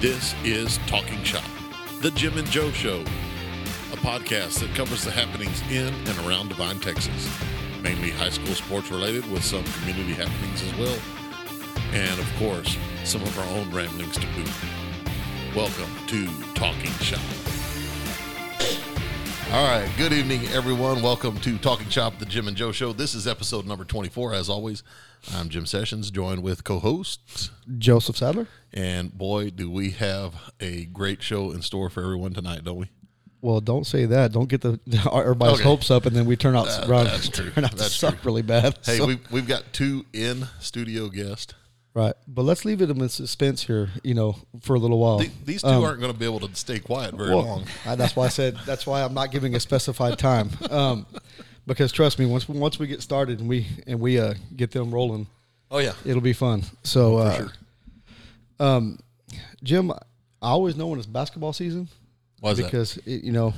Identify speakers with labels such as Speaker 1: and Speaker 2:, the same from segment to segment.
Speaker 1: This is Talking Shop, the Jim and Joe Show, a podcast that covers the happenings in and around Divine, Texas, mainly high school sports related with some community happenings as well, and of course, some of our own ramblings to boot. Welcome to Talking Shop. All right, good evening, everyone. Welcome to Talking Shop, the Jim and Joe Show. This is episode number 24. As always, I'm Jim Sessions, joined with co hosts.
Speaker 2: Joseph Sadler.
Speaker 1: And boy, do we have a great show in store for everyone tonight, don't we?
Speaker 2: Well, don't say that. Don't get the everybody's
Speaker 1: Okay.
Speaker 2: hopes up, and then we turn out
Speaker 1: Uh,
Speaker 2: run,
Speaker 1: that's true.
Speaker 2: turn out to
Speaker 1: That's
Speaker 2: suck really bad.
Speaker 1: Hey,
Speaker 2: So-
Speaker 1: we, we've got two in studio guests.
Speaker 2: right, but let's leave it in suspense here. You know, for a little while.
Speaker 1: The- These two
Speaker 2: Um,
Speaker 1: aren't going to be able to stay quiet very
Speaker 2: well,
Speaker 1: long.
Speaker 2: I- that's why I said that's why I'm not giving a specified time. Um, because trust me, once once we get started and we and we uh, get them rolling,
Speaker 1: Oh, yeah.
Speaker 2: it'll be fun. So, uh,
Speaker 1: sure.
Speaker 2: um, Jim, I always know when it's basketball season.
Speaker 1: Why is that?
Speaker 2: because it, you know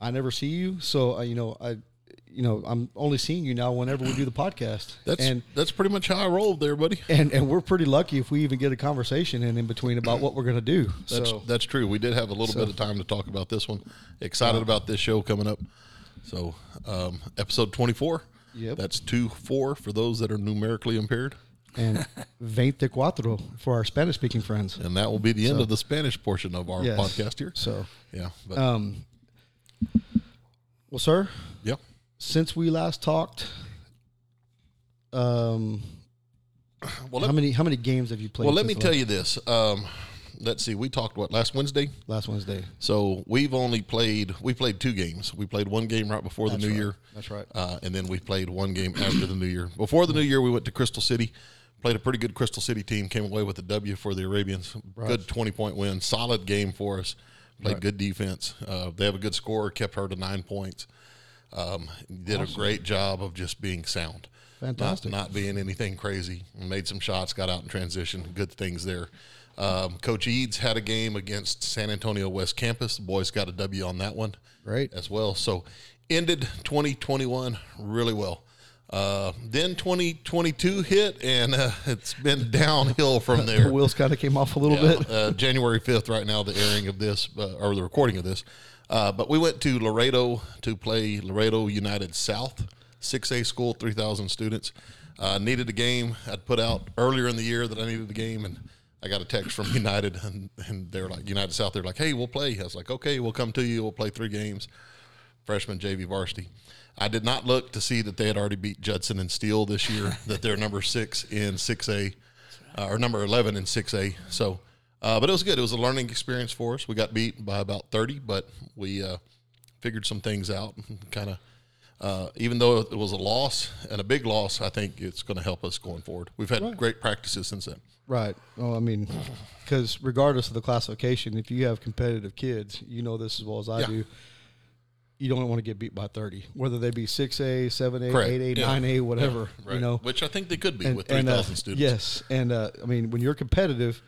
Speaker 2: I never see you, so uh, you know I, you know I'm only seeing you now whenever we do the podcast,
Speaker 1: That's,
Speaker 2: and
Speaker 1: that's pretty much how I rolled there, buddy.
Speaker 2: and and we're pretty lucky if we even get a conversation in in between about what we're gonna do.
Speaker 1: That's,
Speaker 2: So
Speaker 1: that's true. We did have a little
Speaker 2: so-
Speaker 1: bit of time to talk about this one. Excited about this show coming up. So, um, episode 24.
Speaker 2: Yep.
Speaker 1: That's 2 4 for those that are numerically impaired.
Speaker 2: and 24 for our Spanish speaking friends.
Speaker 1: And that will be the end of the Spanish portion of our
Speaker 2: Yes.
Speaker 1: podcast here.
Speaker 2: So
Speaker 1: Yeah. But,
Speaker 2: um, well, sir,
Speaker 1: yeah.
Speaker 2: since we last talked, um,
Speaker 1: Well,
Speaker 2: how many how many games have you played?
Speaker 1: Well, let me
Speaker 2: since
Speaker 1: tell you this. Um, let's see. We talked what last Wednesday.
Speaker 2: Last Wednesday.
Speaker 1: So we've only played. We played two games. We played one game right before the new year,
Speaker 2: That's right.
Speaker 1: uh, and then we played one game after the new year. Before the new year, we went to Crystal City, played a pretty good Crystal City team, came away with a W for the Arabians. Good twenty point win, solid game for us. Played good defense. Uh, they have a good scorer, kept her to nine points. Um, did a great job of just being sound. Not-
Speaker 2: Fantastic.
Speaker 1: Not, being anything crazy. Made some shots, got out in transition. Good things there. Um, Coach Eads had a game against San Antonio West Campus. The boys got a W on that one
Speaker 2: Great.
Speaker 1: as well. So ended 2021 really well. Uh, then 2022 hit, and uh, it's been downhill from there.
Speaker 2: The wheels kind of came off a little
Speaker 1: Yeah,
Speaker 2: bit.
Speaker 1: uh, January 5th, right now, the airing of this uh, or the recording of this. Uh, but we went to Laredo to play Laredo United South, 6A school, 3,000 students. Uh, needed a game. I'd put out earlier in the year that I needed a game, and I got a text from United, and, and they're like, United South, they're like, hey, we'll play. I was like, okay, we'll come to you. We'll play three games freshman JV varsity. I did not look to see that they had already beat Judson and Steele this year, that they're number six in 6A, uh, or number 11 in 6A. So, uh, but it was good. It was a learning experience for us. We got beat by about 30, but we uh, figured some things out and kind of. Uh, even though it was a loss and a big loss, I think it's going to help us going forward. We've had great practices since then.
Speaker 2: Right. Well, I mean, because regardless of the classification, if you have competitive kids, you know this as well as I
Speaker 1: Yeah.
Speaker 2: do. You don't want to get beat by thirty, whether they be six A, seven A,
Speaker 1: Correct.
Speaker 2: eight A,
Speaker 1: Yeah.
Speaker 2: nine A, whatever. You know,
Speaker 1: which I think they could be
Speaker 2: And-
Speaker 1: with three
Speaker 2: and, uh,
Speaker 1: thousand students.
Speaker 2: Yes, and uh, I mean, when you're competitive,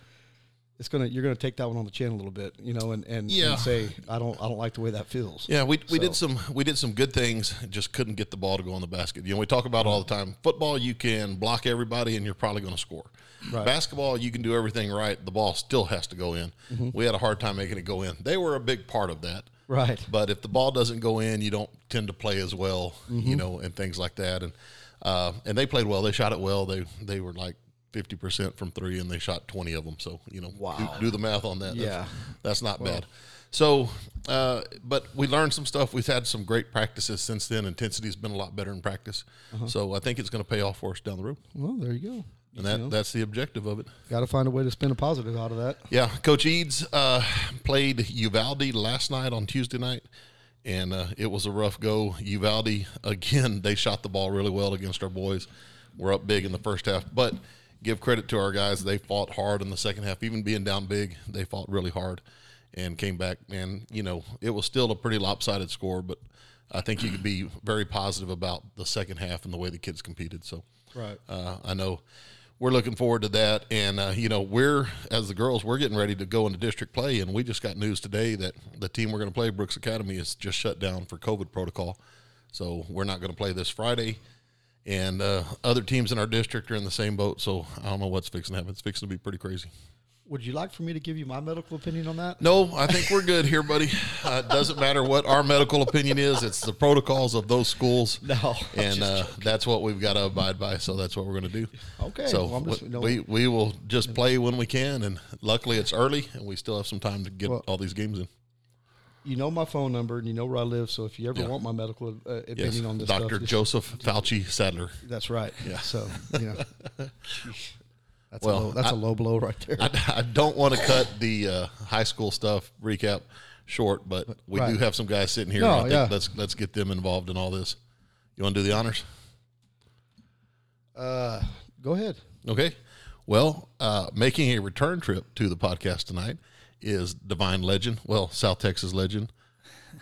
Speaker 2: it's gonna you're gonna take that one on the chin a little bit, you know, and and,
Speaker 1: Yeah.
Speaker 2: and say I don't I don't like the way that feels.
Speaker 1: Yeah, we, we did
Speaker 2: So-
Speaker 1: some we did some good things. Just couldn't get the ball to go in the basket. You know, we talk about it all the time. Football, you can block everybody, and you're probably going to score.
Speaker 2: Right.
Speaker 1: Basketball, you can do everything right. The ball still has to go in.
Speaker 2: Mm-hmm.
Speaker 1: We had a hard time making it go in. They were a big part of that.
Speaker 2: Right.
Speaker 1: But if the ball doesn't go in, you don't tend to play as well,
Speaker 2: Mm-hmm.
Speaker 1: you know, and things like that. And uh, and they played well. They shot it well. They they were like fifty percent from three, and they shot twenty of them. So you know, wow. do, do the math on that. That's-
Speaker 2: Yeah.
Speaker 1: that's not bad. So, uh, but we learned some stuff. We've had some great practices since then. Intensity's been a lot better in practice.
Speaker 2: Uh-huh.
Speaker 1: So I think it's going to pay off for us down the road,
Speaker 2: Well, there you go.
Speaker 1: and that that's the objective of it.
Speaker 2: Got to find a way to spin a positive out of that.
Speaker 1: Yeah, Coach Eads uh, played Uvalde last night on Tuesday night, and uh, it was a rough go. Uvalde again, they shot the ball really well against our boys. We're up big in the first half, but give credit to our guys. They fought hard in the second half, even being down big. They fought really hard and came back. And you know, it was still a pretty lopsided score, but I think you could be very positive about the second half and the way the kids competed. So
Speaker 2: Right.
Speaker 1: uh, I know we're looking forward to that, and uh, you know we're as the girls we're getting ready to go into district play, and we just got news today that the team we're going to play Brooks Academy is just shut down for COVID protocol, so we're not going to play this Friday. And uh, other teams in our district are in the same boat, so I don't know what's fixing to happen. It's fixing to be pretty crazy.
Speaker 2: Would you like for me to give you my medical opinion on that?
Speaker 1: No, I think we're good here, buddy. Uh, it doesn't matter what our medical opinion is; it's the protocols of those schools.
Speaker 2: No, I'm
Speaker 1: and
Speaker 2: just
Speaker 1: uh, that's what we've got to abide by. So that's what we're going to do.
Speaker 2: Okay,
Speaker 1: So
Speaker 2: well, I'm just-
Speaker 1: we,
Speaker 2: no.
Speaker 1: we we will just play when we can, and luckily it's early, and we still have some time to get
Speaker 2: Well-
Speaker 1: all these games in.
Speaker 2: You know my phone number and you know where I live. So if you ever
Speaker 1: Yeah.
Speaker 2: want my medical uh, opinion
Speaker 1: Yes,
Speaker 2: on this
Speaker 1: Doctor
Speaker 2: stuff, just-
Speaker 1: Joseph Fauci Sadler.
Speaker 2: that's right.
Speaker 1: Yeah.
Speaker 2: So you know, Sheesh. that's
Speaker 1: Well,
Speaker 2: a low, that's
Speaker 1: I-
Speaker 2: a low blow right there.
Speaker 1: I, I don't want to cut the uh, high school stuff recap short, but we
Speaker 2: Right.
Speaker 1: do have some guys sitting here.
Speaker 2: No,
Speaker 1: and I think
Speaker 2: yeah.
Speaker 1: let's let's get them involved in all this. You want to do the honors?
Speaker 2: uh, go ahead.
Speaker 1: Okay. Well, uh, making a return trip to the podcast tonight is Divine Legend. Well, South Texas Legend.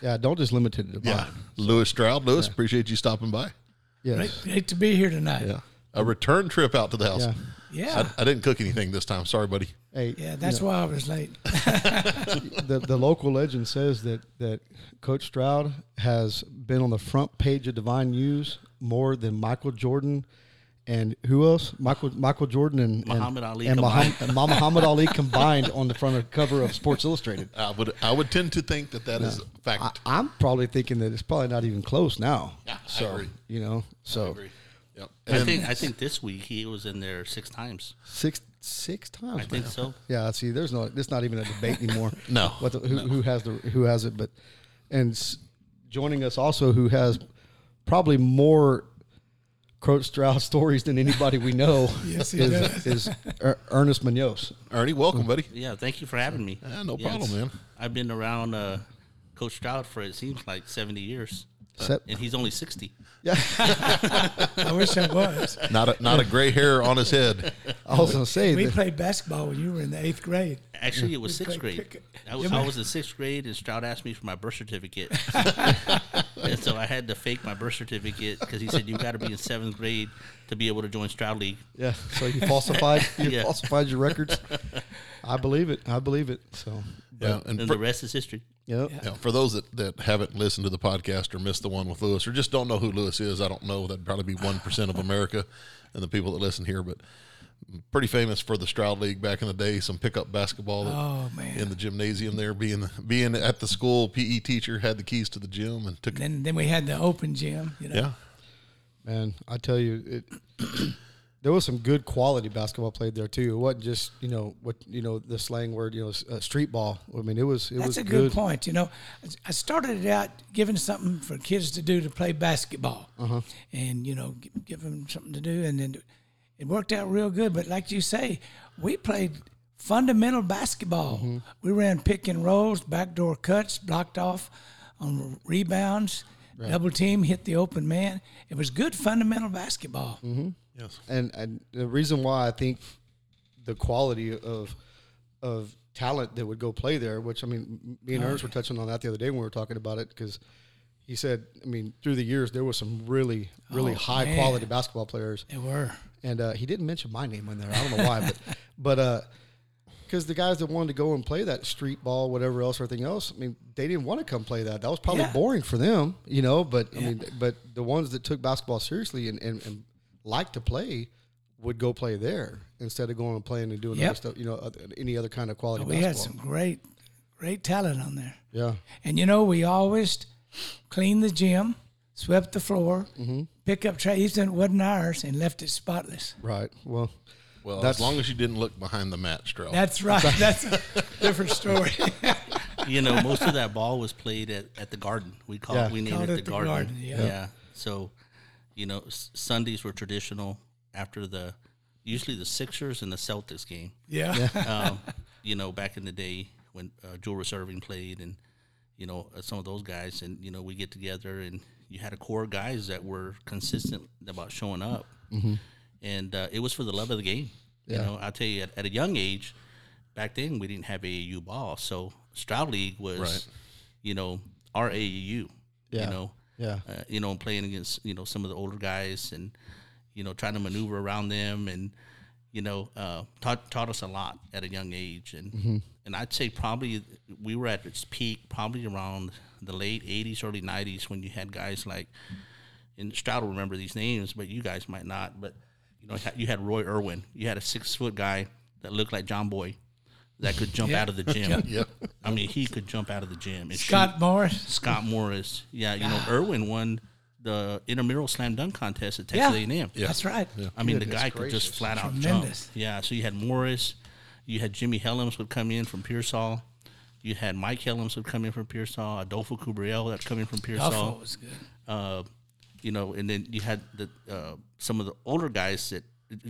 Speaker 2: Yeah, don't just limit it to mine.
Speaker 1: Lewis Stroud. Lewis, appreciate you stopping by.
Speaker 2: Yes.
Speaker 3: Great, great to be here tonight. Yeah.
Speaker 1: A return trip out to the house.
Speaker 2: Yeah.
Speaker 3: Yeah,
Speaker 1: I, I didn't cook anything this time. Sorry, buddy.
Speaker 2: Hey,
Speaker 3: that's why I was late.
Speaker 2: the, the local legend says that, that Coach Stroud has been on the front page of Divine News more than Michael Jordan and who else? Michael Michael Jordan and and-
Speaker 4: Muhammad Ali
Speaker 2: and Muhammad, and Muhammad Ali combined on the front of cover of Sports Illustrated.
Speaker 1: I would I would tend to think that that is a fact.
Speaker 2: I, I'm probably thinking that it's probably not even close now.
Speaker 1: Yeah, I
Speaker 2: so
Speaker 1: agree.
Speaker 2: you know, so
Speaker 1: Yep.
Speaker 4: I
Speaker 1: And
Speaker 4: think I think this week he was in there six times.
Speaker 2: six six times.
Speaker 4: I think
Speaker 2: now.
Speaker 4: so.
Speaker 2: Yeah, see, there's no, it's not even a debate anymore.
Speaker 1: No.
Speaker 2: what the, who, who has the who has it? But and s- joining us also, who has probably more Croat Stroud stories than anybody we know.
Speaker 3: Yes, he
Speaker 2: is, is Er- Ernest Munoz.
Speaker 1: Ernie, welcome, buddy.
Speaker 4: Yeah, thank you for having me.
Speaker 1: Yeah, no problem, man.
Speaker 4: I've been around uh, Coach Stroud for it seems like seventy years,
Speaker 1: Uh,
Speaker 2: Se-
Speaker 4: and he's only sixty.
Speaker 2: yeah,
Speaker 3: I wish I was.
Speaker 1: Not a, not a gray hair on his head.
Speaker 2: I was gonna say
Speaker 3: We
Speaker 2: that.
Speaker 3: played basketball when you were in the eighth grade.
Speaker 4: Actually, it was
Speaker 3: We
Speaker 4: sixth
Speaker 3: played
Speaker 4: grade.
Speaker 3: cricket.
Speaker 4: I was,
Speaker 3: Yeah,
Speaker 4: I
Speaker 3: man.
Speaker 4: was in sixth grade, and Stroud asked me for my birth certificate, and so I had to fake my birth certificate because he said you got to be in seventh grade to be able to join Stroud League.
Speaker 2: Yeah, so you falsified you
Speaker 4: Yeah.
Speaker 2: falsified your records. I believe it. I believe it. So
Speaker 1: Yeah. And
Speaker 4: And
Speaker 1: for-
Speaker 4: the rest is history.
Speaker 2: yeah,
Speaker 1: Yeah, for those that, that haven't listened to the podcast or missed the one with Lewis or just don't know who Lewis is, I don't know. That'd probably be 1% of America and the people that listen here, but pretty famous for the Stroud League back in the day, some pickup basketball that,
Speaker 3: Oh, man.
Speaker 1: in the gymnasium there, being being at the school, PE teacher had the keys to the gym and took it.
Speaker 3: Then, then we had the open gym. You know,
Speaker 1: Yeah.
Speaker 2: man, I tell you, it, there was some good quality basketball played there too. It wasn't just you know what you know the slang word you know s- uh, street ball. I mean, it was it was
Speaker 3: that's a good, point. You know, I started it out giving something for kids to do to play basketball,
Speaker 2: Uh-huh.
Speaker 3: and you know, gi- give them something to do, and then it worked out real good. But like you say, we played fundamental basketball.
Speaker 2: Mm-hmm.
Speaker 3: We ran pick and rolls, backdoor cuts, blocked off on rebounds, double team, hit the open man. It was good fundamental basketball.
Speaker 2: Mm-hmm.
Speaker 1: Yes.
Speaker 2: and and the reason why I think the quality of of talent that would go play there, which I mean, me and Ernst were touching on that the other day when we were talking about it because he said, I mean, through the years there were some really really
Speaker 3: Oh,
Speaker 2: high
Speaker 3: man.
Speaker 2: quality basketball players.
Speaker 3: They were.
Speaker 2: and uh, he didn't mention my name in there. I don't know why, but but uh, because the guys that wanted to go and play that street ball, whatever else, or everything else, I mean, they didn't want to come play that. That was probably
Speaker 3: Yeah.
Speaker 2: boring for them, you know. But I mean, but the ones that took basketball seriously and and, and liked to play would go play there instead of going and playing and doing
Speaker 3: Yep.
Speaker 2: other stuff, you know, other, any other kind of quality
Speaker 3: We had
Speaker 2: basketball.
Speaker 3: some great, great talent on there.
Speaker 2: yeah,
Speaker 3: And you know, we always cleaned the gym, swept the floor,
Speaker 1: Mm-hmm.
Speaker 3: pick up trash. Even if it wasn't ours, and left it spotless.
Speaker 2: right. Well,
Speaker 1: Well,
Speaker 2: That's-
Speaker 1: as long as you didn't look behind the mat, Stroud.
Speaker 3: That's right. That's a different story.
Speaker 4: You know, most of that ball was played at, at the garden. We call
Speaker 2: Yeah.
Speaker 4: it, we named
Speaker 3: Called
Speaker 4: it,
Speaker 3: it
Speaker 4: the,
Speaker 3: the
Speaker 4: garden.
Speaker 3: garden, yeah.
Speaker 4: yeah. So, you know, s- Sundays were traditional after the usually the Sixers and the Celtics game.
Speaker 3: Yeah.
Speaker 4: Um, you know, back in the day when uh, Jewel Reserving played and you know uh, some of those guys, and you know we get together and you had a core of guys that were consistent about showing up, and uh, it was for the love of the game. You know, I'll tell you, at, at a young age, back then we didn't have AAU ball, so Stroud League was,
Speaker 1: Right.
Speaker 4: you know, our AAU.
Speaker 2: Yeah.
Speaker 4: You know,
Speaker 2: Yeah.
Speaker 4: uh, you know, and playing against you know some of the older guys and you know trying to maneuver around them and you know uh, taught taught us a lot at a young age and
Speaker 2: Mm-hmm.
Speaker 4: and I'd say probably we were at its peak probably around the late '80s, early '90s when you had guys like and Stroud will remember these names, but you guys might not. But you know you had Roy Irwin, you had a six foot guy that looked like John Boy. that could jump out of the gym.
Speaker 1: Yep.
Speaker 4: I mean, he could jump out of the gym. And shoot.
Speaker 3: Scott Morris.
Speaker 4: Scott Morris. Yeah, you know, Irwin won the intramural slam dunk contest at Texas
Speaker 3: Yeah.
Speaker 4: A&M.
Speaker 1: Yeah.
Speaker 3: That's right.
Speaker 4: I mean, the
Speaker 2: Goodness
Speaker 4: guy could just
Speaker 2: gracious.
Speaker 4: flat out
Speaker 3: Tremendous.
Speaker 4: jump. Yeah, so you had Morris, you had Jimmy Helms would come in from Pearsall, you had Mike Helms would come in from Pearsall, Adolfo Cubriel that's coming from
Speaker 3: Duffel
Speaker 4: Pearsall.
Speaker 3: was good.
Speaker 4: Uh, you know, and then you had the uh, some of the older guys that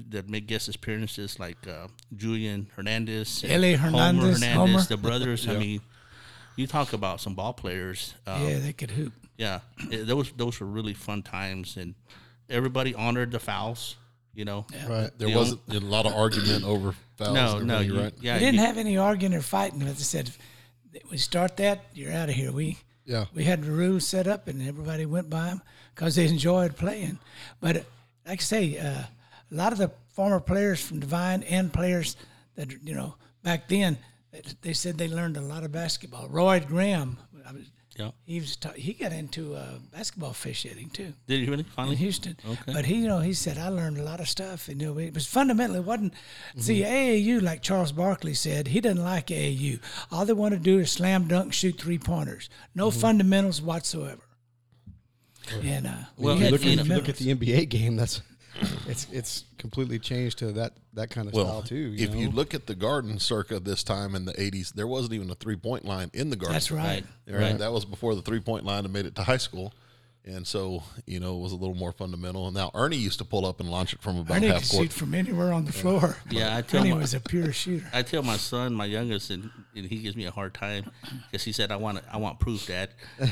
Speaker 4: that make guest appearances like uh, Julian Hernandez, and
Speaker 3: Eli Hernandez,
Speaker 4: Homer
Speaker 3: Homer.
Speaker 4: Hernandez, the brothers. I mean, you talk about some ball players. Uh,
Speaker 3: Yeah, they could hoop.
Speaker 4: yeah, it- those those were really fun times, and everybody honored the fouls. You know,
Speaker 2: Right.
Speaker 1: There wasn't a lot of argument over fouls.
Speaker 4: no,
Speaker 1: and
Speaker 4: no,
Speaker 1: everything,
Speaker 4: you,
Speaker 1: right?
Speaker 4: yeah,
Speaker 3: They didn't
Speaker 4: you-
Speaker 3: have any arguing or fighting, but they said, "We start that, you're out of here." We
Speaker 2: Yeah.
Speaker 3: we had the rules set up, and everybody went by them because they enjoyed playing. But uh, like I say, uh, a lot of the former players from Divine and players that you know back then, they- they said they learned a lot of basketball. Roy Graham, I was,
Speaker 4: yeah.
Speaker 3: he was ta- he got into uh, basketball fish eating too
Speaker 4: Did you really
Speaker 3: in
Speaker 4: finally?
Speaker 3: Houston. But he, you know, he said I learned a lot of stuff, and you know, it was fundamentally it wasn't. See,
Speaker 4: Mm-hmm.
Speaker 3: AAU, like Charles Barkley said, he doesn't like AAU. All they want to do is slam dunk, shoot three pointers, no
Speaker 4: Mm-hmm.
Speaker 3: fundamentals whatsoever. And uh,
Speaker 4: Well,
Speaker 3: he
Speaker 4: if
Speaker 3: had
Speaker 4: you
Speaker 2: Look at,
Speaker 4: Ian
Speaker 2: if you look at
Speaker 3: fundamentals.
Speaker 2: the NBA game. That's it's it's completely changed to that that kind of style
Speaker 1: Well,
Speaker 2: too. You
Speaker 1: if
Speaker 2: know?
Speaker 1: you look at the Garden circa this time in the '80s, there wasn't even a three-point line in the Garden.
Speaker 3: That's right.
Speaker 1: Right. That was before the three point line and made it to high school. And so, you know, it was a little more fundamental. And now Ernie used to pull up and launch it from about
Speaker 3: Ernie could
Speaker 1: half court.
Speaker 3: shoot from anywhere on the floor.
Speaker 4: Yeah, I tell
Speaker 3: Ernie
Speaker 4: my-
Speaker 3: was a pure shooter.
Speaker 4: I tell my son, my youngest, and, and he gives me a hard time because he said I want I want proof, Dad.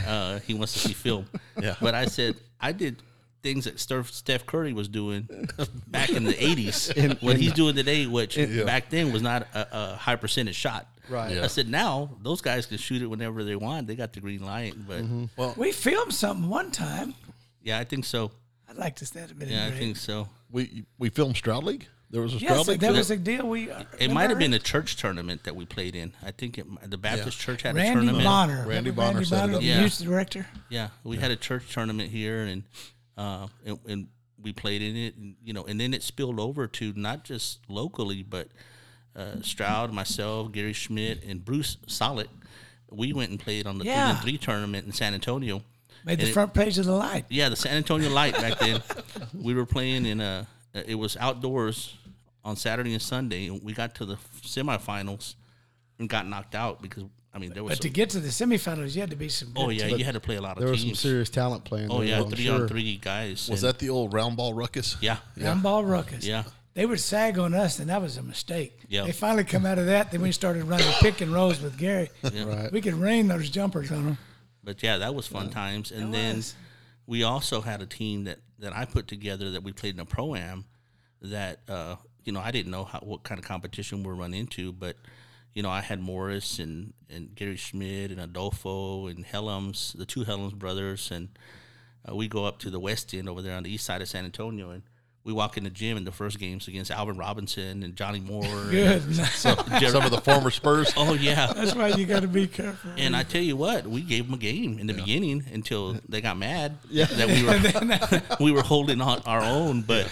Speaker 4: Uh, he wants to see film.
Speaker 1: Yeah.
Speaker 4: But I said I did things that Steph Steph Curry was doing back in the eighties. What he's doing today, which back then was not a, a high percentage shot.
Speaker 2: Right.
Speaker 1: Yeah.
Speaker 4: I said now those guys can shoot it whenever they want. They got the green light, but
Speaker 3: We filmed something one time.
Speaker 4: yeah, I think so.
Speaker 3: I'd like to stand a bit.
Speaker 4: Yeah, I think so.
Speaker 1: We we filmed Stroud League. There was a
Speaker 3: Yes,
Speaker 1: Stroud League.
Speaker 3: that was a deal. We uh,
Speaker 4: It might have
Speaker 3: remember?
Speaker 4: been a church tournament that we played in. I think it, the Baptist church had a
Speaker 3: Randy
Speaker 4: tournament.
Speaker 3: Bonner.
Speaker 1: Randy
Speaker 3: Remember
Speaker 1: Bonner set it up.
Speaker 3: the
Speaker 4: Yeah.
Speaker 3: youth director.
Speaker 4: Yeah, we had a church tournament here, and uh, and, and we played in it, and, you know, and then it spilled over to not just locally, but uh, Stroud, myself, Gary Schmidt, and Bruce Solid. We went and played on the three
Speaker 3: Yeah.
Speaker 4: and three tournament in San Antonio.
Speaker 3: Made the
Speaker 4: it-
Speaker 3: front page of the light.
Speaker 4: Yeah, the San Antonio Light back then. we were playing in a. It was outdoors on Saturday and Sunday, and we got to the semifinals and got knocked out because I mean there was.
Speaker 3: But to
Speaker 4: Some,
Speaker 3: get to the semifinals, you had to be some. Good
Speaker 4: oh yeah,
Speaker 3: team.
Speaker 4: you had to play a lot of
Speaker 2: there was some
Speaker 4: teams.
Speaker 2: serious talent playing.
Speaker 4: oh
Speaker 2: there,
Speaker 4: yeah,
Speaker 2: I'm
Speaker 4: three
Speaker 2: sure.
Speaker 4: on three guys.
Speaker 1: was
Speaker 4: and-
Speaker 1: that the old round ball ruckus?
Speaker 4: Yeah,
Speaker 3: Gumball ruckus.
Speaker 4: yeah.
Speaker 3: They would sag on us, and that was a mistake.
Speaker 4: Yeah.
Speaker 3: They finally come out of that. Then we started running pick and rolls with Gary.
Speaker 2: Right.
Speaker 3: We could rain those jumpers on them.
Speaker 4: But yeah, that was fun times. And then
Speaker 3: was.
Speaker 4: we also had a team that, that I put together that we played in a pro am that uh, you know, I didn't know how, what kind of competition we're run into, but you know, I had Morris and, and Gary Schmidt and Adolfo and Helms, the two Helms brothers, and uh, we go up to the West End over there on the east side of San Antonio, and we walk in the gym in the first games against Alvin Robinson and Johnny Moore. and
Speaker 3: Good. night.
Speaker 1: Some of the former Spurs.
Speaker 4: oh yeah,
Speaker 3: That's why you got to be careful.
Speaker 4: And I tell you what, we gave them a game in the beginning until they got mad that we were we were holding on our own. But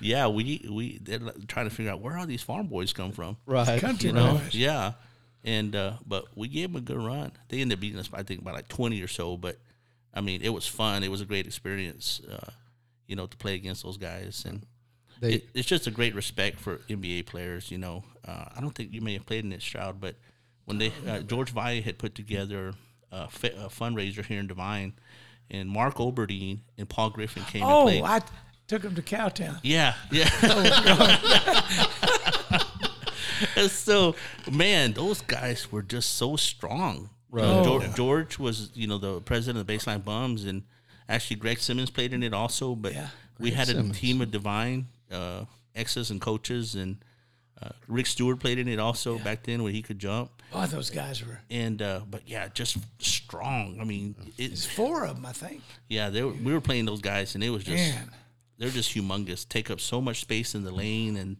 Speaker 4: yeah, we we they're like trying to figure out where all these farm boys come from.
Speaker 2: Right.
Speaker 3: Country
Speaker 2: right.
Speaker 3: boys.
Speaker 4: Yeah, and uh, but we gave them a good run. They ended up beating us, I think, by like twenty or so. But I mean, it was fun. It was a great experience, uh, you know, to play against those guys, and
Speaker 2: They-
Speaker 4: it, it's just a great respect for NBA players. You know, uh, I don't think you may have played in it, Stroud, but when they uh, George Valle had put together a, fa- a fundraiser here in Divine, and Mark Oberdeen and Paul Griffin came and
Speaker 3: Oh,
Speaker 4: played.
Speaker 3: I t- took them to Cowtown.
Speaker 4: Yeah, yeah. so, man, those guys were just so strong. Right. George, George was, you know, the president of the Baseline Bums, and actually Greg Simmons played in it also. But we had a team of divine uh, exes and coaches, and uh, Rick Stewart played in it also back then where he could jump.
Speaker 3: Boy, those guys were.
Speaker 4: And uh, but yeah, just strong. I mean, it's
Speaker 3: Four of them, I think.
Speaker 4: yeah. They were, we were playing those guys, and it was just
Speaker 3: Man.
Speaker 4: they're just humongous. Take up so much space in the lane and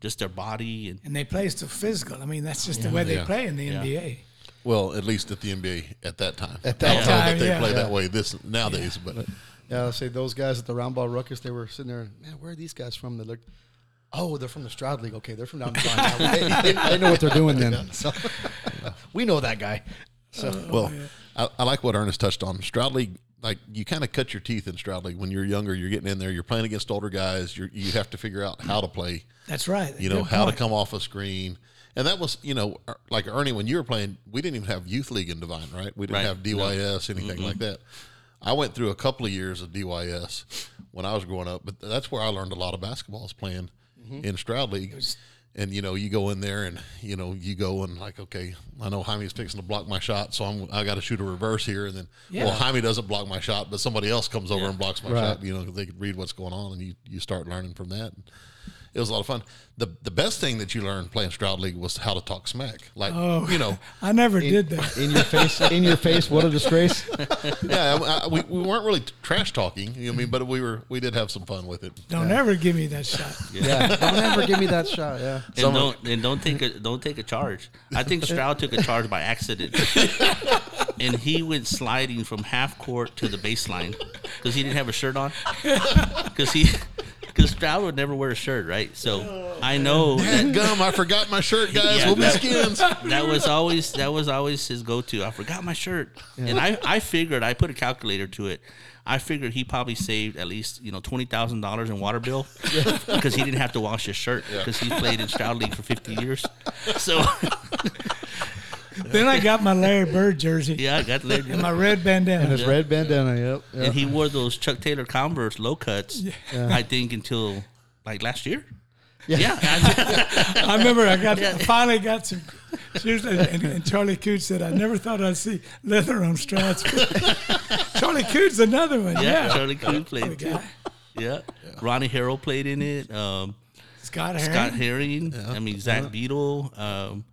Speaker 4: just their body and
Speaker 3: And they play so physical. I mean, that's just the way they
Speaker 1: Yeah.
Speaker 3: play in the NBA.
Speaker 1: Well, at least at the NBA at that time. At
Speaker 2: that
Speaker 3: time,
Speaker 1: they
Speaker 3: yeah.
Speaker 1: play
Speaker 2: Yeah.
Speaker 1: that way this nowadays, but uh,
Speaker 2: Yeah, I say those guys at the round ball ruckus. They were sitting there, man. Where are these guys from? They looked. Oh, they're from the Stroud League. Okay, they're from down the line. they, they know what they're doing then. So we know that guy.
Speaker 1: Well, I, I like what Ernest touched on. Stroud League, like you kind of cut your teeth in Stroud League when you're younger. You're getting in there. You're playing against older guys. You you have to figure out how to play.
Speaker 3: That's right.
Speaker 1: You know
Speaker 3: Good
Speaker 1: how
Speaker 3: point.
Speaker 1: to come off a screen. And that was, you know, er- like Ernie, when you were playing, we didn't even have youth league in Divine, right? We didn't
Speaker 4: Right.
Speaker 1: have DYS, anything
Speaker 3: Mm-hmm.
Speaker 1: like that. I went through a couple of years of DYS when I was growing up, but that's where I learned a lot of basketball is playing
Speaker 3: Mm-hmm.
Speaker 1: in Stroud League. And you know, you go in there, and you know, you go and like, okay, I know Jaime's fixing to block my shot, so I'm I got to shoot a reverse here, and then well,
Speaker 3: Yeah.
Speaker 1: Jaime doesn't block my shot, but somebody else comes over and blocks my
Speaker 2: Right.
Speaker 1: shot. You know, 'cause they could read what's going on, and you you start learning from that it was a lot of fun. The the best thing that you learned playing Stroud League was how to talk smack. Like
Speaker 3: Oh.
Speaker 1: you know,
Speaker 3: I never did
Speaker 2: In,
Speaker 3: that.
Speaker 2: in your face, in your face. What a disgrace!
Speaker 1: yeah, I, I- we, we weren't really trash talking. You know what I mean, but we were we did have some fun with it.
Speaker 3: Don't ever give me that shot.
Speaker 2: Yeah, don't ever give me that shot. Yeah,
Speaker 4: And don't and don't take a don't take a charge. I think Stroud took a charge by accident, and he went sliding from half court to the baseline because he didn't have a shirt on. Because he because Stroud would never wear a shirt, right? So I know that,
Speaker 1: Dad gum, I forgot my shirt, guys.
Speaker 4: Yeah,
Speaker 1: we'll be
Speaker 4: that-
Speaker 1: skins.
Speaker 4: that was always that was always his go to. I forgot my shirt, and I I figured I put a calculator to it. I figured he probably saved at least you know twenty thousand dollars in water bill because he didn't have to wash his shirt because he played in Stroud League for fifty years. So.
Speaker 3: Then I got my Larry Bird jersey
Speaker 4: Yeah, I got laid.
Speaker 3: and my red bandana.
Speaker 2: and his red bandana. Yep. yep.
Speaker 4: And he wore those Chuck Taylor Converse low cuts, I think, until like last year. Yeah.
Speaker 3: I remember I got finally got some. Seriously, and, and Charlie Coote said, "I never thought I'd see leather on Stroud's." Charlie Coote's another one.
Speaker 4: yeah.
Speaker 3: Yeah,
Speaker 4: Charlie Coon played too.
Speaker 3: guy.
Speaker 4: Yeah. Ronnie Harrell played in it. Um,
Speaker 3: Scott Heron.
Speaker 4: Scott Herring. I mean, Zach Beadle. Um,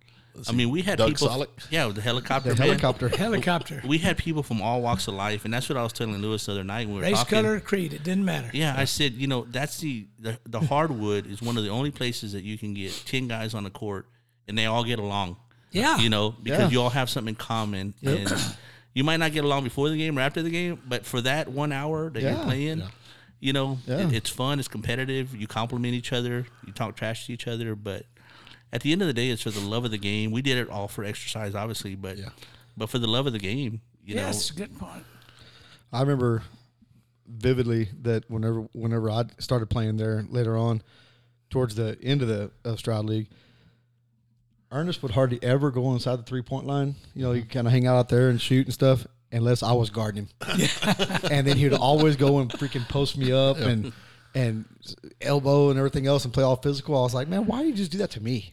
Speaker 4: I mean, we had
Speaker 1: Doug
Speaker 4: people.
Speaker 1: Sollick.
Speaker 4: Yeah, with the helicopter.
Speaker 2: the
Speaker 4: man.
Speaker 2: helicopter.
Speaker 3: helicopter,
Speaker 4: We had people from all walks of life, and that's what I was telling Lewis the other night when we were
Speaker 3: race,
Speaker 4: talking.
Speaker 3: color, creed. It didn't matter.
Speaker 4: Yeah, I said, you know, that's the, the the hardwood is one of the only places that you can get ten guys on the court and they all get along.
Speaker 3: Yeah.
Speaker 4: you know, because
Speaker 2: Yeah.
Speaker 4: you all have something in common, and you might not get along before the game or after the game, but for that one hour that
Speaker 2: Yeah.
Speaker 4: you're playing, you know,
Speaker 2: Yeah.
Speaker 4: it, it's fun, it's competitive. You compliment each other, you talk trash to each other, but at the end of the day, it's for the love of the game. We did it all for exercise, obviously, but but for the love of the game, you know,
Speaker 3: yes, good point.
Speaker 2: I remember vividly that whenever whenever I started playing there later on, towards the end of the of Stroud League, Ernest would hardly ever go inside the three point line. You know, he kind of hang out out there and shoot and stuff, unless I was guarding him. and then he'd always go and freaking post me up and and elbow and everything else and play all physical. I was like, man, why do you just do that to me?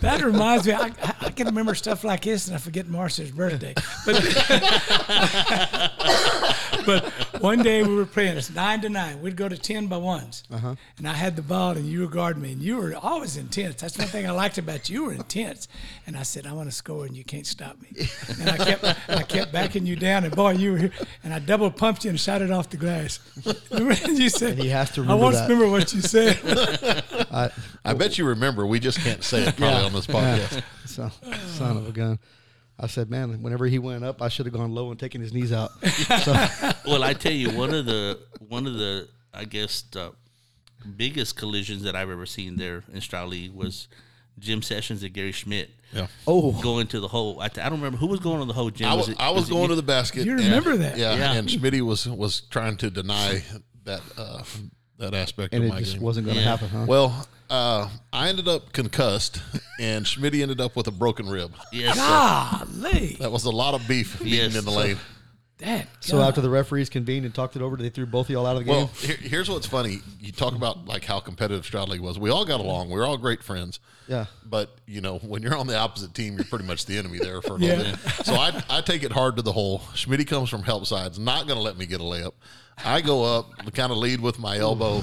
Speaker 3: That reminds me, I, I- I can remember stuff like this, and I forget Marcia's birthday. But, but one day we were playing, it's nine to nine. We'd go to ten by ones,
Speaker 2: Uh-huh.
Speaker 3: and I had the ball, and you were guarding me, and you were always intense. That's one thing I liked about you. You were intense, and I said, "I want to score, and you can't stop me." And I kept, I kept backing you down, and boy, you were here, and I double pumped you and shot it off the glass. you said,
Speaker 2: And he has to
Speaker 3: "I
Speaker 2: remember
Speaker 3: want to
Speaker 2: that.
Speaker 3: remember what you said."
Speaker 2: I,
Speaker 1: I bet you remember. We just can't say it probably on this podcast.
Speaker 2: So, son of a gun. I said, man, whenever he went up, I should have gone low and taken his knees out. So,
Speaker 4: well, I tell you, one of the one of the I guess the biggest collisions that I've ever seen there in Stroud League was Jim Sessions and Gary Schmidt.
Speaker 1: Yeah.
Speaker 2: oh,
Speaker 4: Going to the hole. I, I don't remember who was going on the hole. Jim.
Speaker 1: I was,
Speaker 4: it-
Speaker 1: I was,
Speaker 4: it
Speaker 1: going
Speaker 4: you?
Speaker 1: to the basket.
Speaker 3: You
Speaker 1: and-
Speaker 3: remember that.
Speaker 1: Yeah,
Speaker 4: Yeah.
Speaker 1: and Schmitty was was trying to deny that uh, that aspect
Speaker 2: and
Speaker 1: of
Speaker 2: it
Speaker 1: Oh my
Speaker 2: just
Speaker 1: game.
Speaker 2: wasn't going to
Speaker 4: Yeah.
Speaker 2: happen, huh?
Speaker 1: Well, uh, I ended up concussed, and Schmitty ended up with a broken rib.
Speaker 4: Yes. sir.
Speaker 3: Golly,
Speaker 1: That was a lot of beef eaten
Speaker 4: Yes,
Speaker 1: in the
Speaker 4: so-
Speaker 1: lane.
Speaker 3: that.
Speaker 2: so after the referees convened and talked it over, they threw both of y'all out of the game.
Speaker 1: Well, here, here's what's funny. You talk about like how competitive Stroud League was. We all got along. We were all great friends.
Speaker 2: Yeah.
Speaker 1: But you know, when you're on the opposite team, you're pretty much the enemy there for a
Speaker 3: Yeah.
Speaker 1: little bit. So I, I take it hard to the hole. Schmitty comes from help sides, not going to let me get a layup. I go up, kind of lead with my elbow,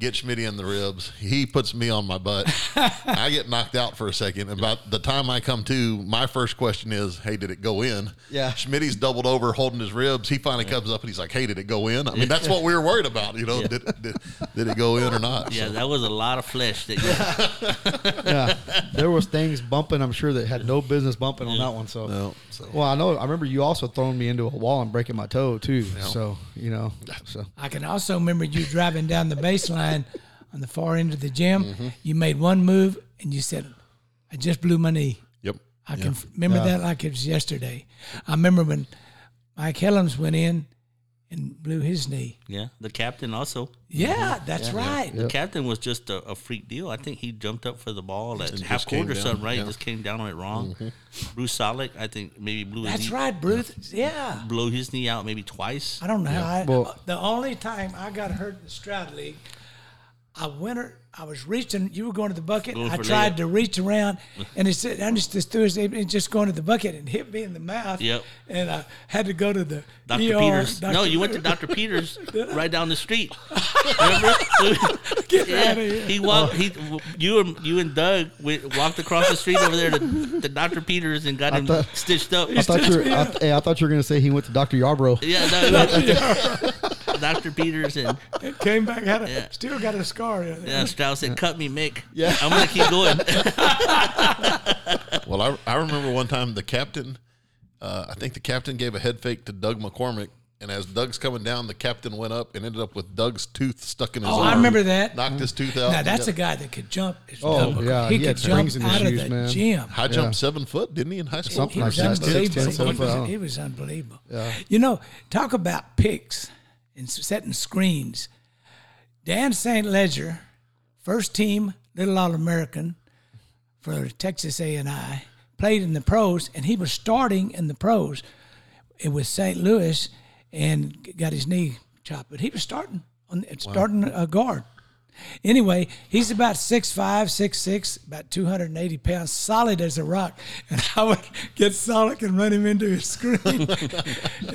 Speaker 1: get Schmitty in the ribs. He puts me on my butt. I get knocked out for a second. About the time I come to, my first question is, "Hey, did it go in?"
Speaker 2: Yeah.
Speaker 1: Schmitty's doubled over, holding his ribs. He finally comes up and he's like, "Hey, did it go in?" I mean, that's what we were worried about. You know, did, did, did it go in or not?
Speaker 4: Yeah,
Speaker 1: So,
Speaker 4: that was a lot of flesh. That you,
Speaker 2: yeah, there was things bumping. I'm sure that had no business bumping on that one. So,
Speaker 1: No, so-
Speaker 2: well, I know. I remember you also throwing me into a wall and breaking my toe too. So you know, so
Speaker 3: I can also remember you driving down the baseline on the far end of the gym. You made one move and you said, I just blew my knee.
Speaker 1: Yep.
Speaker 3: I can f- remember that like it was yesterday. I remember when Mike Helms went in and blew his knee.
Speaker 4: Yeah, the captain also.
Speaker 3: Yeah, that's right.
Speaker 4: The captain was just a, a freak deal. I think he jumped up for the ball at
Speaker 1: just
Speaker 4: half
Speaker 1: came
Speaker 4: court or
Speaker 1: down,
Speaker 4: something, right?
Speaker 1: yeah.
Speaker 4: Just came down on it wrong. Bruce Solik, I think maybe blew his
Speaker 3: Mm-hmm. That's
Speaker 4: knee,
Speaker 3: right, Bruce. Yeah.
Speaker 4: blew his knee out maybe twice.
Speaker 3: I don't know how. I,
Speaker 2: Well-
Speaker 3: the only time I got hurt in the Stroud League, I went. ar- I was reaching. You were going to the bucket.
Speaker 4: Going
Speaker 3: I
Speaker 4: for
Speaker 3: tried
Speaker 4: layup.
Speaker 3: to reach around, and it said, "I'm just this Thursday." It just going to the bucket and hit me in the mouth.
Speaker 4: Yep.
Speaker 3: And I had to go to the
Speaker 4: Dr.
Speaker 3: ER,
Speaker 4: Peters. no,
Speaker 3: Dr.
Speaker 4: you went to Dr. Peters right down the street. Remember?
Speaker 3: Get
Speaker 4: yeah.
Speaker 3: out of here.
Speaker 4: He walked. He, you and you and Doug went, walked across the street over there to, to Dr. Peters and got him
Speaker 2: thought-
Speaker 4: stitched up.
Speaker 2: I thought you were, I, th- hey, I thought you were gonna say he went to Doctor Yarbrough.
Speaker 4: yeah, no, no. Dr. Peters and
Speaker 3: It came back. Had a,
Speaker 4: Yeah.
Speaker 3: Still got a scar.
Speaker 4: yeah, Strauss said, "Cut me, Mick.
Speaker 2: Yeah.
Speaker 4: I'm gonna keep going."
Speaker 1: Well, I, I remember one time the captain, uh, I think the captain gave a head fake to Doug McCormick. And as Doug's coming down, the captain went up and ended up with Doug's tooth stuck in his
Speaker 3: Oh,
Speaker 1: arm.
Speaker 3: I remember that.
Speaker 1: Knocked his tooth out.
Speaker 3: Now that's a guy that could jump. It's
Speaker 2: Oh,
Speaker 3: double.
Speaker 2: yeah,
Speaker 3: He,
Speaker 2: he
Speaker 3: could
Speaker 2: had
Speaker 3: jump
Speaker 2: springs in his
Speaker 3: out of
Speaker 2: shoes,
Speaker 3: the
Speaker 2: man.
Speaker 3: gym.
Speaker 1: high jump seven foot, didn't he, in high school?
Speaker 2: Something
Speaker 3: He
Speaker 2: like
Speaker 3: was
Speaker 2: that. Six,
Speaker 3: unbelievable.
Speaker 2: ten, seven
Speaker 3: He
Speaker 2: foot.
Speaker 3: was-
Speaker 2: out.
Speaker 3: He was unbelievable. You know, talk about picks and s- setting screens. Dan St. Ledger, first team Little All American for Texas A and I, played in the pros, and he was starting in the pros. It was St. Louis, and g- got his knee chopped, but he was starting on starting a guard. Anyway, he's about 6'5", 6'6", about 280 pounds, solid as a rock. And I would get Solik and run him into his screen.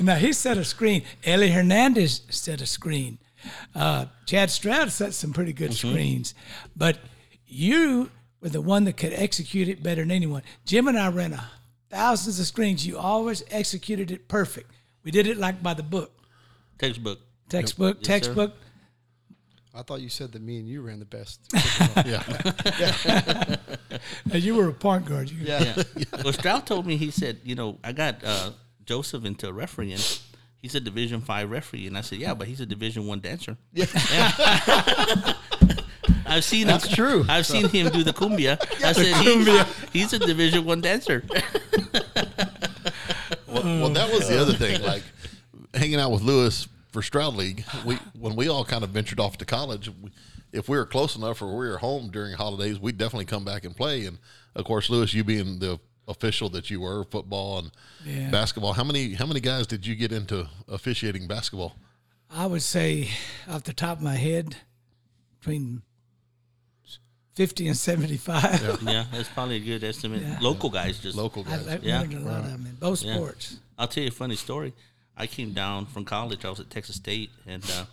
Speaker 3: now, he set a screen. Ellie Hernandez set a screen. Uh, Chad Stroud set some pretty good
Speaker 4: Mm-hmm.
Speaker 3: screens. But you were the one that could execute it better than anyone. Jim and I ran a, thousands of screens. You always executed it perfect. We did it like by the book.
Speaker 4: Textbook.
Speaker 3: Textbook,
Speaker 4: Yes, sir.
Speaker 3: textbook.
Speaker 2: I thought you said that me and you ran the best.
Speaker 1: yeah.
Speaker 3: Now, you were a point guard. You,
Speaker 2: Yeah.
Speaker 4: Well, Strauss told me he said, you know, I got uh, Joseph into refereeing. He's a Division Five referee, and I said, yeah, but he's a Division One dancer. Yeah. I've seen that's
Speaker 2: true.
Speaker 4: I've seen him do the cumbia. I said He's, he's a Division One dancer.
Speaker 1: Well, well, that was the other thing. Like hanging out with Lewis for Stroud League, we when we all kind of ventured off to college, we, if we were close enough or we were home during holidays, we'd definitely come back and play. And of course, Lewis, you being the official that you were, football and
Speaker 3: Yeah.
Speaker 1: basketball. How many how many guys did you get into officiating basketball?
Speaker 3: I would say, off the top of my head, between 50 and 75.
Speaker 4: yeah, that's probably a good estimate. Local guys just
Speaker 1: Local
Speaker 3: I
Speaker 1: guys.
Speaker 3: learned
Speaker 4: Yeah.
Speaker 3: a lot of them in both sports.
Speaker 4: I'll tell you a funny story. I came down from college. I was at Texas State, and uh,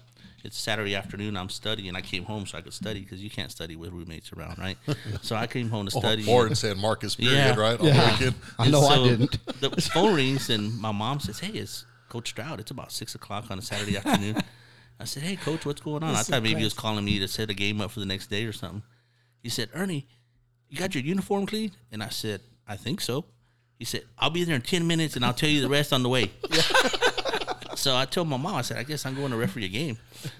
Speaker 4: it's Saturday afternoon. I'm studying. I came home so I could study because you can't study with roommates around, right? so I came
Speaker 3: Oh,
Speaker 4: home to
Speaker 1: Or,
Speaker 4: study.
Speaker 1: or in San Marcos period,
Speaker 4: Yeah.
Speaker 1: right? On
Speaker 2: Yeah.
Speaker 1: the weekend.
Speaker 2: I know I
Speaker 4: so
Speaker 2: didn't.
Speaker 4: The phone rings, and my mom says, "Hey, it's Coach Stroud. It's about six o'clock on a Saturday afternoon." I said, "Hey, Coach, what's going on?" I
Speaker 3: This is
Speaker 4: thought maybe he was
Speaker 3: crazy.
Speaker 4: calling me to set a game up for the next day or something. He said, "Ernie, you got your uniform clean?" And I said, "I think so." He said, "I'll be there in ten minutes, and I'll tell you the rest on the way." So I told my mom, I said, I guess I'm going to referee a game.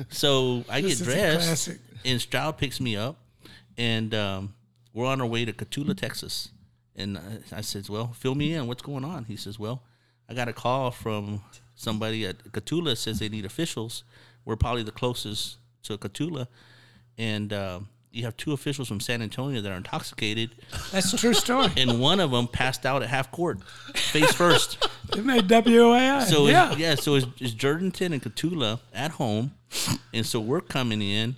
Speaker 4: So I
Speaker 3: This is
Speaker 4: get
Speaker 3: a
Speaker 4: dressed,
Speaker 3: classic.
Speaker 4: and Stroud picks me up, and um, we're on our way to Catula, Texas. And I, I said, Well, fill me in. What's going on? He says, Well, I got a call from somebody at Catula says they need officials. We're probably the closest to Catula, and um, you have two officials from San Antonio that are intoxicated,
Speaker 3: That's a true story.
Speaker 4: and one of them passed out at half court, face first.
Speaker 3: they made WAI.
Speaker 4: So yeah,
Speaker 3: yeah.
Speaker 4: it's, yeah. So it's, it's Jordanton and Catula at home, and so we're coming in,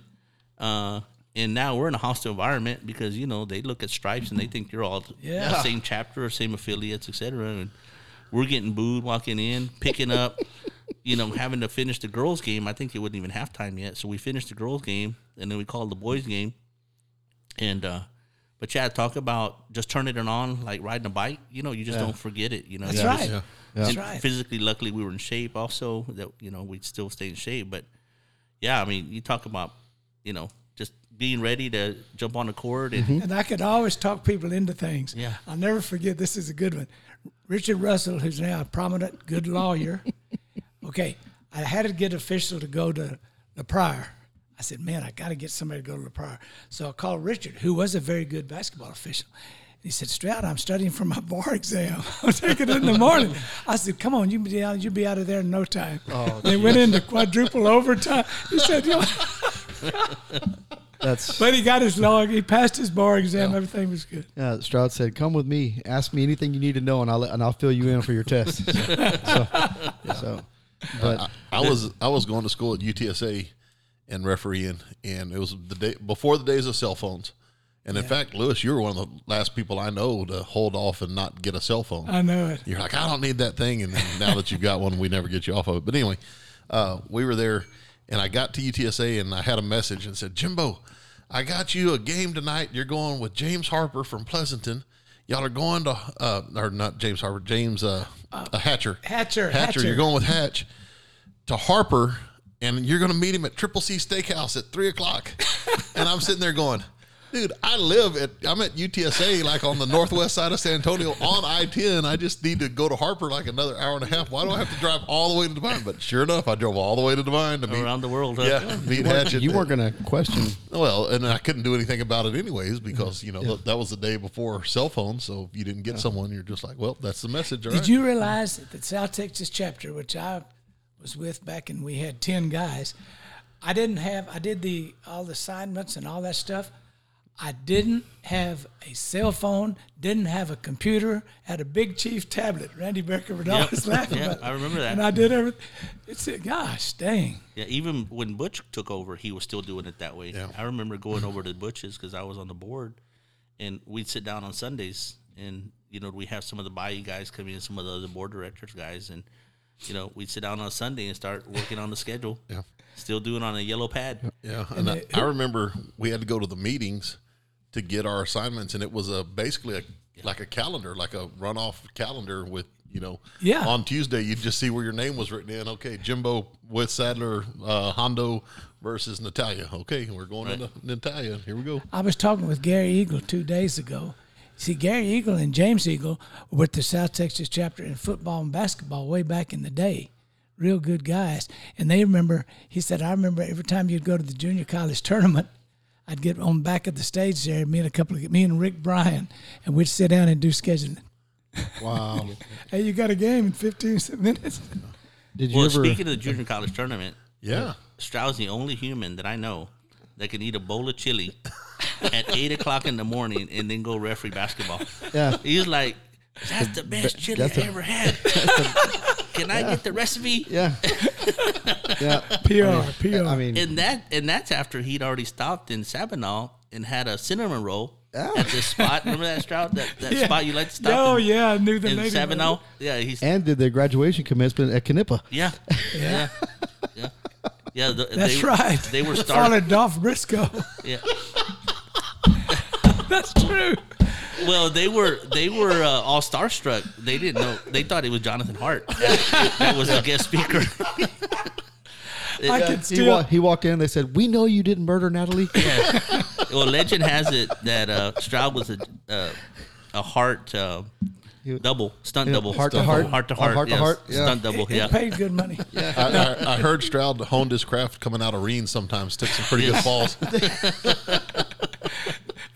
Speaker 4: uh, and now we're in a hostile environment because you know they look at stripes and they think you're all
Speaker 3: Yeah.
Speaker 4: the same chapter or same affiliates, etc. And we're getting booed walking in, picking up, you know, having to finish the girls' game. I think it wasn't even halftime yet, so we finished the girls' game, and then we called the boys' game, and. uh but yeah, talk about just turning it on like riding a bike. You know, you just don't forget it. You know,
Speaker 3: That's
Speaker 4: You just-
Speaker 3: right.
Speaker 1: Yeah.
Speaker 3: That's
Speaker 4: and
Speaker 3: right.
Speaker 4: Physically, luckily, we were in shape. Also, that you know, we'd still stay in shape. But yeah, I mean, you talk about you know just being ready to jump on the court and
Speaker 3: And I could always talk people into things.
Speaker 4: Yeah.
Speaker 3: I'll never forget. This is a good one. Richard Russell, who's now a prominent, good lawyer. okay, I had to get official to go to the prior. I said, man, I got to get somebody to go to the prior. So I called Richard, who was a very good basketball official. He said, Stroud, I'm studying for my bar exam. I'm taking it in the morning. I said, come on, you be out, you be out of there in no time. they went into quadruple overtime. He said, you know,
Speaker 2: That's
Speaker 3: but he got his log. He passed his bar exam. Everything was good.
Speaker 2: yeah, Stroud said, "Come with me. Ask me anything you need to know, and I'll and I'll fill you in for your test." so, so, but
Speaker 1: I was I was going to school at UTSA and refereeing, and it was the day before the days of cell phones. And in fact, Lewis, you were one of the last people I know to hold off and not get a cell phone.
Speaker 3: I know it.
Speaker 1: You're like, I don't need that thing, and now that you've got one, we never get you off of it. But anyway, uh, we were there, and I got to UTSA, and I had a message and said, Jimbo, I got you a game tonight. You're going with James Harper from Pleasanton. Y'all are going to, uh, or not James Harper, James uh, uh, Hatcher.
Speaker 3: Hatcher,
Speaker 1: Hatcher. You're
Speaker 3: Hatcher.
Speaker 1: going with Hatch to Harper, and you're going to meet him at Triple C Steakhouse at three o'clock. and I'm sitting there going, dude, I live at, I'm at UTSA, like on the northwest side of San Antonio on I 10. I just need to go to Harper like another hour and a half. Why do I have to drive all the way to Divine? But sure enough, I drove all the way to Divine to meet,
Speaker 4: Around the world, huh?
Speaker 1: yeah, meet Hatch. at
Speaker 2: uh, you
Speaker 1: the-
Speaker 2: weren't going to question.
Speaker 1: well, and I couldn't do anything about it anyways because, you know, th- that was the day before cell phones. So if you didn't get someone, you're just like, well, that's the message. all
Speaker 3: Did
Speaker 1: right.
Speaker 3: you realize that the South Texas chapter, which I was with back and we had ten guys, I didn't have I did the all the assignments and all that stuff. I didn't have a cell phone, didn't have a computer, had a Big Chief tablet. Randy Becker would always laugh
Speaker 4: Yep,
Speaker 3: about it.
Speaker 4: I remember that.
Speaker 3: And I did everything. It's a, gosh, dang.
Speaker 4: Yeah, even when Butch took over, he was still doing it that way.
Speaker 1: Yeah.
Speaker 4: I remember going over to Butch's because I was on the board, and we'd sit down on Sundays, and you know we have some of the Bayou guys come in, some of the other board directors guys, and you know we'd sit down on Sunday and start working on the schedule.
Speaker 1: Yeah.
Speaker 4: still doing it on a yellow pad.
Speaker 1: Yeah, and, I, I remember we had to go to the meetings to get our assignments, and it was a basically a like a calendar, like a runoff calendar with you know.
Speaker 3: Yeah.
Speaker 1: On Tuesday, you'd just see where your name was written in. Okay, Jimbo with Sadler, uh, Hondo versus Natalia. Okay, we're going into Natalia. Here we go.
Speaker 3: I was talking with Gary Eagle two days ago. See, Gary Eagle and James Eagle were with the South Texas chapter in football and basketball way back in the day. Real good guys. And they remember, he said, I remember every time you'd go to the junior college tournament, I'd get on back of the stage there, me and a couple of, me and Rick Bryan, and we'd sit down and do scheduling.
Speaker 2: Wow.
Speaker 3: Hey, you got a game in 15 minutes?
Speaker 2: Did you
Speaker 4: Well,
Speaker 2: ever?
Speaker 4: speaking of the junior college tournament,
Speaker 1: Yeah.
Speaker 4: Stroud's the only human that I know that can eat a bowl of chili at eight o'clock in the morning and then go referee basketball.
Speaker 2: yeah.
Speaker 4: He's like, that's the best chili
Speaker 2: that's
Speaker 4: I
Speaker 2: the-
Speaker 4: ever had. Can I get the recipe?
Speaker 2: Yeah. yeah.
Speaker 3: PR, PR.
Speaker 2: I mean,
Speaker 4: And that and that's after he'd already stopped in Sabinal and had a cinnamon roll
Speaker 2: Yeah.
Speaker 4: at this spot. Remember that Stroud? That, that spot you like to stop
Speaker 3: Oh,
Speaker 4: in,
Speaker 3: yeah, I knew the
Speaker 4: in oh?
Speaker 3: lady.
Speaker 4: Sabinal? Yeah, he's
Speaker 2: and did the graduation commencement at Canipa.
Speaker 4: yeah. Yeah. Yeah. Yeah, the-
Speaker 3: That's
Speaker 4: they,
Speaker 3: right.
Speaker 4: They were starting.
Speaker 3: Followed Dolph Briscoe.
Speaker 4: Yeah.
Speaker 3: That's true.
Speaker 4: Well, they were they were uh, all starstruck. They didn't know. They thought it was Jonathan Hart that was the guest speaker.
Speaker 3: I could
Speaker 2: He,
Speaker 3: still.
Speaker 2: wa- he walked in. They said, "We know you didn't murder Natalie."
Speaker 4: well, legend has it that uh, Stroud was a uh, a heart uh, double stunt
Speaker 2: Yeah,
Speaker 4: double
Speaker 2: heart to
Speaker 4: Stunt
Speaker 2: heart.
Speaker 4: double. heart to
Speaker 2: Oh,
Speaker 4: heart
Speaker 2: heart to
Speaker 4: yes.
Speaker 2: heart, yeah.
Speaker 4: stunt double
Speaker 3: He
Speaker 4: yeah.
Speaker 3: paid good money.
Speaker 1: I, I, I heard Stroud honed his craft coming out of Reams sometimes, took some pretty good falls.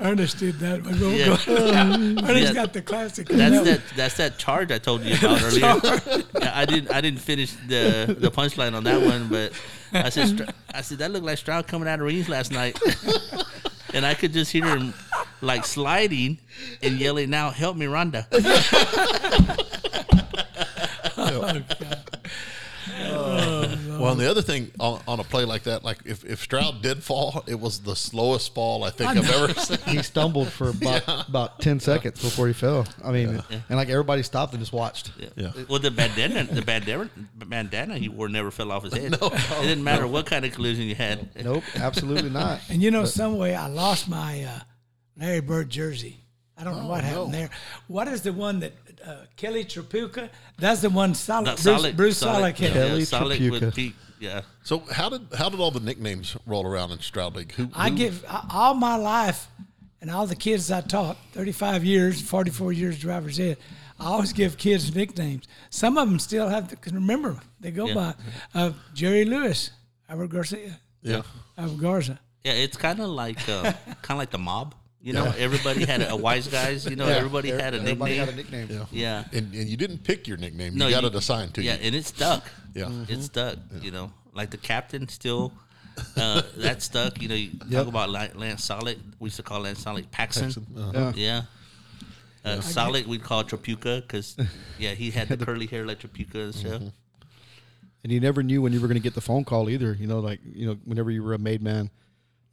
Speaker 3: Ernest did that. We'll go-
Speaker 4: Yeah.
Speaker 3: go- Ernest
Speaker 4: Yeah.
Speaker 3: got the classic.
Speaker 4: That's that. That's that charge I told you about earlier. Yeah, I didn't. I didn't finish the the punchline on that one, but I said. Str- I said that looked like Stroud coming out of rings last night, and I could just hear him like sliding and yelling "Now help me, Rhonda!"
Speaker 1: Well, and the other thing on, on a play like that, like if, if Stroud did fall, it was the slowest fall I think I've ever seen.
Speaker 2: he stumbled for about, about ten seconds before he fell. I mean, and like everybody stopped and just watched.
Speaker 1: Yeah.
Speaker 4: Well, the bandana, the bandana, bandana he wore never fell off his head. it didn't matter what kind of collision you had.
Speaker 2: Nope, absolutely not.
Speaker 3: And you know, some way I lost my uh, Larry Bird jersey. I don't know what happened there. What is the one that uh, Kelly Trapuka? That's the one Solid.
Speaker 4: Not
Speaker 3: Bruce,
Speaker 4: solid.
Speaker 3: Bruce Solid
Speaker 4: yeah,
Speaker 3: had.
Speaker 2: Kelly
Speaker 4: solid
Speaker 2: Tripucka.
Speaker 4: with peak. Yeah.
Speaker 1: So how did how did all the nicknames roll around in Stroud League? Who,
Speaker 3: I
Speaker 1: who-
Speaker 3: give I- all my life and all the kids I taught, 35 years, 44 years driver's ed, I always give kids nicknames. Some of them still have, because remember, they go
Speaker 4: Yeah.
Speaker 3: by uh, Jerry Lewis, Albert Garcia,
Speaker 1: yeah
Speaker 3: of Garza.
Speaker 4: Yeah, it's kind of like uh, kind of like the mob. You know, everybody had a, a wise guys. You know, everybody
Speaker 2: Every-
Speaker 4: had a
Speaker 2: everybody
Speaker 4: nickname.
Speaker 2: had a nickname.
Speaker 1: Yeah.
Speaker 4: yeah,
Speaker 1: And, and you didn't pick your nickname.
Speaker 4: No,
Speaker 1: you got
Speaker 4: you-
Speaker 1: it assigned to
Speaker 4: yeah,
Speaker 1: you.
Speaker 4: and it stuck.
Speaker 1: Yeah.
Speaker 4: it stuck. You know, like the captain still. Uh, that stuck. You know, you talk about like Lance Solid. We used to call Lance Solid Paxson.
Speaker 2: Yeah.
Speaker 4: Yeah. Uh, Solid, we'd call Trapuka because, yeah, he had the curly hair like Trapuka and stuff.
Speaker 2: and you never knew when you were going to get the phone call either. You know, like you know, whenever you were a made man,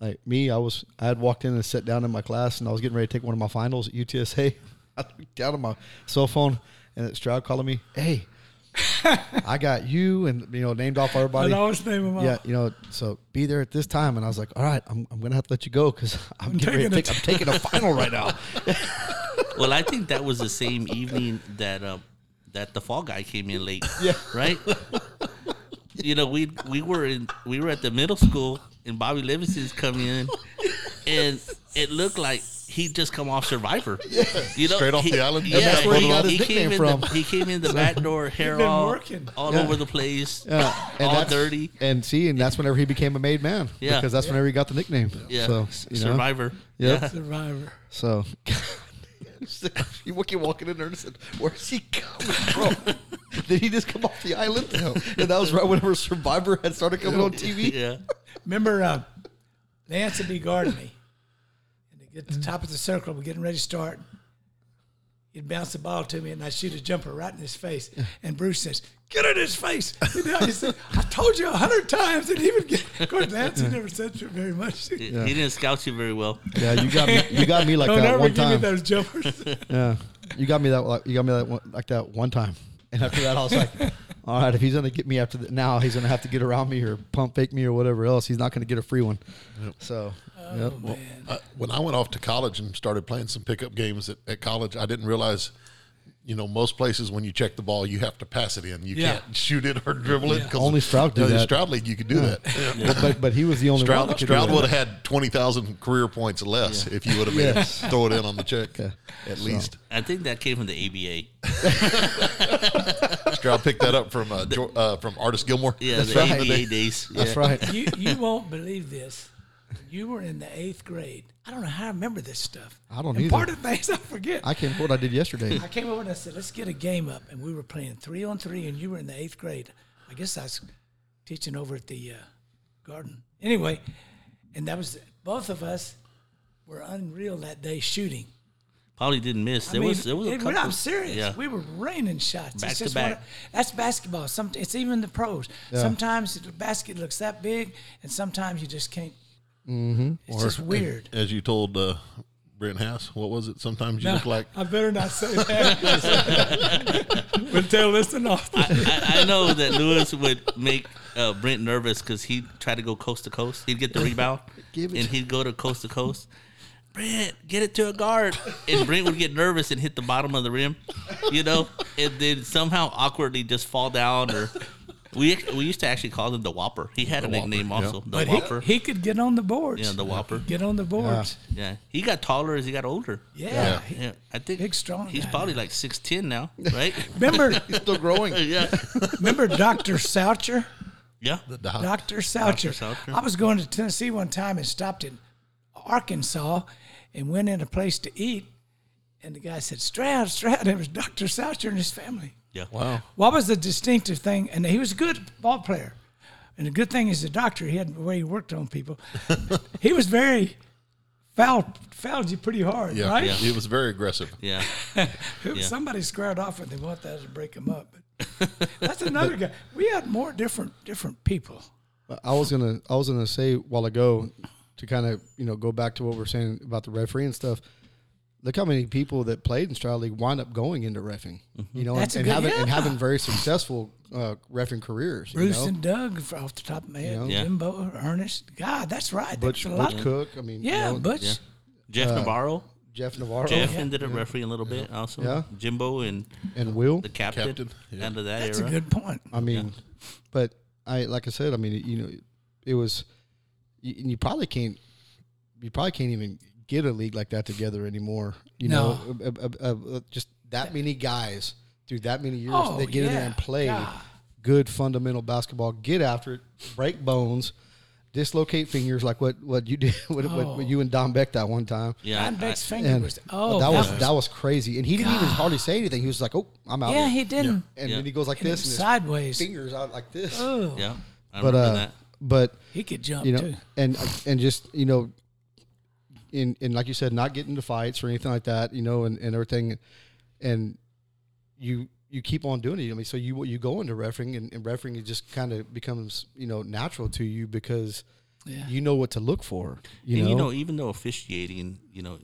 Speaker 2: like me, I was. I had walked in and sat down in my class, and I was getting ready to take one of my finals at UTSA. I looked down at my cell phone, and it's Stroud calling me. Hey, I got you, and you know, named off everybody.
Speaker 3: I'd always name them all.
Speaker 2: Yeah, you know, so be there at this time, and I was like, all right, I'm, I'm gonna have to let you go because I'm, getting ready to
Speaker 3: taking
Speaker 2: take, I'm taking a final right now.
Speaker 4: Well, I think that was the same evening that uh, that the fall guy came in late.
Speaker 2: Yeah.
Speaker 4: Right. You know, we we were in we were at the middle school, and Bobby Livingston's coming in, and it looked like he just come off Survivor. Yeah. You know,
Speaker 1: Straight off
Speaker 4: he-
Speaker 1: the island?
Speaker 4: Yeah,
Speaker 1: And that's
Speaker 2: where he got his
Speaker 4: came
Speaker 2: nickname
Speaker 4: in
Speaker 2: from.
Speaker 4: The, he came in the back door, hair
Speaker 3: been
Speaker 4: all
Speaker 3: working.
Speaker 4: all over the place,
Speaker 2: Yeah,
Speaker 4: all
Speaker 2: that's-
Speaker 4: dirty.
Speaker 2: And see, and that's whenever he became a made man.
Speaker 4: Yeah.
Speaker 2: because that's whenever he got the nickname.
Speaker 4: Yeah,
Speaker 2: so you know,
Speaker 4: Survivor.
Speaker 2: Yep.
Speaker 4: Yeah.
Speaker 3: Survivor.
Speaker 2: So you walk- you're walking in there and said, "Where's he coming from? Did he just come off the island?" And that was right whenever Survivor had started coming on TV.
Speaker 4: Yeah.
Speaker 3: Remember, uh, Lance would be guarding me. And to get to the top of the circle, we're getting ready to start. He'd bounce the ball to me, and I'd shoot a jumper right in his face. And Bruce says, Get in his face. And I, he said, I told you a hundred times. And he would get, of course, Lance, he never said to him very much.
Speaker 4: He didn't scout you very well.
Speaker 2: Yeah, you got me. You got me like
Speaker 3: Don't
Speaker 2: that
Speaker 3: ever
Speaker 2: one
Speaker 3: give
Speaker 2: time.
Speaker 3: me those jumpers.
Speaker 2: Yeah, you got me that. like- You got me that one, like that one time. And after that, I was like, "All right, if he's gonna get me after the, now, he's gonna have to get around me or pump fake me or whatever else. He's not gonna get a free one." So,
Speaker 3: Oh,
Speaker 2: yep.
Speaker 1: Uh, when I went off to college and started playing some pickup games at, at college, I didn't realize, you know, most places when you check the ball, you have to pass it in. You
Speaker 3: Yeah.
Speaker 1: can't shoot it or dribble it. 'cause-
Speaker 2: Only Stroud did
Speaker 1: Yeah,
Speaker 2: that.
Speaker 1: Stroud League, you could do that.
Speaker 2: but but he was the only one. that
Speaker 1: Stroud,
Speaker 2: could do
Speaker 1: Stroud
Speaker 2: that.
Speaker 1: would have had 20,000 career points less if you would have been
Speaker 2: Yes.
Speaker 1: throw it in on the check, at least.
Speaker 4: I think that came from the ABA.
Speaker 1: Stroud picked that up from uh, Jo- uh, from Artist Gilmore.
Speaker 4: Yeah,
Speaker 1: That's
Speaker 4: the
Speaker 1: right.
Speaker 4: ABA days.
Speaker 2: That's
Speaker 4: Yeah.
Speaker 2: right.
Speaker 3: you, you won't believe this. You were in the eighth grade. I don't know how I remember this stuff.
Speaker 2: I don't
Speaker 3: and
Speaker 2: either.
Speaker 3: Part of the things I forget.
Speaker 2: I can't what I did yesterday.
Speaker 3: I came over and I said, "Let's get a game up." And we were playing three on three, and you were in the eighth grade. I guess I was teaching over at the uh, garden. Anyway, and that was both of us were unreal that day shooting.
Speaker 4: Probably didn't miss.
Speaker 3: I
Speaker 4: There
Speaker 3: mean,
Speaker 4: was there was a
Speaker 3: it-
Speaker 4: couple.
Speaker 3: I'm serious.
Speaker 4: Yeah.
Speaker 3: We were raining shots. It's
Speaker 4: Back to
Speaker 3: just one
Speaker 4: back.
Speaker 3: of- that's basketball. Some, it's even the pros. Sometimes the basket looks that big, and sometimes you just can't. It's just weird.
Speaker 1: As you told uh, Brent Haas, what was it? Sometimes you look like.
Speaker 3: I better not say that. we'll tell this enough.
Speaker 4: I, I know that Lewis would make uh, Brent nervous because he'd try to go coast to coast. He'd get the rebound,
Speaker 2: Give it
Speaker 4: and
Speaker 2: to-
Speaker 4: he'd go to coast to coast. Brent, get it to a guard, and Brent would get nervous and hit the bottom of the rim, you know, and then somehow awkwardly just fall down. Or we we used to actually call him the Whopper. He had a nickname
Speaker 1: Whopper, yeah.
Speaker 4: also, the
Speaker 3: But
Speaker 4: Whopper.
Speaker 3: he, he could get on the boards.
Speaker 4: yeah, the Whopper.
Speaker 3: get on the boards.
Speaker 4: Yeah, he got taller as he got older.
Speaker 3: Yeah.
Speaker 1: Yeah.
Speaker 3: He-
Speaker 4: Yeah, I think
Speaker 3: Big, strong
Speaker 4: He's
Speaker 3: guy
Speaker 4: probably like six ten now, right?
Speaker 3: Remember,
Speaker 2: Still growing.
Speaker 4: yeah,
Speaker 3: remember Doctor Soucher.
Speaker 4: yeah.
Speaker 3: Doctor Soucher.
Speaker 4: Soucher.
Speaker 3: I was going to Tennessee one time and stopped in Arkansas, and went in a place to eat, and the guy said Stroud, Stroud. And it was Doctor Soucher and his family.
Speaker 4: Yeah.
Speaker 1: Wow.
Speaker 3: What was the distinctive thing? And he was a good ball player. And the good thing is the doctor, he had the way he worked on people. he was very foul fouled you pretty hard,
Speaker 1: Yeah.
Speaker 3: right?
Speaker 1: It was very aggressive.
Speaker 4: Yeah.
Speaker 3: Somebody squared off with him. What that is to break him up. But that's another guy. We had more different different people.
Speaker 2: I was gonna I was gonna say a while ago to kind of you know go back to what we are saying about the referee and stuff. Look how many people that played in Stroud League wind up going into refing,
Speaker 4: Mm-hmm.
Speaker 2: you know, and,
Speaker 3: That's a
Speaker 2: and
Speaker 3: good-
Speaker 2: having and
Speaker 3: yeah.
Speaker 2: having very successful uh, refing careers. You
Speaker 3: Bruce
Speaker 2: know?
Speaker 3: and Doug for- off the top of my head.
Speaker 4: Yeah.
Speaker 3: Jimbo, Ernest. God, that's right.
Speaker 2: Butch,
Speaker 3: That's a lot.
Speaker 2: Butch Cook. I mean, you
Speaker 3: yeah,
Speaker 2: know,
Speaker 3: Butch.
Speaker 4: Jeff Navarro.
Speaker 2: Jeff Navarro
Speaker 4: Jeff ended up refereeing a little bit also.
Speaker 2: oh, Yeah.
Speaker 4: Jimbo and
Speaker 2: and Will.
Speaker 4: the captain,
Speaker 1: Captain, yeah.
Speaker 4: under that
Speaker 3: That's a
Speaker 4: era.
Speaker 3: good point.
Speaker 2: I mean, but I like I said, I mean, you know, it was you, you probably can't you probably can't even get a league like that together anymore. You
Speaker 3: No.
Speaker 2: know, uh, uh, uh, uh, just that many guys through that many years
Speaker 3: Oh,
Speaker 2: they get in there
Speaker 3: yeah.
Speaker 2: and play
Speaker 3: God.
Speaker 2: good fundamental basketball, get after it, break bones, dislocate fingers like what what you did what, what, what you and Don Beck that one time.
Speaker 4: Yeah,
Speaker 3: Don
Speaker 4: I-
Speaker 3: Beck's
Speaker 4: I-
Speaker 3: finger
Speaker 2: And
Speaker 3: Oh. was oh
Speaker 2: that was that was crazy. And he didn't even hardly say anything. He was like, "Oh, I'm out."
Speaker 3: yeah
Speaker 2: here."
Speaker 3: he didn't
Speaker 2: and
Speaker 4: Yeah.
Speaker 2: then he goes like this, and his
Speaker 3: sideways.
Speaker 2: fingers out like this.
Speaker 3: Oh,
Speaker 4: yeah, I
Speaker 2: but
Speaker 4: remember
Speaker 2: uh,
Speaker 4: that.
Speaker 2: but
Speaker 3: he could jump
Speaker 2: you know,
Speaker 3: too.
Speaker 2: and and just you know, in in like you said, not getting into fights or anything like that, you know, and, and everything, and you you keep on doing it. I mean, so you you go into refereeing, and, and refereeing it just kind of becomes you know natural to you because
Speaker 3: Yeah.
Speaker 2: you know what to look for. You
Speaker 4: and
Speaker 2: know,
Speaker 4: you know, even though officiating, you know,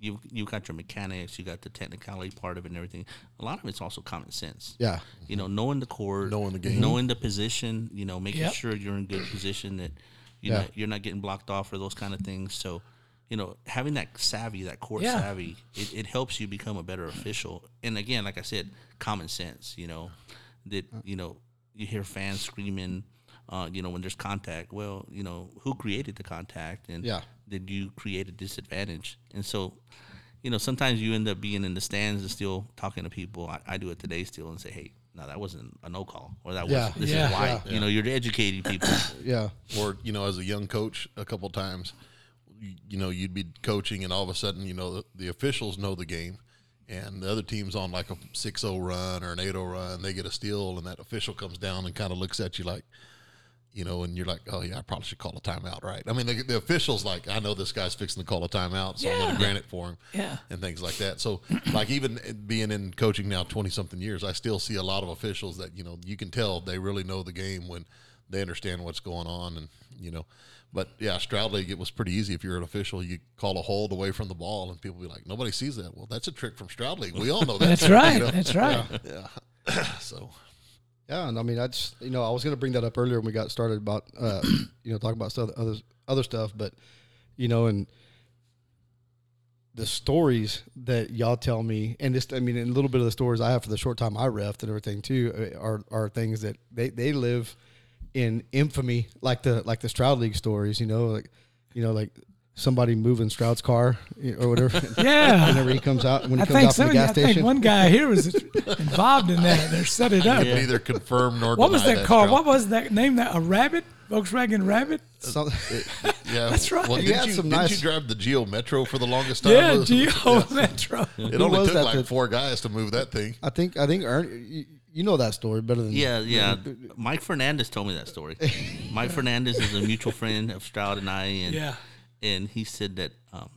Speaker 4: you you got your mechanics, you got the technicality part of it, and everything. A lot of it's also common sense.
Speaker 2: yeah,
Speaker 4: You know, knowing the court,
Speaker 1: Knowing the game.
Speaker 4: knowing the position. You know, making
Speaker 3: Yep.
Speaker 4: sure you're in good position that you
Speaker 2: Yeah.
Speaker 4: know you're not getting blocked off or those kind of things. So, you know, having that savvy, that court
Speaker 3: Yeah.
Speaker 4: savvy, it, it helps you become a better official. And again, like I said, common sense. You know, that you know you hear fans screaming. Uh, you know, when there's contact, well, you know, who created the contact and
Speaker 2: Yeah.
Speaker 4: then you create a disadvantage. And so, you know, sometimes you end up being in the stands and still talking to people. I, I do it today still and say, hey, no, that wasn't a no call, or that was
Speaker 2: Yeah.
Speaker 4: this
Speaker 3: Yeah.
Speaker 4: is why. You know, you're educating people.
Speaker 2: yeah,
Speaker 1: or you know, as a young coach, a couple times, you, you know, you'd be coaching, and all of a sudden, you know, the, the officials know the game, and the other team's on like a 6-0 run or an 8-0 run. They get a steal, and that official comes down and kind of looks at you like, you know, and you're like, oh yeah, I probably should call a timeout, right? I mean, the, the officials like, I know this guy's fixing to call a timeout, so I'm going
Speaker 3: Yeah.
Speaker 1: to grant it for him,
Speaker 3: Yeah.
Speaker 1: and things like that. So, like even being in coaching now twenty something years, I still see a lot of officials that you know you can tell they really know the game when they understand what's going on, and you know, but yeah, Stroud League it was pretty easy if you're an official, you call a hold away from the ball, and people be like, nobody sees that. Well, that's a trick from Stroud League. We all know that.
Speaker 3: That's right. That's right.
Speaker 1: So
Speaker 2: yeah. And I mean, I just you know, I was going to bring that up earlier when we got started about uh, you know talking about stuff, other other stuff, but you know, and the stories that y'all tell me, and this, I mean, and a little bit of the stories I have for the short time I refed and everything too, uh, are are things that they, they live in infamy, like the like the Stroud League stories, you know, like you know, like somebody moving Stroud's car you know, or whatever.
Speaker 3: Yeah.
Speaker 2: Whenever he comes out, when he
Speaker 3: I
Speaker 2: comes
Speaker 3: think
Speaker 2: out from
Speaker 3: some.
Speaker 2: the
Speaker 3: of you-
Speaker 2: gas
Speaker 3: I think
Speaker 2: station,
Speaker 3: one guy here was involved in that. They set it up.
Speaker 1: can neither confirm nor
Speaker 3: What was
Speaker 1: deny
Speaker 3: that car?
Speaker 1: Stroud-
Speaker 3: What was that name? That a rabbit? Volkswagen Rabbit?
Speaker 2: some-
Speaker 1: Yeah,
Speaker 3: That's right.
Speaker 1: Well,
Speaker 2: You
Speaker 1: didn't
Speaker 2: had
Speaker 1: you,
Speaker 2: some
Speaker 1: didn't
Speaker 2: nice-
Speaker 1: you drive the Geo Metro for the longest time?
Speaker 3: Yeah,
Speaker 1: Lewis?
Speaker 3: Geo
Speaker 1: Yeah.
Speaker 3: Metro.
Speaker 1: It only
Speaker 2: was
Speaker 1: took
Speaker 2: that
Speaker 1: like
Speaker 2: that-
Speaker 1: four guys to move that thing.
Speaker 2: I think I think Ern, you, you know that story better than
Speaker 4: yeah, yeah. Mike Fernandez told me that story. Mike Fernandez is a mutual friend of Stroud and I, and
Speaker 3: Yeah.
Speaker 4: and he said that um,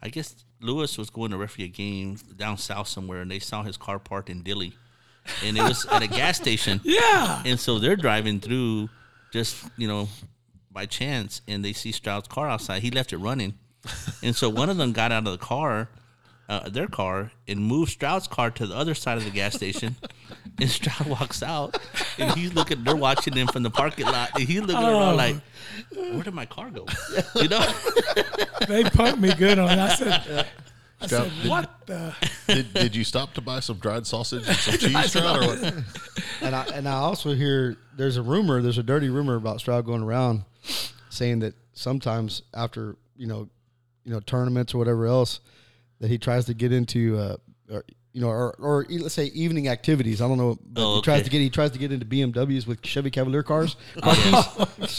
Speaker 4: I guess Lewis was going to referee a game down south somewhere, and they saw his car parked in Dilly, and it was at a gas station.
Speaker 3: Yeah.
Speaker 4: And so they're driving through just, you know, by chance and they see Stroud's car outside. He left it running. And so one of them got out of the car, uh, their car, and moved Stroud's car to the other side of the gas station. and Stroud walks out and he's looking, they're watching him from the parking lot. And he's looking
Speaker 3: Oh.
Speaker 4: around like, where did my car go? You know?
Speaker 3: They punked me good on it. I said, I
Speaker 1: Stroud,
Speaker 3: said
Speaker 1: did-
Speaker 3: what the?
Speaker 1: Did, did you stop to buy some dried sausage and some cheese, Stroud? Or what?
Speaker 2: and I and I also hear there's a rumor, there's a dirty rumor about Stroud going around saying that sometimes after you know, you know tournaments or whatever else, that he tries to get into, uh, or, you know, or, or e- let's say evening activities. I don't know, but
Speaker 4: Oh,
Speaker 2: he tries
Speaker 4: okay.
Speaker 2: to get he tries to get into BMWs with Chevy Cavalier cars.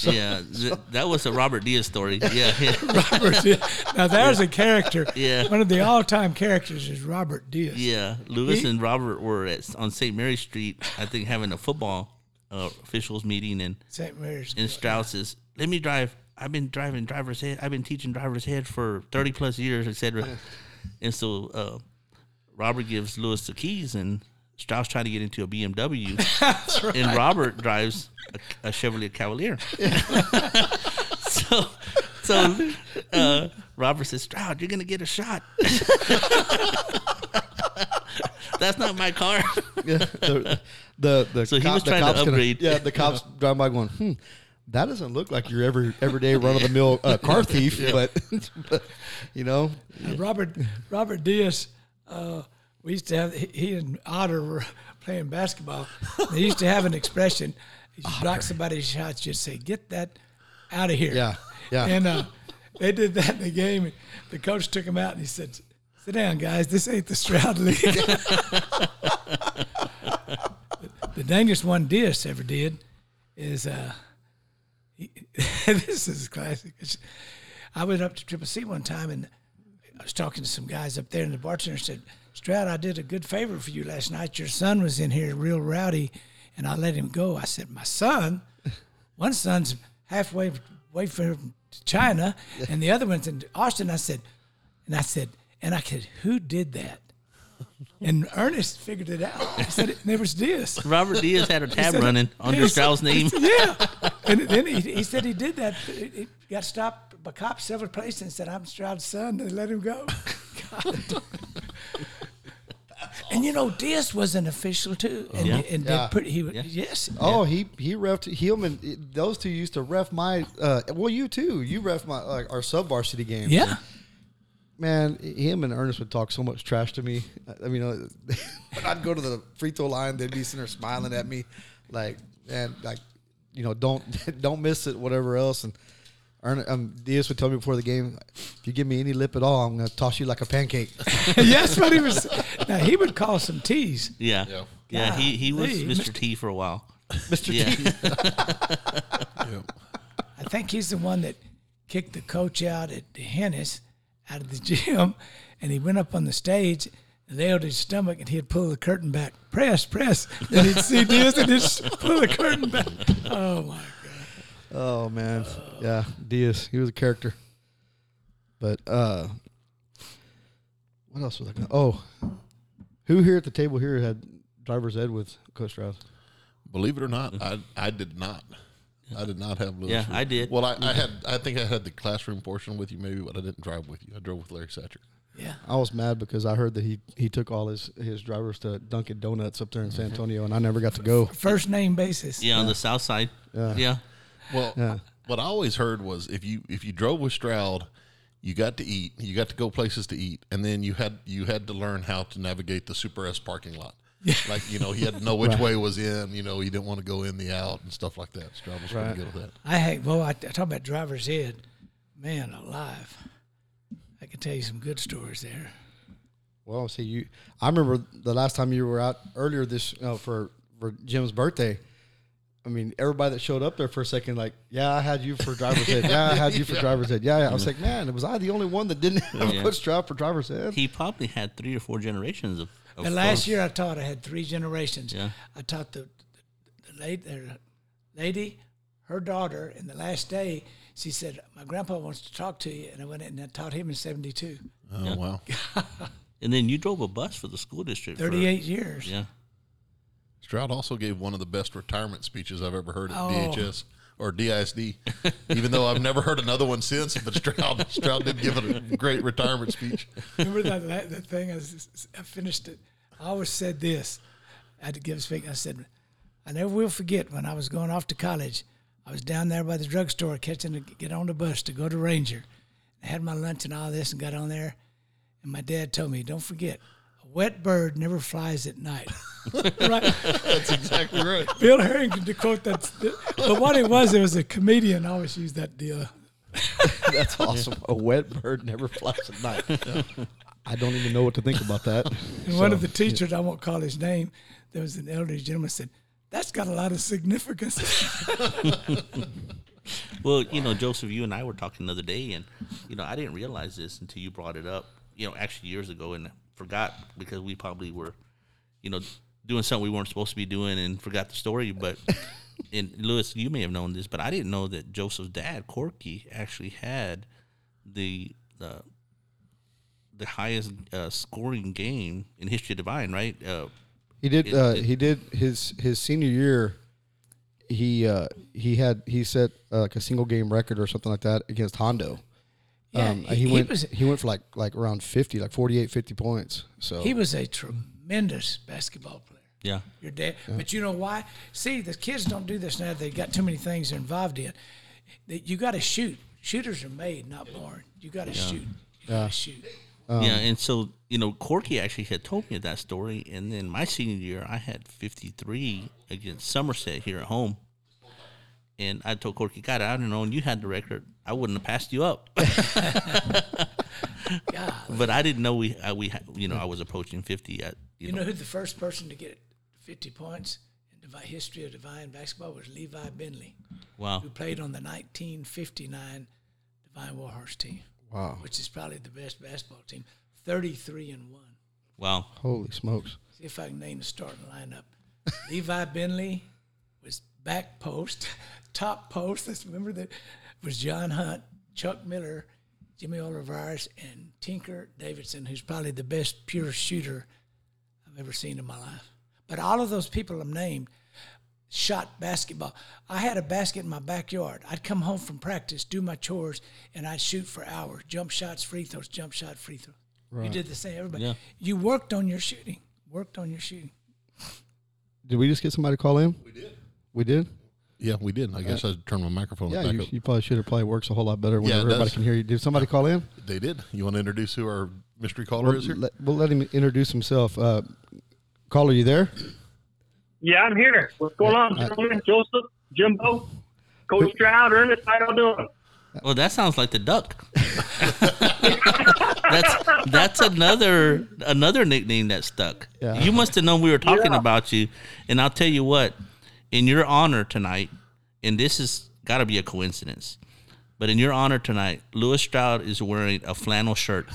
Speaker 4: yeah. th- that was a Robert Diaz story. Yeah. yeah.
Speaker 3: Robert Diaz. Now there's a character.
Speaker 4: Yeah.
Speaker 3: One of the all-time characters is Robert Diaz.
Speaker 4: Yeah, Lewis and Robert were at, on St. Mary's Street, I think, having a football uh, officials meeting, and
Speaker 3: St. Mary's.
Speaker 4: and Strauss says, "Let me drive. I've been driving driver's head. I've been teaching driver's head for thirty plus years, etc." and so uh, Robert gives Lewis the keys, and Strauss trying to get into a BMW, and Robert drives a, a Chevrolet Cavalier. so, so uh, Robert says, "Stroud, you're gonna get a shot." That's not my car.
Speaker 2: Yeah, the the, the
Speaker 4: So he
Speaker 2: cop-
Speaker 4: was
Speaker 2: the
Speaker 4: trying to
Speaker 2: cops gonna-
Speaker 4: upgrade.
Speaker 2: yeah, the cops drive by going, hmm, that doesn't look like your every everyday run of the mill uh, car thief, but, but you know,
Speaker 3: And Robert Robert Diaz. Uh, we used to have he, he and Otter were playing basketball. They used to have an expression. If you block somebody's shots, you'd say, "Get that out of here."
Speaker 2: Yeah, yeah.
Speaker 3: And uh, they did that in the game. The coach took him out and he said, "Sit down, guys. This ain't the Stroud League." the dangerous one Diaz ever did is uh, he- this is classic. It's- I went up to Triple C one time and I was talking to some guys up there, and the bartender said, Stroud, I did a good favor for you last night. Your son was in here real rowdy, and I let him go. I said, My son? One son's halfway way from China, and the other one's in Austin. I said, and I said, and I said, Who did that? And Ernest figured it out. I said, There was this.
Speaker 4: Robert Diaz had a tab running under
Speaker 3: Yes.
Speaker 4: Stroud's name.
Speaker 3: Yeah. And then he, he said he did that. He he got stopped by cops several places and said, I'm Stroud's son. They let him go. God. and you know, Diaz was an official too. And,
Speaker 4: Yeah.
Speaker 3: and
Speaker 2: Yeah.
Speaker 3: They put, he, Yes.
Speaker 2: Oh, he he refed Hillman. eh, Those two used to ref my. Uh, well, you too. You ref my like our sub varsity games.
Speaker 3: Yeah.
Speaker 2: man, him and Ernest would talk so much trash to me. I- I mean, uh, when I'd go to the free throw line, they'd be sitting there smiling at me, like, and like, you know, don't don't miss it, whatever else. And Ernest, um, Diaz would tell me before the game, if you give me any lip at all, I'm gonna toss you like a pancake.
Speaker 3: yes, but he was. Now, he would call some teas.
Speaker 4: Yeah.
Speaker 1: Yeah.
Speaker 4: Yeah, he, he was
Speaker 3: Golly,
Speaker 4: Mr. T for a while.
Speaker 2: Mr.
Speaker 4: Yeah.
Speaker 2: T.
Speaker 1: Yeah.
Speaker 3: I think he's the one that kicked the coach out at the Hennis out of the gym, and he went up on the stage, laid his stomach, and he'd pull the curtain back, press, press. Then he'd see this and just pull the curtain back. Oh my!
Speaker 2: Oh man, yeah, Diaz. He was a character. But uh, what else was I gonna? Oh, who here at the table here had driver's ed with Coach Strauss?
Speaker 1: Believe it or not, I I did not. I did not have Lewis.
Speaker 4: Yeah, I did.
Speaker 1: Well, I, I had. I think I had the classroom portion with you, maybe, but I didn't drive with you. I drove with Larry Satcher.
Speaker 3: Yeah,
Speaker 2: I was mad because I heard that he he took all his his drivers to Dunkin' Donuts up there in San Antonio, and I never got to go.
Speaker 3: first name basis.
Speaker 4: Yeah, on the south side. Yeah.
Speaker 1: Well,
Speaker 2: Yeah.
Speaker 1: what I always heard was if you if you drove with Stroud, you got to eat, you got to go places to eat, and then you had you had to learn how to navigate the Super S parking lot. like you know, he had to know which way was in. You know, he didn't want to go in the out and stuff like that. Stroud was
Speaker 2: Right.
Speaker 1: pretty good with that.
Speaker 3: I had well, I, I talk about driver's ed, man alive. I could tell you some good stories there.
Speaker 2: Well, see you. I remember the last time you were out earlier this uh, for for Jim's birthday. I mean, everybody that showed up there for a second, like, yeah, I had you for driver's ed. Yeah, I had you for driver's ed. Yeah, yeah. I was like, man, was I the only one that didn't have
Speaker 4: Yeah.
Speaker 2: Coach Stroud for driver's ed?
Speaker 4: He probably had three or four generations of. of
Speaker 3: The last
Speaker 4: folks.
Speaker 3: year I taught, I had three generations.
Speaker 4: Yeah.
Speaker 3: I taught the the, the lady, the lady, her daughter, and the last day she said, "My grandpa wants to talk to you," and I went in and I taught him in 72.
Speaker 1: Oh wow!
Speaker 4: And then you drove a bus for the school district. for-
Speaker 3: 38 years.
Speaker 4: yeah.
Speaker 1: Stroud also gave one of the best retirement speeches I've ever heard at
Speaker 3: Oh.
Speaker 1: DHS or DISD. Even though I've never heard another one since, but Stroud Stroud did give it a great retirement speech.
Speaker 3: Remember that la- that thing? I, was, I finished it. I always said this. I had to give a speak. I said, I never will forget when I was going off to college. I was down there by the drugstore catching to get on the bus to go to Ranger. I had my lunch and all this and got on there. And my dad told me, don't forget, a wet bird never flies at night. right.
Speaker 1: That's exactly right.
Speaker 3: Bill Harrington to quote that. But what it was, it was a comedian always used that deal.
Speaker 2: That's awesome. A wet bird never flies at night. I don't even know what to think about that.
Speaker 3: And one of the teachers, I won't call his name, there was an elderly gentleman said, that's got a lot of significance.
Speaker 4: Well, you know, Joseph, you and I were talking the other day, and you know, I didn't realize this until you brought it up. You know, actually years ago, and forgot because we probably were, you know, doing something we weren't supposed to be doing, and forgot the story. But and Lewis, you may have known this, but I didn't know that Joseph's dad, Corky, actually had the the the highest uh, scoring game in history of divine, right? Uh,
Speaker 2: He did. Uh, he did his his senior year. He uh, he had he set uh, like a single game record or something like that against Hondo.
Speaker 3: Yeah,
Speaker 2: um, he,
Speaker 3: he- he
Speaker 2: went
Speaker 3: was-
Speaker 2: he went for like like around fifty, like 48, 50 points. So
Speaker 3: he was a tremendous basketball player.
Speaker 4: yeah,
Speaker 3: Your dad, but you know why? See, the kids don't do this now. They got too many things they're involved in. That you got to shoot. Shooters are made, not born. You got to shoot. You got to shoot.
Speaker 4: yeah, and so you know, Corky actually had told me that story, and then my senior year, I had fifty three against Somerset here at home, and I told Corky, "God, I don't know, and you had the record, I wouldn't have passed you up." but I didn't know we I, we had, you know I was approaching fifty yet. You,
Speaker 3: You
Speaker 4: know,
Speaker 3: know who the first person to get 50 points in the history of divine basketball was? Levi Benley.
Speaker 4: Wow.
Speaker 3: who played on the 1959 Divine Warhorse team,
Speaker 2: Wow.
Speaker 3: which is probably the best basketball team. 33 and one.
Speaker 4: Wow.
Speaker 2: Holy smokes.
Speaker 3: See if I can name the starting lineup. Levi Benley was back post, top post. Let's remember that was John Hunt, Chuck Miller, Jimmy Olivares, and Tinker Davidson, who's probably the best pure shooter I've ever seen in my life. But all of those people I'm named shot basketball. I had a basket in my backyard. I'd come home from practice, do my chores, and I'd shoot for hours. Jump shots, free throws, jump shot, free throws. You did the same, everybody.
Speaker 4: Yeah.
Speaker 3: You worked on your shooting. Worked on your shooting.
Speaker 2: Did we just get somebody to call in? We did. We did?
Speaker 1: Yeah, we did. I guess I turned my microphone
Speaker 2: Yeah,
Speaker 1: back
Speaker 2: you,
Speaker 1: up.
Speaker 2: you probably should have. Probably works a whole lot better when
Speaker 1: Yeah, it
Speaker 2: everybody
Speaker 1: does.
Speaker 2: can hear you. Did somebody call in?
Speaker 1: They did. You want to introduce who our mystery caller is here?
Speaker 2: Let, we'll let him introduce himself. Uh, caller, you there?
Speaker 5: Yeah, I'm here. What's going on, gentlemen? Joseph, Jimbo, Coach Stroud, Ernest, how y'all doing?
Speaker 4: Well, that sounds like the duck. that's that's another another nickname that stuck.
Speaker 2: Yeah.
Speaker 4: You must have known we were talking
Speaker 5: Yeah.
Speaker 4: about you, and I'll tell you what, in your honor tonight, and this has got to be a coincidence, but in your honor tonight, Lewis Stroud is wearing a flannel shirt.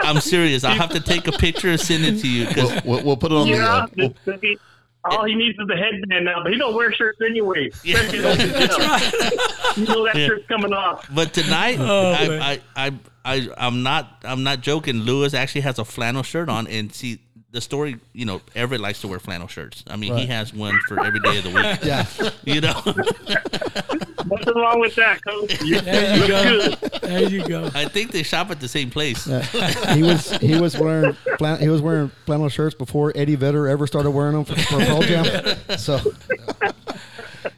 Speaker 4: I'm serious. I'll have to take a picture and send it to you because
Speaker 1: We'll, we'll, we'll put it on the.
Speaker 5: Yeah,
Speaker 1: Uh, we'll,
Speaker 5: this- this- all he needs is a headband now, but he don't wear shirts anyway. Especially those You know that shirt's coming off.
Speaker 4: But tonight,
Speaker 3: man.
Speaker 4: I, I, I, I, I'm not, I'm not joking. Lewis actually has a flannel shirt on, and see the story. You know, Everett likes to wear flannel shirts. I mean, he has one for every day of the week.
Speaker 2: Yeah.
Speaker 4: You know,
Speaker 5: Nothing wrong with that, Coach. You
Speaker 3: There you go. There you go.
Speaker 4: I think they shop at the same place.
Speaker 2: he was he was wearing flan, he was wearing flannel shirts before Eddie Vedder ever started wearing them for, for Pearl Jam. So,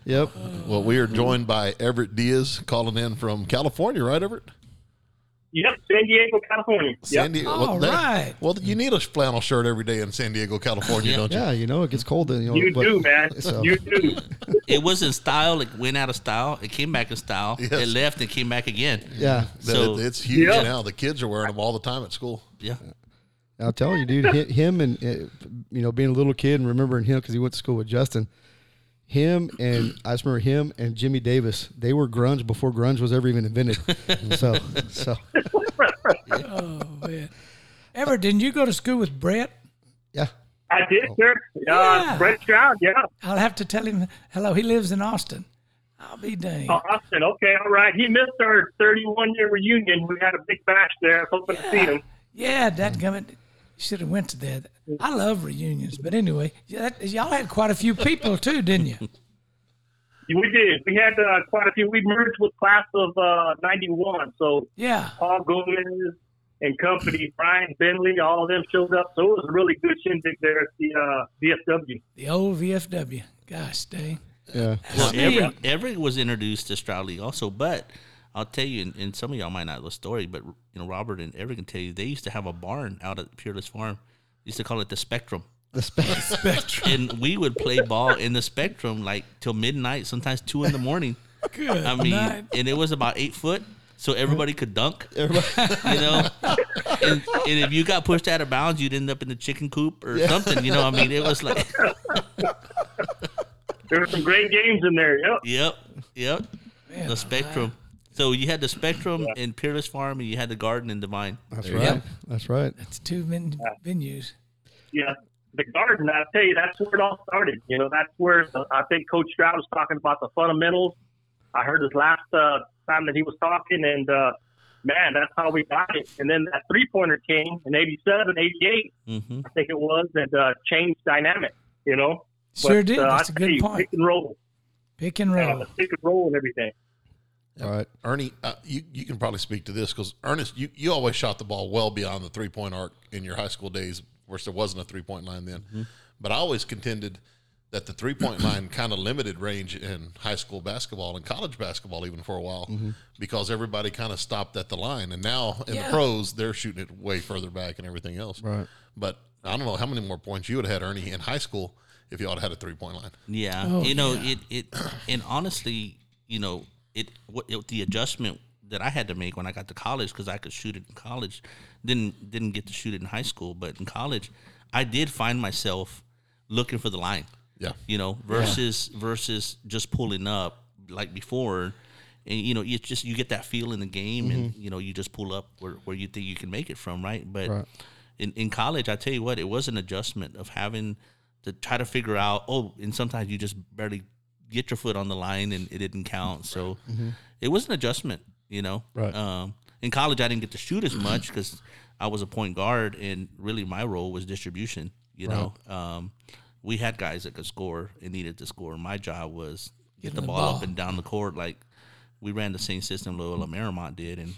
Speaker 2: yep.
Speaker 1: well, we are joined by Everett Diaz calling in from California, right, Everett?
Speaker 5: Yep, San Diego, California.
Speaker 1: San
Speaker 5: Yep.
Speaker 1: Diego.
Speaker 3: All right.
Speaker 1: Well, you need a flannel shirt every day in San Diego, California,
Speaker 4: Yeah.
Speaker 1: don't you?
Speaker 2: Yeah, you know it gets cold. Then, you know,
Speaker 5: You
Speaker 2: but- uh,
Speaker 5: do, man.
Speaker 2: So-
Speaker 5: You do.
Speaker 4: It was in style. It went out of style. It came back in style.
Speaker 1: Yes.
Speaker 4: It left and came back again.
Speaker 2: Yeah,
Speaker 1: That-
Speaker 4: So-
Speaker 1: it's huge
Speaker 5: Yeah.
Speaker 1: now. The kids are wearing them all the time at school.
Speaker 4: Yeah.
Speaker 2: I'll tell you, dude. hi- Him and uh, you know being a little kid and remembering him because he went to school with Justin. Him and I just remember him and Jimmy Davis. They were grunge before grunge was ever even invented. So, so
Speaker 3: Oh man. Ever didn't you go to school with Brett?
Speaker 2: yeah,
Speaker 5: I did, sir.
Speaker 3: Yeah.
Speaker 5: Uh, Brett Stroud, yeah.
Speaker 3: I'll have to tell him hello. He lives in Austin. I'll be dang.
Speaker 5: Oh, Austin, okay, all right. He missed our 31 year reunion. We had a big bash there. I was hoping to see him.
Speaker 3: Yeah, that gummit. Should have went to that. I love reunions, but anyway, yeah, that, y'all had quite a few people too, didn't you?
Speaker 5: We did. We had uh, quite a few. We merged with class of uh, 91. So
Speaker 3: Yeah.
Speaker 5: Paul Gomez and company, Brian Bentley, all of them showed up. So it was a really good shindig there at the uh, DFW.
Speaker 3: The old VFW. Gosh dang.
Speaker 2: yeah.
Speaker 4: Well,
Speaker 3: Sweet.
Speaker 4: Everett, Everett was introduced to Stroud League also, but I'll tell you, and, and some of y'all might not know the story, but you know Robert and Everett can tell you they used to have a barn out at Peerless Farm. They used to call it the Spectrum,
Speaker 2: The space.
Speaker 4: and we would play ball in the Spectrum like till midnight, sometimes two in the morning.
Speaker 3: Good.
Speaker 4: I mean,
Speaker 3: night.
Speaker 4: and it was about eight foot, so everybody could dunk. You know, and, and if you got pushed out of bounds, you'd end up in the chicken coop or something. You know, I mean, it was like,
Speaker 5: There were some great games in there. Yep.
Speaker 4: yep, yep.
Speaker 3: Man,
Speaker 4: the spectrum. So you had the spectrum and Peerless Farm, and you had the Garden and Divine.
Speaker 2: That's right. That's right.
Speaker 3: That's two ven- venues.
Speaker 5: Yeah. The garden, I tell you, that's where it all started. You know, that's where uh, I think Coach Stroud was talking about the fundamentals. I heard his last uh, time that he was talking, and uh, man, that's how we got it. And then that three pointer came in 87, 88,
Speaker 4: Mm-hmm.
Speaker 5: I think it was, that uh, changed dynamic, you know?
Speaker 3: Sure
Speaker 5: But,
Speaker 3: did.
Speaker 5: uh, I
Speaker 3: That's a
Speaker 5: tell
Speaker 3: good
Speaker 5: you,
Speaker 3: point.
Speaker 5: Pick and roll.
Speaker 3: Pick and
Speaker 5: Yeah,
Speaker 3: roll.
Speaker 5: pick and roll and everything.
Speaker 2: All right.
Speaker 1: Ernie, uh, you, you can probably speak to this because Ernest, you, you always shot the ball well beyond the three point arc in your high school days, of course there wasn't a three point line then. But I always contended that the three point line kind of limited range in high school basketball and college basketball even for a while because everybody kind of stopped at the line. And now in
Speaker 3: Yeah.
Speaker 1: the pros, they're shooting it way further back and everything else.
Speaker 2: Right.
Speaker 1: But I don't know how many more points you would have had, Ernie, in high school if you all had a three point line.
Speaker 4: Yeah,
Speaker 3: Oh,
Speaker 4: you know it. It and honestly, you know it. What it, the adjustment that I had to make when I got to college because I could shoot it in college, didn't didn't get to shoot it in high school, but in college, I did find myself looking for the line.
Speaker 1: Yeah.
Speaker 4: you know, versus versus just pulling up like before. And you know, it's just you get that feel in the game,
Speaker 2: Mm-hmm.
Speaker 4: and you know, you just pull up where, where you think you can make it from, right? But
Speaker 2: Right.
Speaker 4: in in college, I tell you what, it was an adjustment of having to try to figure out. Oh, and sometimes you just barely get your foot on the line, and it didn't count. So it was an adjustment, you know.
Speaker 2: Mm-hmm. Right.
Speaker 4: Um, in college, I didn't get to shoot as much because I was a point guard, and really my role was distribution. You know, um, we had guys that could score and needed to score. My job was get
Speaker 3: Get
Speaker 4: the,
Speaker 3: the
Speaker 4: ball, up
Speaker 3: ball.
Speaker 4: and down the court. Like we ran the same system Loyola Marymount did, and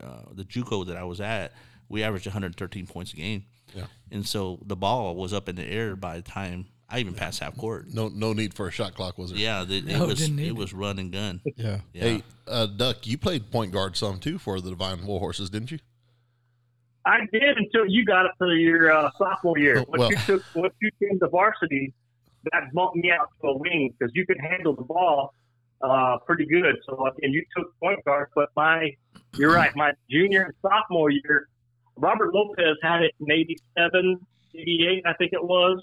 Speaker 4: uh, the JUCO that I was at, we averaged 113 points a game.
Speaker 1: Yeah.
Speaker 4: And so the ball was up in the air by the time I even passed half court.
Speaker 1: No, no need for a shot clock, was there?
Speaker 4: Yeah, the,
Speaker 3: No,
Speaker 4: it was
Speaker 3: didn't need
Speaker 4: it
Speaker 3: it.
Speaker 4: was run and gun.
Speaker 2: Yeah.
Speaker 4: Yeah.
Speaker 1: Hey, uh, Duck, you played point guard some too for the Divine Warhorses, didn't you?
Speaker 5: I did until you got up to your uh, sophomore year. Once
Speaker 1: Well-
Speaker 5: you took, once you came to varsity, that bumped me out to a wing because you could handle the ball uh, pretty good. So and you took point guard, but my, you're right, my junior and sophomore year, Robert Lopez had it in 87, 88, I think it was.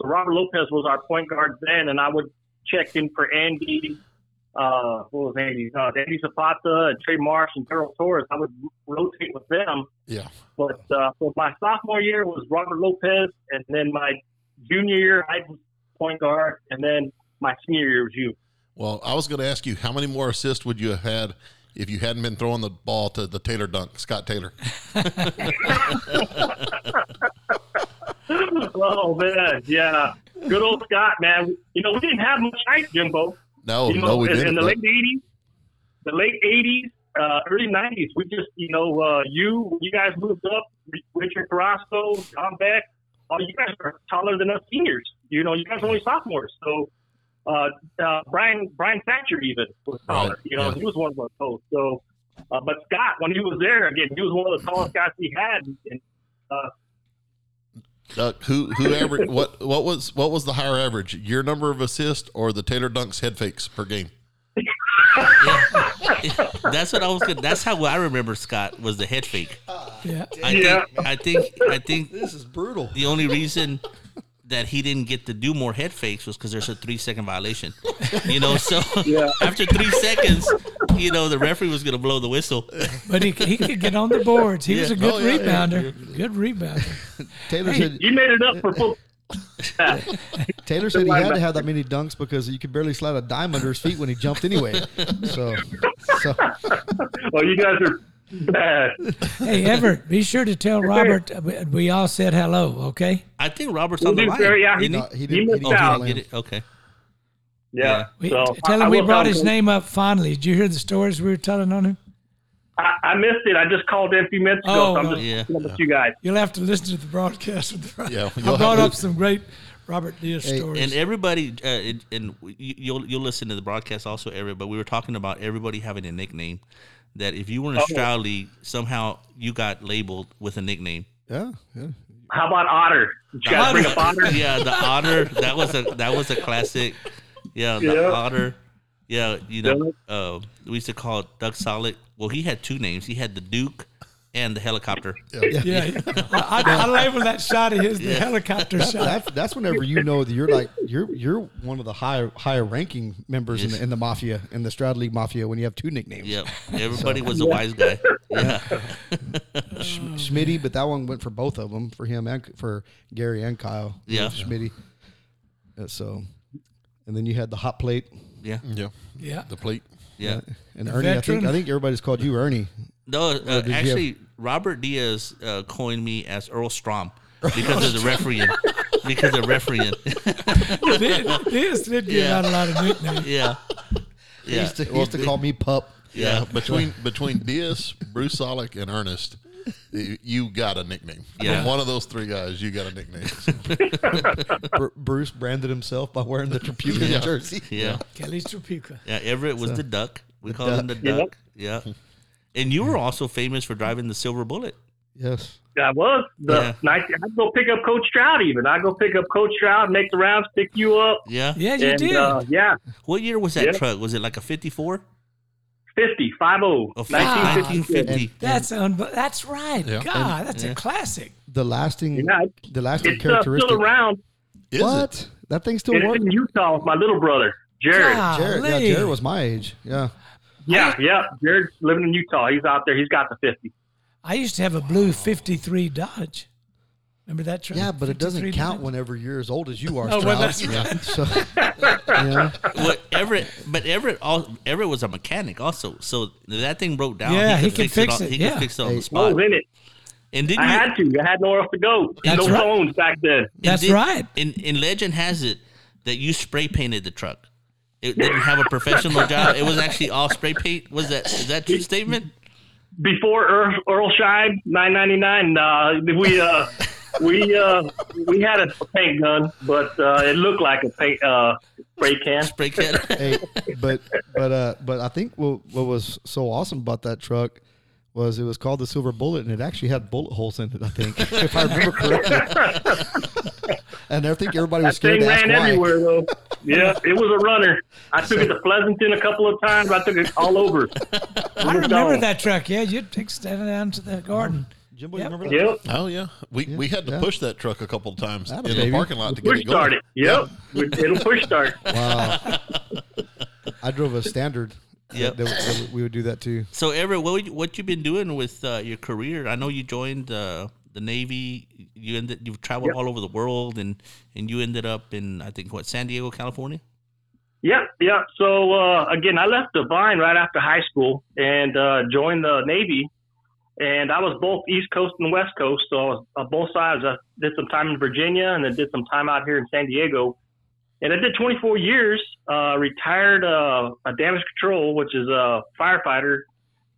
Speaker 5: So Robert Lopez was our point guard then, and I would check in for Andy. Uh, what was Andy? Uh, Andy Zapata and Trey Marsh and Terrell Torres. I would rotate with them.
Speaker 1: Yeah.
Speaker 5: But uh, so my sophomore year was Robert Lopez, and then my junior year I was point guard, and then my senior year was you.
Speaker 1: Well, I was going to ask you how many more assists would you have had if you hadn't been throwing the ball to the Taylor dunk, Scott Taylor?
Speaker 5: oh man, yeah, good old Scott, man. You know we didn't have much height, Jimbo.
Speaker 1: No,
Speaker 5: you know,
Speaker 1: Oh, no, we
Speaker 5: in,
Speaker 1: didn't.
Speaker 5: in the
Speaker 1: but-
Speaker 5: late '80s, the late '80s, uh, early '90s, we just you know uh, you you guys moved up, Richard Carrasco, John Beck. All you guys are taller than us seniors. You know, you guys are only sophomores. So uh, uh, Brian Brian Thatcher even was taller.
Speaker 1: Right,
Speaker 5: You know,
Speaker 1: yeah.
Speaker 5: he was one of us both. So, uh, but Scott, when he was there, again, he was one of the tallest guys we had. And,
Speaker 1: Duck, who who average what what was what was the higher average? Your number of assists or the Taylor Dunks head fakes per game?
Speaker 4: that's what I was. Gonna, that's how I remember Scott was the head fake.
Speaker 3: Yeah.
Speaker 4: I
Speaker 5: Yeah.
Speaker 4: think, I think I think
Speaker 2: This is brutal.
Speaker 4: the only reason that he didn't get to do more head fakes was because there's a three second violation. You know, so after three seconds, you know the referee was gonna blow the whistle.
Speaker 3: But he, he could get on the boards. He was a good
Speaker 1: Oh, yeah, yeah,
Speaker 3: rebounder. Good rebounder.
Speaker 2: Taylor
Speaker 3: Hey.
Speaker 2: said
Speaker 5: you made it up for full.
Speaker 2: Taylor said he had
Speaker 5: linebacker.
Speaker 2: to have that many dunks because you could barely slide a dime under his feet when he jumped anyway. So, so
Speaker 5: Oh, you guys are bad.
Speaker 3: Hey, Everett, be sure to tell Robert uh, we- we all said hello, okay?
Speaker 4: I think Roberts
Speaker 5: We'll
Speaker 4: on the
Speaker 5: do
Speaker 4: line.
Speaker 5: very- yeah,
Speaker 4: didn't he?
Speaker 2: no, he
Speaker 5: You
Speaker 2: didn't.
Speaker 5: missed
Speaker 2: He
Speaker 4: Oh, he
Speaker 2: didn't
Speaker 5: out.
Speaker 4: didn't
Speaker 2: land.
Speaker 4: get it. Okay.
Speaker 5: Yeah.
Speaker 3: We,
Speaker 5: So
Speaker 3: tell
Speaker 5: I-
Speaker 3: him
Speaker 5: I
Speaker 3: we
Speaker 5: will
Speaker 3: brought
Speaker 5: tell
Speaker 3: his
Speaker 5: him.
Speaker 3: name up fondly. Did you hear the stories we were telling on him?
Speaker 5: I, I missed it. I just called in a few minutes ago,
Speaker 3: Oh,
Speaker 5: so I'm
Speaker 3: well,
Speaker 5: just
Speaker 4: yeah.
Speaker 5: yeah. with you guys.
Speaker 3: You'll have to listen to the broadcast. Of the,
Speaker 1: Yeah,
Speaker 3: I
Speaker 1: you'll
Speaker 3: brought
Speaker 1: have
Speaker 3: up
Speaker 1: to-
Speaker 3: some great Robert Diaz
Speaker 2: Hey,
Speaker 3: stories.
Speaker 4: And everybody, uh, and- and you- you'll you'll listen to the broadcast also, Eric. But we were talking about everybody having a nickname. That if you were
Speaker 5: Oh.
Speaker 4: in Stroud League, somehow you got labeled with a nickname.
Speaker 2: Yeah, yeah.
Speaker 5: How about Otter? Did you guys bring up Otter?
Speaker 4: yeah, the otter. That was a that was a classic. Yeah, the
Speaker 5: Yeah.
Speaker 4: otter. Yeah, you know, uh, we used to call it Doug Solid. Well, he had two names. He had the Duke and the helicopter.
Speaker 3: yeah, I, I, I labeled that shot of his the helicopter shot.
Speaker 2: That's that's whenever you know that you're like you're you're one of the higher higher ranking members in the in the mafia in the Stroud League mafia when you have two nicknames.
Speaker 4: Yep, everybody was a wise guy. Yeah,
Speaker 2: Sch- Schmitty, but that one went for both of them for him and for Gary and Kyle.
Speaker 4: Yeah.
Speaker 2: Schmitty. Uh, So, and then you had the hot plate
Speaker 4: yeah,
Speaker 1: Yeah,
Speaker 3: yeah.
Speaker 1: the plate.
Speaker 4: yeah.
Speaker 2: and Ernie. I think
Speaker 3: veteran.
Speaker 2: I think everybody's called you Ernie.
Speaker 4: No, uh,
Speaker 2: you have-
Speaker 4: actually, Robert Diaz uh, coined me as Earl Strom because of the refereeing. because of refereeing.
Speaker 3: Diaz Diaz did give
Speaker 4: Yeah.
Speaker 3: out a lot of nicknames.
Speaker 4: yeah,
Speaker 2: He
Speaker 4: yeah,
Speaker 2: used to, he used to call me pup.
Speaker 1: Yeah,
Speaker 4: yeah.
Speaker 1: Uh, between between Diaz, Bruce Solick, and Ernest, y- you got a nickname.
Speaker 4: Yeah.
Speaker 1: From one of those three guys, you got a nickname.
Speaker 2: Br- Bruce branded himself by wearing the Tribune
Speaker 1: Yeah.
Speaker 2: jersey.
Speaker 4: yeah.
Speaker 3: Kelly Trapica.
Speaker 4: Yeah, Everett was the duck. We called him the duck. Yeah. And you were also famous for driving the silver bullet.
Speaker 2: Yes.
Speaker 5: I was the
Speaker 4: Yeah.
Speaker 5: 19, I'd go pick up Coach Stroud even. I'd go pick up Coach Stroud, make the rounds, pick you up.
Speaker 4: Yeah.
Speaker 3: Yeah, you
Speaker 5: and
Speaker 3: did.
Speaker 5: Uh, yeah,
Speaker 4: What year was that
Speaker 5: Yeah.
Speaker 4: truck? Was it like a 54?
Speaker 5: 50, 50,
Speaker 4: Oh, 50,
Speaker 5: 1950.
Speaker 4: 1950.
Speaker 3: that's unbu- that's right.
Speaker 1: Yeah.
Speaker 3: God, that's a classic.
Speaker 2: The lasting
Speaker 5: Yeah,
Speaker 2: the lasting
Speaker 5: It's uh,
Speaker 2: characteristic.
Speaker 5: still around.
Speaker 1: Is
Speaker 2: what?
Speaker 1: it?
Speaker 2: That thing still
Speaker 5: And it's
Speaker 2: works.
Speaker 5: in Utah with my little brother, Jared.
Speaker 2: Jared, yeah,
Speaker 3: Golly.
Speaker 2: Jared was my age. Yeah.
Speaker 5: Yeah, yeah. Jared's living in Utah. He's out there. He's got the 50.
Speaker 3: I used to have a blue 53 Dodge. Remember that truck?
Speaker 2: Yeah, but it doesn't
Speaker 3: 53
Speaker 2: count
Speaker 3: Dodge?
Speaker 2: whenever you're as old as you are.
Speaker 3: Oh, well,
Speaker 2: Stroud.
Speaker 3: that's
Speaker 2: yeah. So, yeah.
Speaker 4: Well, Everett, but Everett, all, Everett was a mechanic also, so if that thing broke down.
Speaker 3: Yeah, he can fix
Speaker 4: on-
Speaker 3: it,
Speaker 4: He
Speaker 3: yeah.
Speaker 4: could fix it on
Speaker 2: Hey.
Speaker 4: the
Speaker 5: I
Speaker 4: spot.
Speaker 5: was in it.
Speaker 4: And didn't
Speaker 5: I
Speaker 4: you,
Speaker 5: had to. I had nowhere else to go.
Speaker 3: That's
Speaker 5: no
Speaker 3: right.
Speaker 5: phones back then.
Speaker 4: and
Speaker 3: That's
Speaker 4: did-
Speaker 3: right.
Speaker 4: And, and legend has it that you spray painted the truck. It didn't have a professional job. It was actually all spray paint. Was that is that true statement?
Speaker 5: Before Earl, Earl Scheib, 999, uh, we, uh, we, uh, we had a paint gun, but uh, it looked like a paint uh, spray can.
Speaker 4: Spray can.
Speaker 2: Hey, but but uh, but I think what, what was so awesome about that truck was it was called the Silver Bullet, and it actually had bullet holes in it. I think, if I remember correctly. and I think everybody was scared
Speaker 5: Thing
Speaker 2: to ask
Speaker 5: ran
Speaker 2: why.
Speaker 5: everywhere though. Yeah, it was a runner. I took it to Pleasanton a couple of times. I took it all over.
Speaker 3: I remember that truck. Yeah, you'd take standing down to the garden.
Speaker 2: Jimbo,
Speaker 3: Yep.
Speaker 2: you remember that?
Speaker 5: Yep.
Speaker 1: Oh yeah, we we had to
Speaker 2: yeah.
Speaker 1: push that truck a couple of times
Speaker 2: Atta
Speaker 1: in
Speaker 2: baby.
Speaker 1: the parking lot to get
Speaker 5: Push
Speaker 1: it going.
Speaker 5: start it. Yep. It'll push start.
Speaker 2: I drove a standard. uh,
Speaker 4: Yep.
Speaker 2: That- that we- we would do that too.
Speaker 4: So Everett, what you- what you been doing with uh, your career? I know you joined uh, the Navy. You ended you've traveled all over the world, and and you ended up in I think what San Diego, California.
Speaker 5: Yeah, yeah. So uh, again, I left Divine right after high school and uh, joined the Navy. And I was both East Coast and West Coast, so I was on both sides. I did some time in Virginia and then did some time out here in San Diego. And I did 24 years, uh, retired uh, a damage control, which is a firefighter,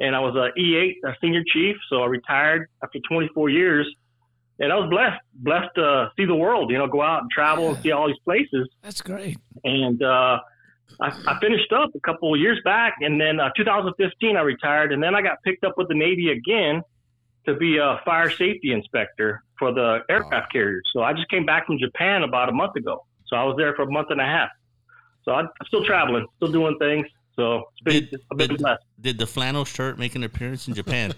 Speaker 5: and I was a E8, a senior chief. So I retired after 24 years, and I was blessed, blessed to see the world. You know, go out and travel and see all these places
Speaker 3: That's great.
Speaker 5: and uh, I, I finished up a couple of years back, and then uh, 2015 I retired, and then I got picked up with the Navy again to be a fire safety inspector for the aircraft carrier. So I just came back from Japan about a month ago, so I was there for a month and a half. So I'm still traveling, still doing things. So it's been,
Speaker 4: Did,
Speaker 5: it's been
Speaker 4: did-
Speaker 5: blessed.
Speaker 4: did the flannel shirt make an appearance in Japan?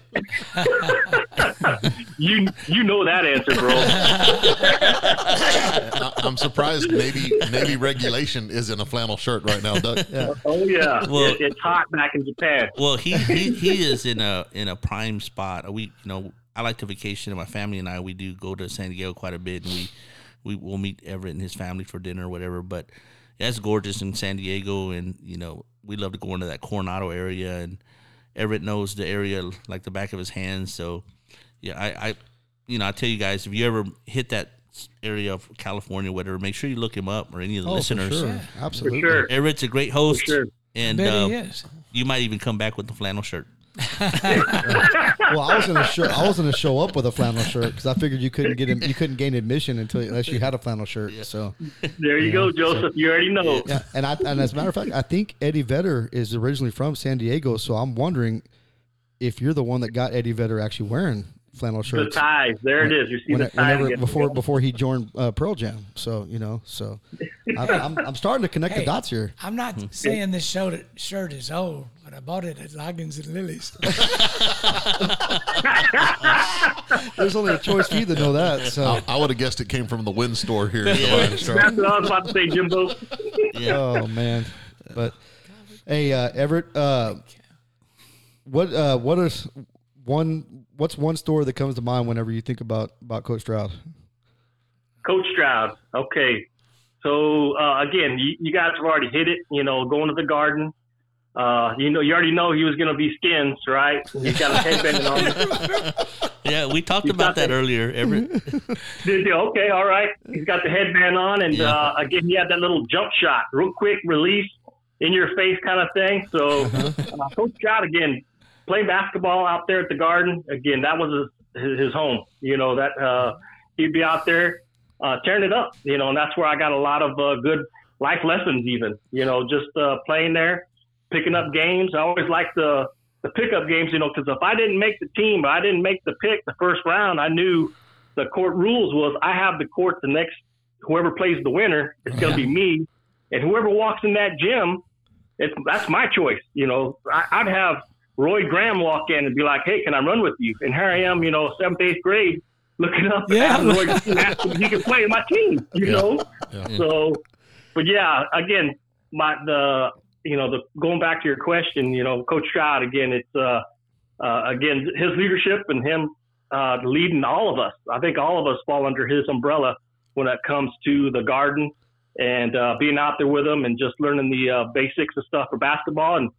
Speaker 5: You you know that answer, bro.
Speaker 1: I, I'm surprised Navy Navy regulation is in a flannel shirt right now, Doug.
Speaker 5: oh yeah,
Speaker 4: Well-
Speaker 5: It- it's hot back in Japan.
Speaker 4: Well, he, he he is in a in a prime spot. We you know I like to vacation, and my family and I we do go to San Diego quite a bit, and we we will meet Everett and his family for dinner or whatever. But that's gorgeous in San Diego, and you know we love to go into that Coronado area, and Everett knows the area like the back of his hand. So yeah, I, I you know I tell you guys if you ever hit that area of California, whatever, make sure you look him up or any of the
Speaker 2: Oh, for
Speaker 4: listeners.
Speaker 2: sure.
Speaker 5: For
Speaker 2: Absolutely.
Speaker 5: sure.
Speaker 4: Everett's a great host,
Speaker 5: sure.
Speaker 4: and
Speaker 3: Betty
Speaker 4: uh,
Speaker 3: is.
Speaker 4: you might even come back with the flannel shirt.
Speaker 2: Well, I was gonna show I was gonna show up with a flannel shirt because I figured you couldn't get in, you couldn't gain admission until unless you had a flannel shirt. So
Speaker 5: There you go, Joseph. You already know.
Speaker 2: yeah, and I and as a matter of fact, I think Eddie Vedder is originally from San Diego. So I'm wondering if you're the one that got Eddie Vedder actually wearing flannel
Speaker 5: The
Speaker 2: shirts.
Speaker 5: ties. There it is. You see
Speaker 2: When-
Speaker 5: the ties
Speaker 2: whenever-
Speaker 5: again.
Speaker 2: before before he joined uh, Pearl Jam, so you know, so I, I'm I'm starting to connect
Speaker 3: Hey.
Speaker 2: the dots here.
Speaker 3: I'm
Speaker 4: Hmm.
Speaker 3: not saying this shirt, shirt is old, but I bought it at Loggins and Lily's.
Speaker 2: There's only a choice for you to know that. So
Speaker 1: I, I would have guessed it came from the wind store here. in
Speaker 4: Yeah.
Speaker 1: Devine, so-
Speaker 5: That's what I was about to say, Jimbo.
Speaker 2: oh man, but hey uh, Everett, uh, what uh, what is one what's one story that comes to mind whenever you think about about Coach Stroud?
Speaker 5: Coach Stroud. Okay. So uh, again, you, you guys have already hit it. You know, going to the Garden. Uh, you know, you already know he was going to be skins, right? He's got a headband on.
Speaker 4: Yeah, we talked about that earlier. Everett.
Speaker 5: Did you- Okay, all right. He's got the headband on, and uh, again, he had that little jump shot, real quick release, in your face kind of thing. So, uh, Coach Stroud again, playing basketball out there at the Garden. Again, that was his, his, his home. You know that uh, he'd be out there uh, tearing it up. You know, and that's where I got a lot of uh, good life lessons. Even you know, just uh, playing there, picking up games. I always like the the pickup games. You know, because if I didn't make the team, or I didn't make the pick the first round, I knew the court rules was I have the court the next whoever plays the winner. It's going to be me, and whoever walks in that gym it's that's my choice. You know, I, I'd have Roy Graham walk in and be like, "Hey, can I run with you?" And here I am, you know, seventh, eighth grade, looking up
Speaker 3: Yeah.
Speaker 5: at Roy Graham asking if he can play in my team. You know,
Speaker 1: Yeah.
Speaker 5: So, but yeah, again, my the you know the going back to your question, you know, Coach Stroud again, it's uh, uh again his leadership and him uh, leading all of us. I think all of us fall under his umbrella when it comes to the garden and uh, being out there with him and just learning the uh, basics and stuff for basketball. And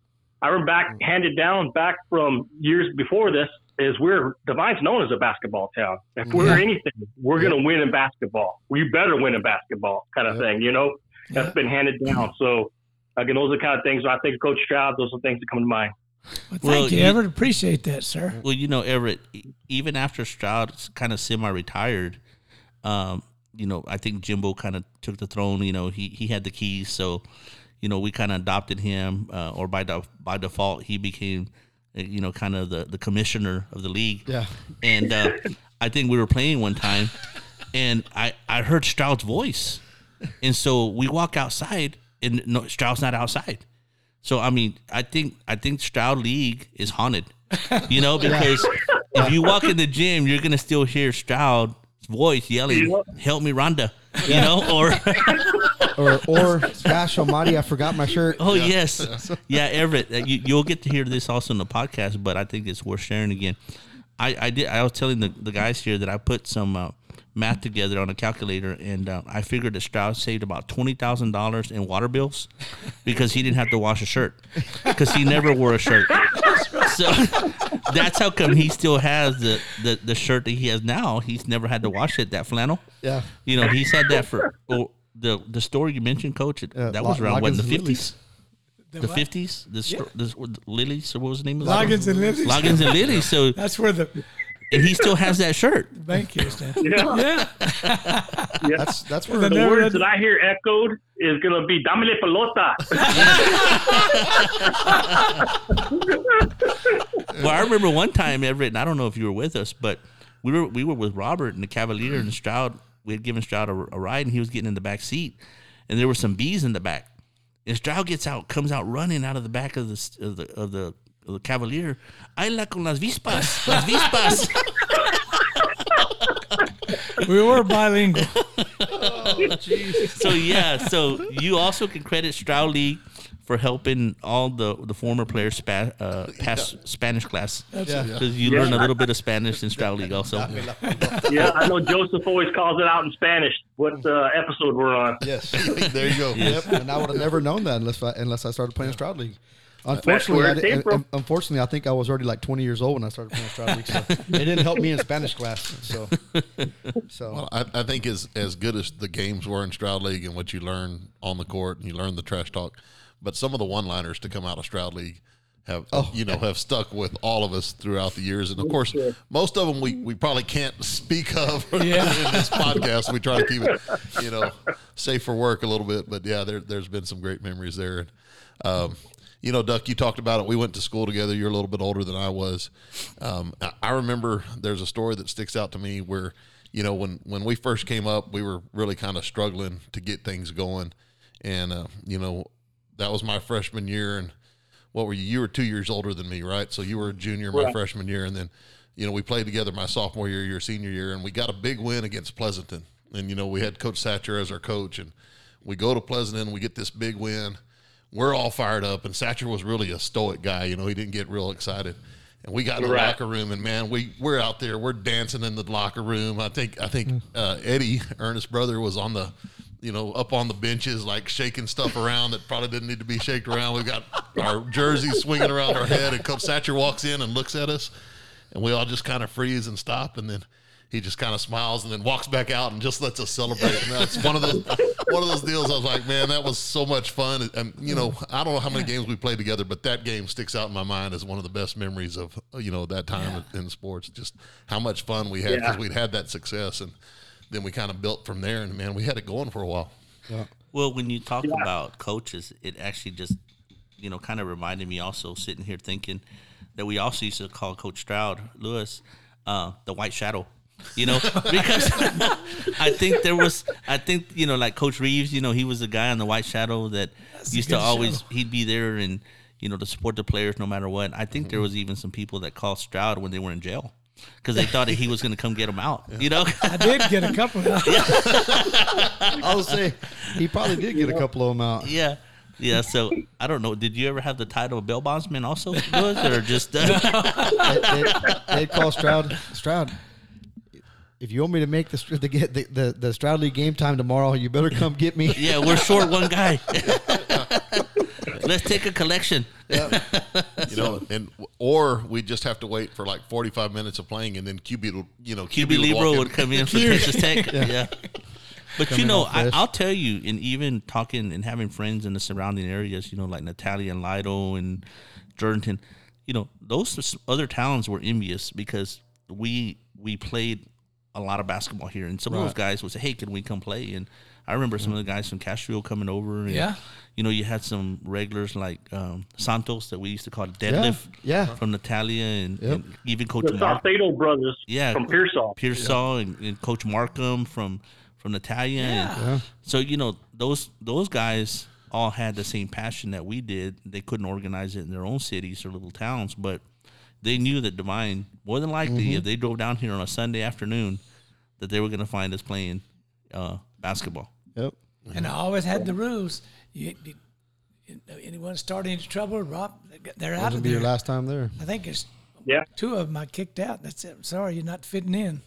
Speaker 5: I remember back
Speaker 3: Mm-hmm.
Speaker 5: handed down back from years before this is we're Divine's known as a basketball town. If we're
Speaker 3: Yeah.
Speaker 5: anything, we're going to win in basketball. We better win in basketball, kind of
Speaker 2: Yeah.
Speaker 5: thing. You know, that's been handed down. So again, those are the kind of things I think Coach Stroud. Those are things that come to mind.
Speaker 3: Well, thank
Speaker 4: Well,
Speaker 3: you,
Speaker 4: you-
Speaker 3: Everett. Appreciate that, sir.
Speaker 4: Well, you know, Everett, e- even after Stroud kind of semi-retired, um, you know, I think Jimbo kind of took the throne. You know, he he had the keys, so you know we kind of adopted him, uh, or by de- by default he became, uh, you know, kind of the the commissioner of the league.
Speaker 2: Yeah.
Speaker 4: And uh, I think we were playing one time, and I I heard Stroud's voice, and so we walk outside, and no, Stroud's not outside. So I mean, I think I think Stroud League is haunted. You know, because if you walk in the gym, you're gonna still hear Stroud's voice yelling, "Help me, Rhonda!" You know, or
Speaker 2: Or, or gosh almighty, I forgot my shirt.
Speaker 4: oh yes, yeah, Everett, uh, you, you'll get to hear this also in the podcast, but I think it's worth sharing again. I, I did. I was telling the, the guys here that I put some uh, math together on a calculator, and uh, I figured that Stroud saved about twenty thousand dollars in water bills because he didn't have to wash a shirt because he never wore a shirt. So that's how come he still has the, the, the shirt that he has now. He's never had to wash it. That flannel.
Speaker 2: Yeah.
Speaker 4: You know, he's had that for oh, the the store you mentioned, Coach. It,
Speaker 2: Uh,
Speaker 4: that was
Speaker 2: Lo-
Speaker 4: around what in the
Speaker 2: Loggins and Lilly's.
Speaker 4: fifties, the
Speaker 3: what?
Speaker 4: fifties. The, sto- the, the Lilies, or what was the name of the store?
Speaker 3: Loggins and Lilies.
Speaker 4: Loggins and Lilies. So
Speaker 3: That's where the
Speaker 4: and he still has that shirt.
Speaker 3: bank is. now.
Speaker 5: Yeah.
Speaker 3: yeah.
Speaker 2: That's that's
Speaker 3: The
Speaker 2: where
Speaker 5: The
Speaker 3: never
Speaker 5: words
Speaker 3: ending-
Speaker 5: that I hear echoed is going to be Damile Pelota.
Speaker 4: Well, I remember one time, Everett, and I don't know if you were with us, but we were we were with Robert and the Cavalier and Stroud. We had given Stroud a, a ride, and he was getting in the back seat, and there were some bees in the back. And Stroud gets out, comes out running out of the back of the of the of the, of the Cavalier. I la con las vispas, las vispas.
Speaker 3: We were bilingual.
Speaker 4: so yeah, so you also can credit Stroud League for helping all the the former players spa, uh, pass Spanish class
Speaker 2: Yeah.
Speaker 4: because you learn a little bit of Spanish in Stroud League also.
Speaker 5: yeah, I know Joseph always calls it out in Spanish. What uh, episode we're on?
Speaker 2: Yes.
Speaker 1: there you go.
Speaker 2: Yep. And I would have never known that unless I, unless I started playing Stroud League. Unfortunately,
Speaker 5: where
Speaker 2: I
Speaker 5: it
Speaker 2: di-
Speaker 5: came
Speaker 2: un-
Speaker 5: from.
Speaker 2: unfortunately, I think I was already like 20 years old when I started playing Stroud League. So it didn't help me in Spanish class. So, so
Speaker 1: Well, I, I think as as good as the games were in Stroud League and what you learn on the court and you learn the trash talk, but some of the one liners to come out of Stroud League have
Speaker 2: Oh.
Speaker 1: you know have stuck with all of us throughout the years, and of course most of them we, we probably can't speak of in this podcast. We try to keep it you know safe for work a little bit, but yeah, there there's been some great memories there. And, um, you know, Duck, you talked about it. We went to school together. You're a little bit older than I was. Um, I, I remember there's a story that sticks out to me where, you know, when, when we first came up, we were really kind of struggling to get things going. And, uh, you know, that was my freshman year. And what were you? You were two years older than me, right? So you were a junior my freshman year. And then, you know, we played together my sophomore year, your senior year, and we got a big win against Pleasanton. And, you know, we had Coach Satcher as our coach. And we go to Pleasanton, we get this big win we're all fired up. And Satcher was really a stoic guy. You know, he didn't get real excited. And we got in the
Speaker 5: Right.
Speaker 1: locker room, and man, we we're out there, we're dancing in the locker room. I think I think uh, Eddie, Ernest's brother, was on the, you know, up on the benches, like shaking stuff around that probably didn't need to be shaken around. We've got our jerseys swinging around our head, and Coach Satcher walks in and looks at us, and we all just kind of freeze and stop, and then he just kind of smiles and then walks back out and just lets us celebrate. And that's one of those one of those deals. I was like, man, that was so much fun. And you know, I don't know how many games we played together, but that game sticks out in my mind as one of the best memories of you know that time in sports. Just how much fun we had because
Speaker 5: Yeah.
Speaker 1: we'd had that success, and then we kind of built from there. And man, we had it going for a while.
Speaker 4: Well, when you talk about coaches, it actually just, you know, kind of reminded me also sitting here thinking that we also used to call Coach Stroud Lewis uh, the White Shadow. You know, because I think there was, I think you know, like Coach Reeves, you know, he was the guy on the White Shadow that
Speaker 3: a
Speaker 4: used to
Speaker 3: good
Speaker 4: always
Speaker 3: show.
Speaker 4: he'd be there
Speaker 3: Mm-hmm.
Speaker 4: and you know to support the players no matter what. I think there was even some people that called Stroud when they were in jail. because they thought that he was going to come get them out. You know,
Speaker 3: I did get a couple of
Speaker 2: I would say he probably did get a couple of them out.
Speaker 4: yeah, yeah. So I don't know. Did you ever have the title of bail bondsman also, Lewis, or just uh,
Speaker 2: They, they, would call Stroud. Stroud, if you want me to make the str- the get- the, the, the Stroud League game time tomorrow, you better come get me.
Speaker 4: yeah? We're short one guy. Let's take a collection.
Speaker 1: you know, and or we just have to wait for like forty five minutes of playing, and then QB, will- you know,
Speaker 4: QB
Speaker 1: will walk
Speaker 4: Libro
Speaker 1: in.
Speaker 4: would come in for Texas Tech. Yeah. But you
Speaker 2: in
Speaker 4: know,
Speaker 2: all
Speaker 4: I,
Speaker 2: fresh.
Speaker 4: I'll tell you, and even talking and having friends in the surrounding areas, you know, like Natalia and Lido and Jordanton, you know, those s- other towns were envious because we we played a lot of basketball here, and some of those guys would say, "Hey, can we come play?" And I remember some of the guys from Castroville coming over. And,
Speaker 3: Yeah.
Speaker 4: you know, you had some regulars like um, Santos that we used to call deadlift.
Speaker 2: yeah.
Speaker 4: from Natalia and,
Speaker 2: Yep.
Speaker 4: and even Coach
Speaker 5: The
Speaker 4: Mark.
Speaker 5: Salcedo brothers
Speaker 4: Yeah.
Speaker 5: from Pearsall.
Speaker 4: Pearsall and, and Coach Markham from from Natalia. And
Speaker 3: Yeah.
Speaker 4: So you know those those guys all had the same passion that we did. They couldn't organize it in their own cities or little towns, but they knew that Divine more than likely if they drove down here on a Sunday afternoon, that they were going to find us playing uh, basketball.
Speaker 2: Yep.
Speaker 3: And I always had the rules. You, you, you know, anyone starting into trouble, Rob, they're out
Speaker 2: That'll
Speaker 3: of
Speaker 2: be
Speaker 3: there.
Speaker 2: your last time there.
Speaker 3: I think it's
Speaker 5: Yeah.
Speaker 3: two of them I kicked out. That's it. I'm sorry, you're not fitting in.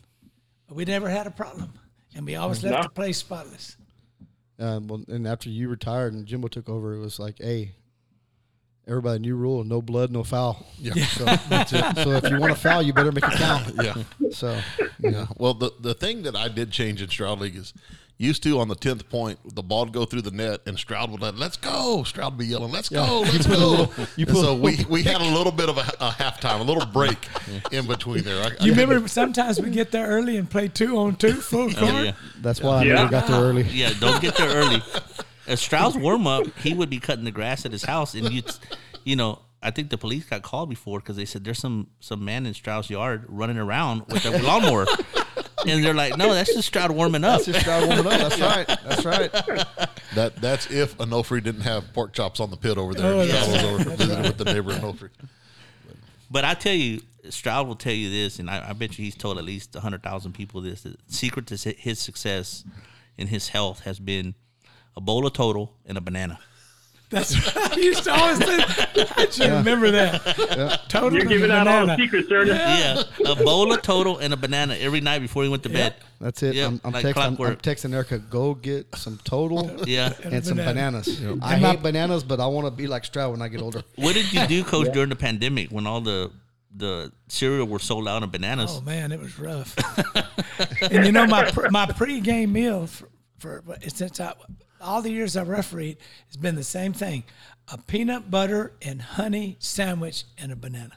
Speaker 3: But we never had a problem, and we always left
Speaker 5: No.
Speaker 3: the place spotless.
Speaker 2: Um, well, and after you retired and Jimbo took over, it was like, hey, everybody, new rule: no blood, no foul. Yeah. So, that's it. so if you want to foul, you better make it count.
Speaker 1: Yeah.
Speaker 2: So
Speaker 1: Yeah. Well, the, the thing that I did change in Stroud League is used to on the 10th point, the ball would go through the net and Stroud would let, let's go. Stroud would be yelling, let's go, let's go.
Speaker 2: you
Speaker 1: And
Speaker 2: put a
Speaker 1: so we, we had a little bit of a, a halftime, a little break in between there. I,
Speaker 3: You
Speaker 1: I-
Speaker 3: remember sometimes we get there early and play two on two full court.
Speaker 4: Yeah,
Speaker 2: that's why I never got there early.
Speaker 4: yeah. Don't get there early. As Stroud's warm up, he would be cutting the grass at his house, and you, you know, I think the police got called before because they said there's some some man in Stroud's yard running around with a lawnmower, and they're like, no, that's just Stroud warming up.
Speaker 2: That's just try warming up. That's right. That's right.
Speaker 1: that That's if Onofre didn't have pork chops on the pit over there.
Speaker 3: Oh,
Speaker 1: and Stroud
Speaker 3: that's
Speaker 1: was over visiting with the neighbor Onofre.
Speaker 4: But I tell you, Stroud will tell you this, and I, I bet you he's told at least hundred thousand people this. The secret to si- his success and his health has been a bowl of total and a banana.
Speaker 3: That's what I used to always say. I should remember that. Totally.
Speaker 5: You're giving out all the
Speaker 3: banana.
Speaker 5: secrets, sir.
Speaker 4: Yeah, a bowl of total and a banana every night before he went to bed.
Speaker 2: That's it.
Speaker 4: Yeah,
Speaker 2: I'm, I'm,
Speaker 4: like
Speaker 2: text, I'm, I'm
Speaker 4: clockwork.
Speaker 2: texting Erica. Go get some total
Speaker 4: Yeah.
Speaker 2: and some
Speaker 3: Banana.
Speaker 2: bananas. I
Speaker 3: And my-
Speaker 2: hate bananas, but I want to be like Stroud when I get older.
Speaker 4: What did you do, Coach, during the pandemic when all the the cereal were sold out of bananas?
Speaker 3: Oh man, it was rough. and you know my pr- my pregame meal for, for since I all the years I refereed has been the same thing: a peanut butter and honey sandwich and a banana.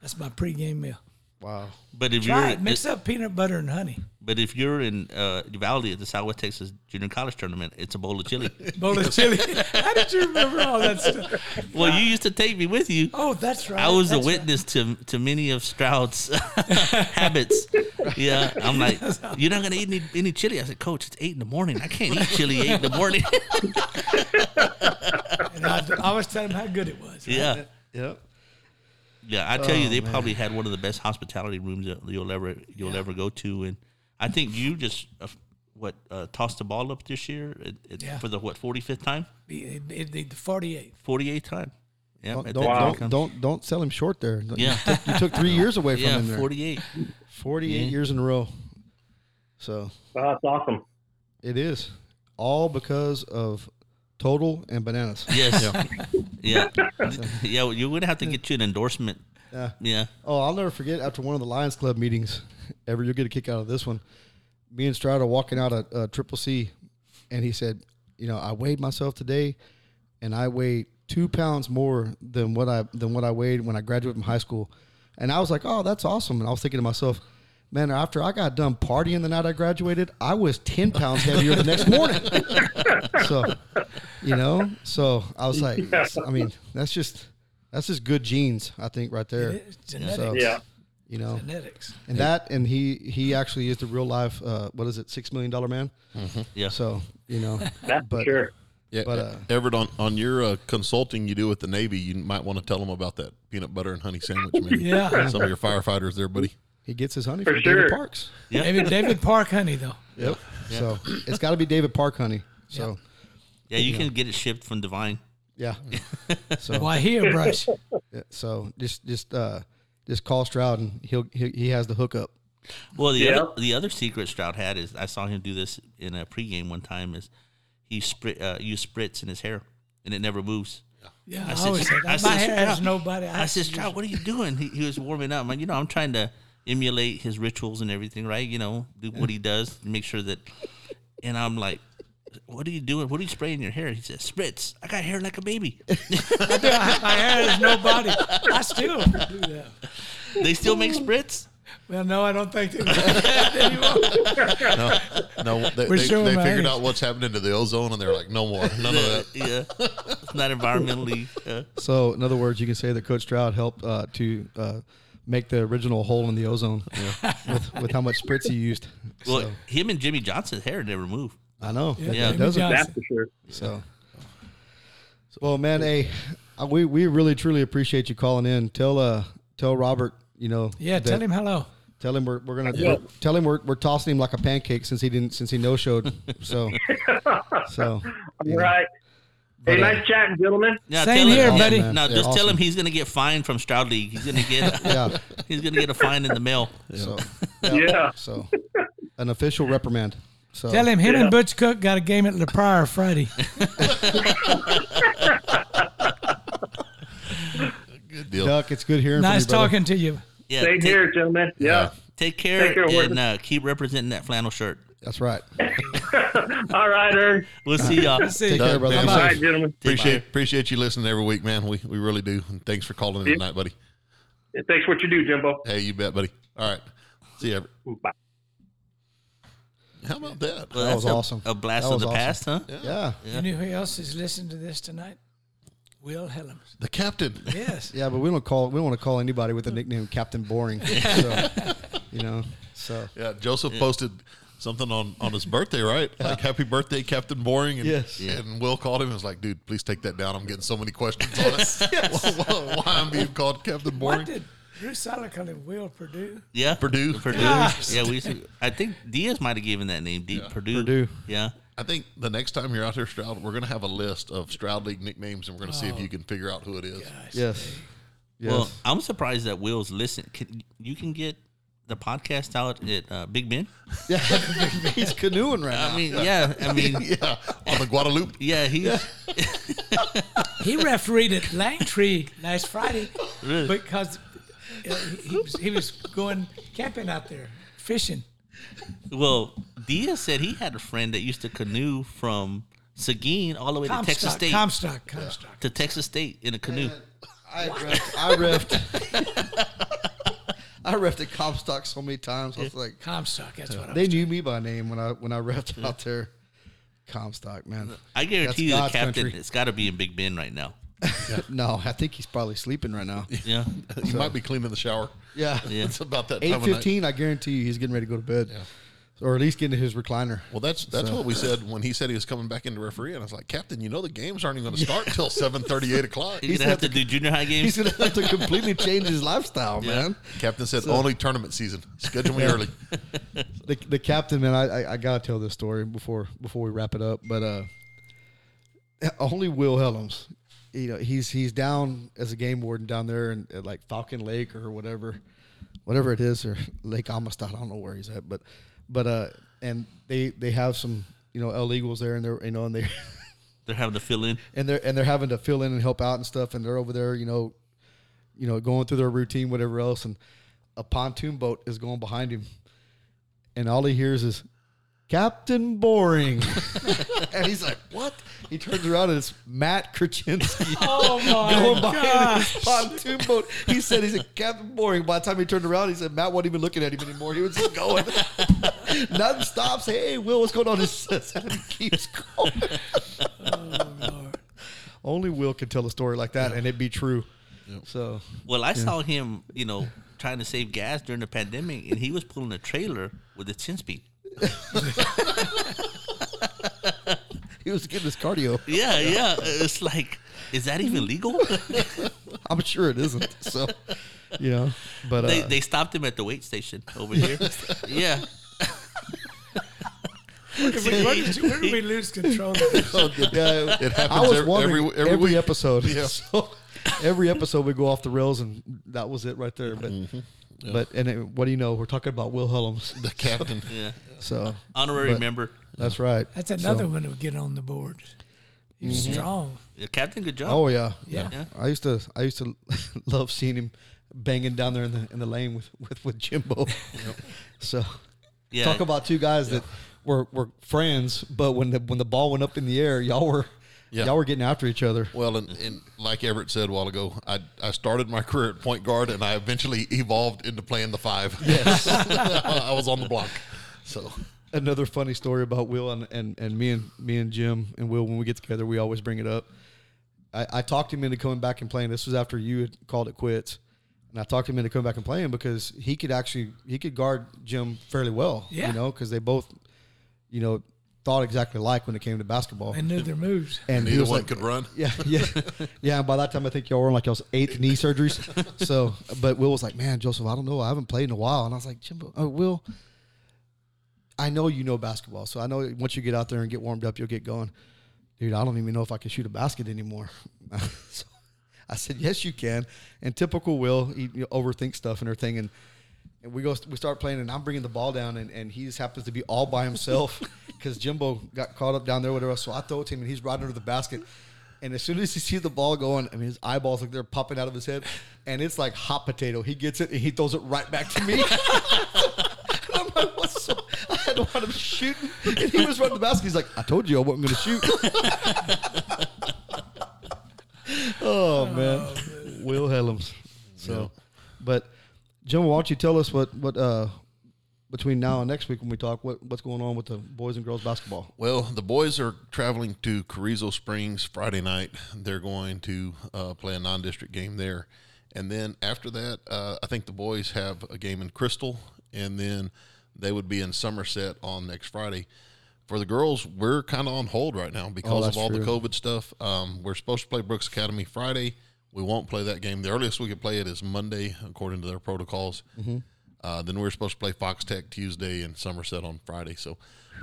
Speaker 3: That's my pregame meal.
Speaker 2: Wow.
Speaker 4: but if
Speaker 3: Try
Speaker 4: you're
Speaker 3: it. Mix up peanut butter and honey.
Speaker 4: but if you're in uh, Valley at the Southwest Texas Junior College Tournament, it's a bowl of chili.
Speaker 3: Bowl of chili. How did you remember all that stuff?
Speaker 4: well, you used to take me with you.
Speaker 3: Oh, that's right.
Speaker 4: I was a
Speaker 3: that's right.
Speaker 4: witness to to many of Stroud's habits. Yeah, I'm like, you're not gonna eat any, any chili. I said, Coach, it's eight in the morning. I can't eat chili eight in the morning.
Speaker 3: And I, I was telling him how good it was.
Speaker 4: yeah,
Speaker 2: Yep. Oh,
Speaker 4: yeah. I tell you, they probably had one of the best hospitality rooms that you'll ever you'll ever go to. And I think you just uh, what uh, tossed the ball up this year it, it,
Speaker 3: Yeah.
Speaker 4: for the what 45th time,
Speaker 3: It, it, it, the 48.
Speaker 4: 48th time. Yeah,
Speaker 2: Don't
Speaker 4: at
Speaker 2: don't,
Speaker 4: that
Speaker 2: don't don't don't sell him short there. You
Speaker 4: Yeah.
Speaker 2: took- You took three years away from
Speaker 4: yeah,
Speaker 2: him there.
Speaker 4: 48.
Speaker 2: 48 years in a row. So
Speaker 5: Wow, Oh, that's awesome.
Speaker 2: it is all because of total and bananas.
Speaker 4: Yes. Yeah. yeah. well, you would have to get you an endorsement. yeah.
Speaker 2: Oh, I'll never forget after one of the Lions Club meetings. Ever, you'll get a kick out of this one. Me and Stroud are walking out at uh, Triple C, and he said, "You know, I weighed myself today, and I weighed two pounds more than what I than what I weighed when I graduated from high school." And I was like, "Oh, that's awesome!" And I was thinking to myself, "Man, after I got done partying the night I graduated, I was ten pounds heavier the next morning." so, you know, so I was like, "I mean, that's just." That's just good genes, I think, right there.
Speaker 3: It's genetics.
Speaker 2: So,
Speaker 5: Yeah.
Speaker 2: you know,
Speaker 3: Genetics.
Speaker 2: and that, and he he actually is the real life. Uh, what is it, six million dollar man?
Speaker 4: Yeah.
Speaker 2: So you know,
Speaker 5: Mm-hmm. That's
Speaker 2: But-
Speaker 5: for sure.
Speaker 1: Yeah,
Speaker 2: But, uh,
Speaker 1: Everett, on, on your uh, consulting you do with the
Speaker 2: Oh,
Speaker 1: Navy, you might want to tell them about that peanut butter and honey sandwich, maybe.
Speaker 3: Yeah.
Speaker 1: Some of your firefighters there, buddy.
Speaker 2: he gets his honey
Speaker 5: For
Speaker 2: from
Speaker 5: sure.
Speaker 2: David Parks.
Speaker 3: David, David Park honey though.
Speaker 2: Yep. So it's got to be David Park honey. So
Speaker 4: Yeah, you can get it shipped from Divine.
Speaker 2: yeah.
Speaker 3: Why here, brush?
Speaker 2: Yeah, So just just uh just call Stroud and he'll he, he has the hookup.
Speaker 4: Well, the
Speaker 5: Yeah.
Speaker 4: other, the other secret Stroud had is I saw him do this in a pregame one time is he sprit uh, used spritz in his hair and it never moves.
Speaker 3: Yeah, I,
Speaker 4: I said,
Speaker 3: always said that.
Speaker 4: I
Speaker 3: My
Speaker 4: said,
Speaker 3: hair
Speaker 4: Stroud,
Speaker 3: has nobody.
Speaker 4: I, said, Stroud, what are you doing? He, he was warming up. I'm like, you know, I'm trying to emulate his rituals and everything, right? You know, do what he does, make sure that. And I'm like, what are you doing? What are you spraying your hair? He said, spritz. I got hair like a baby.
Speaker 3: I do. I- my hair has nobody. I still do that.
Speaker 4: they still make spritz.
Speaker 3: Well, no, I don't think they do that anymore.
Speaker 1: No, they,
Speaker 3: We're
Speaker 1: they,
Speaker 3: showing
Speaker 1: they
Speaker 3: my
Speaker 1: figured
Speaker 3: age.
Speaker 1: out what's happening to the ozone, and they're like, no more, none of
Speaker 4: Yeah,
Speaker 1: that.
Speaker 4: yeah. it's not environmentally. Uh,
Speaker 2: So in other words, you can say that Coach Stroud helped uh, to uh, make the original hole in the ozone with, with how much spritz he used.
Speaker 4: well,
Speaker 2: so
Speaker 4: him and Jimmy Johnson's hair never move.
Speaker 2: I know.
Speaker 4: Yeah.
Speaker 2: it doesn't.
Speaker 3: Jimmy
Speaker 5: That's for sure.
Speaker 2: So, well, man, hey, uh, we we really truly appreciate you calling in. Tell uh tell Robert, you know,
Speaker 3: Yeah,
Speaker 2: that-
Speaker 3: tell him hello.
Speaker 2: Tell him we're, we're gonna we're- tell him we're, we're tossing him like a pancake since he didn't since he no showed. So so you know.
Speaker 5: Right. Hey,
Speaker 2: But, uh,
Speaker 5: nice chatting, gentlemen.
Speaker 4: Yeah,
Speaker 3: Same
Speaker 4: tell him-
Speaker 3: here,
Speaker 4: yeah,
Speaker 3: buddy.
Speaker 4: No,
Speaker 2: Yeah,
Speaker 4: just tell
Speaker 2: awesome.
Speaker 4: him he's gonna get fined from Stroud League. He's gonna get
Speaker 2: Yeah.
Speaker 4: he's gonna get a fine in the mail.
Speaker 2: So
Speaker 5: Yeah.
Speaker 2: so an official reprimand. So
Speaker 3: Tell him him
Speaker 5: Yeah.
Speaker 3: and Butch Cook got a game at La Prior Friday.
Speaker 1: Good deal.
Speaker 2: Duck, it's good hearing
Speaker 3: nice
Speaker 2: from you. brother.
Speaker 3: talking to you.
Speaker 4: Yeah,
Speaker 5: Same
Speaker 4: take,
Speaker 5: here, gentlemen. Yeah.
Speaker 4: take care,
Speaker 5: Take care, Warden.
Speaker 4: and uh, keep representing that flannel shirt.
Speaker 2: That's right.
Speaker 5: All right, Ern.
Speaker 4: We'll see y'all.
Speaker 3: See,
Speaker 2: Take
Speaker 3: you.
Speaker 2: care, brother.
Speaker 1: man,
Speaker 5: All
Speaker 2: Bye-bye.
Speaker 5: right, gentlemen.
Speaker 1: Appreciate appreciate you listening every week, man. We we really do. And thanks for calling in
Speaker 5: Yeah.
Speaker 1: tonight, buddy.
Speaker 5: Thanks for what you do, Jimbo.
Speaker 1: Hey, you bet, buddy. All right. See you. Everett.
Speaker 5: Bye.
Speaker 1: How about that?
Speaker 2: That
Speaker 4: Well, that's
Speaker 2: was
Speaker 4: a-
Speaker 2: awesome.
Speaker 4: A blast
Speaker 2: That
Speaker 4: of
Speaker 2: was
Speaker 4: the
Speaker 2: awesome.
Speaker 4: past, huh?
Speaker 2: Yeah.
Speaker 3: You know who else is listening to this tonight? Will Helms.
Speaker 1: the captain.
Speaker 3: Yes.
Speaker 2: Yeah, but we don't call we don't want to call anybody with the nickname Captain Boring. So, you know. So
Speaker 1: Yeah, Joseph posted something on on his birthday, right? Like happy birthday, Captain Boring. And,
Speaker 2: Yes. Yeah.
Speaker 1: And Will called him and was like, dude, please take that down. I'm getting so many questions on it. why, why I'm being called Captain
Speaker 3: What
Speaker 1: Boring?
Speaker 3: did Bruce Sala call him? Will Purdue?
Speaker 4: Yeah,
Speaker 1: Purdue.
Speaker 4: Purdue. Yeah, we. Used to, I think Diaz might have given that name. Deep Purdue.
Speaker 2: Purdue.
Speaker 4: Yeah.
Speaker 1: I think the next time you're out there, Stroud, we're gonna have a list of Stroud League nicknames and we're gonna see if you can figure out who it is.
Speaker 2: yes. Yes.
Speaker 4: Well, I'm surprised that Will's listen. Can, you can get the podcast out at uh, Big Ben.
Speaker 2: he's canoeing right now.
Speaker 4: I mean, yeah. I mean,
Speaker 1: yeah. On the Guadalupe.
Speaker 4: yeah. He's
Speaker 3: He refereed at Langtree last Friday because uh, he, he was, he was going camping out there, fishing.
Speaker 4: Well, Diaz said he had a friend that used to canoe from Seguin all the way to
Speaker 3: Comstock,
Speaker 4: Texas State.
Speaker 3: Comstock, Comstock.
Speaker 4: to Texas State in a canoe.
Speaker 2: I ref I refed I refed at Comstock so many times. I was like
Speaker 3: Comstock, that's what I
Speaker 2: they knew me by name when I when I refed out there. Comstock, man.
Speaker 4: I
Speaker 2: That's
Speaker 4: guarantee you, the
Speaker 2: God's
Speaker 4: captain,
Speaker 2: country.
Speaker 4: it's got to be in Big Ben right now.
Speaker 2: No, I think he's probably sleeping right now.
Speaker 4: Yeah.
Speaker 1: You might be cleaning the shower.
Speaker 2: Yeah.
Speaker 1: It's about that time
Speaker 2: Eight
Speaker 1: of night.
Speaker 2: fifteen, I guarantee you, he's getting ready to go to bed, or at least get into his recliner.
Speaker 1: Well, that's that's what we said when he said he was coming back into referee, and I was like, Captain, you know the games aren't even going to start till seven thirty, eight o'clock.
Speaker 4: You're going to have to do junior high
Speaker 2: He's
Speaker 4: games.
Speaker 2: gonna have to completely change his lifestyle, man.
Speaker 1: Captain said only tournament season. Schedule me early.
Speaker 2: The, the captain, man, I, I I gotta tell this story before before we wrap it up, but uh, only Will Helms, you know, he's he's down as a game warden down there in at like Falcon Lake or whatever, whatever it is, or Lake Amistad. I don't know where he's at, but but uh, and they they have some you know illegals there, and they're you know, and they.
Speaker 4: They're having to fill in.
Speaker 2: and they're and they're having to fill in and help out and stuff, and they're over there, you know, you know, going through their routine, whatever else, and a pontoon boat is going behind him, and all he hears is Captain Boring, and he's like, "What?" He turns around and it's Matt Krasinski.
Speaker 3: Oh, my
Speaker 2: Going by in
Speaker 3: gosh.
Speaker 2: his pontoon boat, he said he's a Captain Boring. By the time he turned around, he said Matt wasn't even looking at him anymore. He was just going. Nothing stops. Hey, Will, what's going on? He says, and he keeps going. Oh, Only Will can tell a story like that, and it be true. So
Speaker 4: Well, I saw him, you know, trying to save gas during the pandemic, and he was pulling a trailer with a 10 speed.
Speaker 2: he was getting his cardio.
Speaker 4: Yeah, yeah. It's like, is that even legal?
Speaker 2: I'm sure it isn't. So, you know. But
Speaker 4: They,
Speaker 2: uh,
Speaker 4: they stopped him at the wait station over here. yeah.
Speaker 3: Where did, you, where did we lose control? of this?
Speaker 2: yeah,
Speaker 1: It
Speaker 2: I
Speaker 1: happens
Speaker 2: was
Speaker 1: every-
Speaker 2: wondering
Speaker 1: every-
Speaker 2: every,
Speaker 1: every week.
Speaker 2: episode.
Speaker 1: Yeah.
Speaker 2: So every episode we go off the rails, and that was it right there. But but and it, what do you know? We're talking about Will Hullums.
Speaker 1: Mm-hmm. the captain.
Speaker 4: Yeah.
Speaker 2: So
Speaker 4: Honorary
Speaker 2: But-
Speaker 4: member.
Speaker 2: that's right.
Speaker 3: That's another one to get on the board. He's
Speaker 1: Mm-hmm.
Speaker 3: strong.
Speaker 4: Yeah, Captain, good job.
Speaker 2: Oh yeah,
Speaker 3: Yeah.
Speaker 4: Yeah.
Speaker 2: I used to I used to love seeing him banging down there in the in the lane with with, with Jimbo. So
Speaker 4: Yeah.
Speaker 2: talk about two guys that were were friends, but when the when the ball went up in the air, y'all were
Speaker 1: Yeah.
Speaker 2: y'all were getting after each other.
Speaker 1: Well, and, and like Everett said a while ago, I, I started my career at point guard and I eventually evolved into playing the five. Yes. I was on the block. So,
Speaker 2: another funny story about Will and, and, and me and me and Jim and Will when we get together, we always bring it up. I, I talked him into coming back and playing. This was after you had called it quits, and I talked him into coming back and playing because he could actually he could guard Jim fairly well.
Speaker 3: Yeah.
Speaker 2: you know, because they both, you know, thought exactly alike when it came to basketball.
Speaker 3: I knew their moves.
Speaker 2: And he
Speaker 1: neither
Speaker 2: was
Speaker 1: one
Speaker 2: like,
Speaker 1: could run.
Speaker 2: yeah, yeah, yeah. And by that time, I think y'all were on like y'all's eighth knee surgeries. So, but Will was like, "Man, Joseph, I don't know. I haven't played in a while." And I was like, "Jimbo, uh, Will, I know you know basketball, so I know once you get out there and get warmed up, you'll get going." Dude, I don't even know if I can shoot a basket anymore. so I said, "Yes, you can." And typical Will, he you know, overthinks stuff and everything, and and we go we start playing and i'm bringing the ball down and, and he just happens to be all by himself because jimbo got caught up down there whatever so i throw it to him and he's right under the basket and as soon as he sees the ball going i mean his eyeballs like they're popping out of his head and it's like hot potato he gets it and he throws it right back to me I'm like, what's so? I had to want him shooting, and he was running the basket. He's like, "I told you I wasn't going to shoot." oh man, Will Helms. So, but Jim, why don't you tell us what what uh between now and next week when we talk what what's going on with the boys and girls basketball?
Speaker 1: Well, the boys are traveling to Carrizo Springs Friday night. They're going to uh, play a non district game there. And then after that, uh, I think the boys have a game in Crystal, and then they would be in Somerset on next Friday. For the girls, we're kind of on hold right now because
Speaker 2: Oh, that's
Speaker 1: of all the
Speaker 2: true.
Speaker 1: COVID stuff. Um, we're supposed to play Brooks Academy Friday. We won't play that game. The earliest we could play it is Monday, according to their protocols. Uh, then we are supposed to play Fox Tech Tuesday and Somerset on Friday. So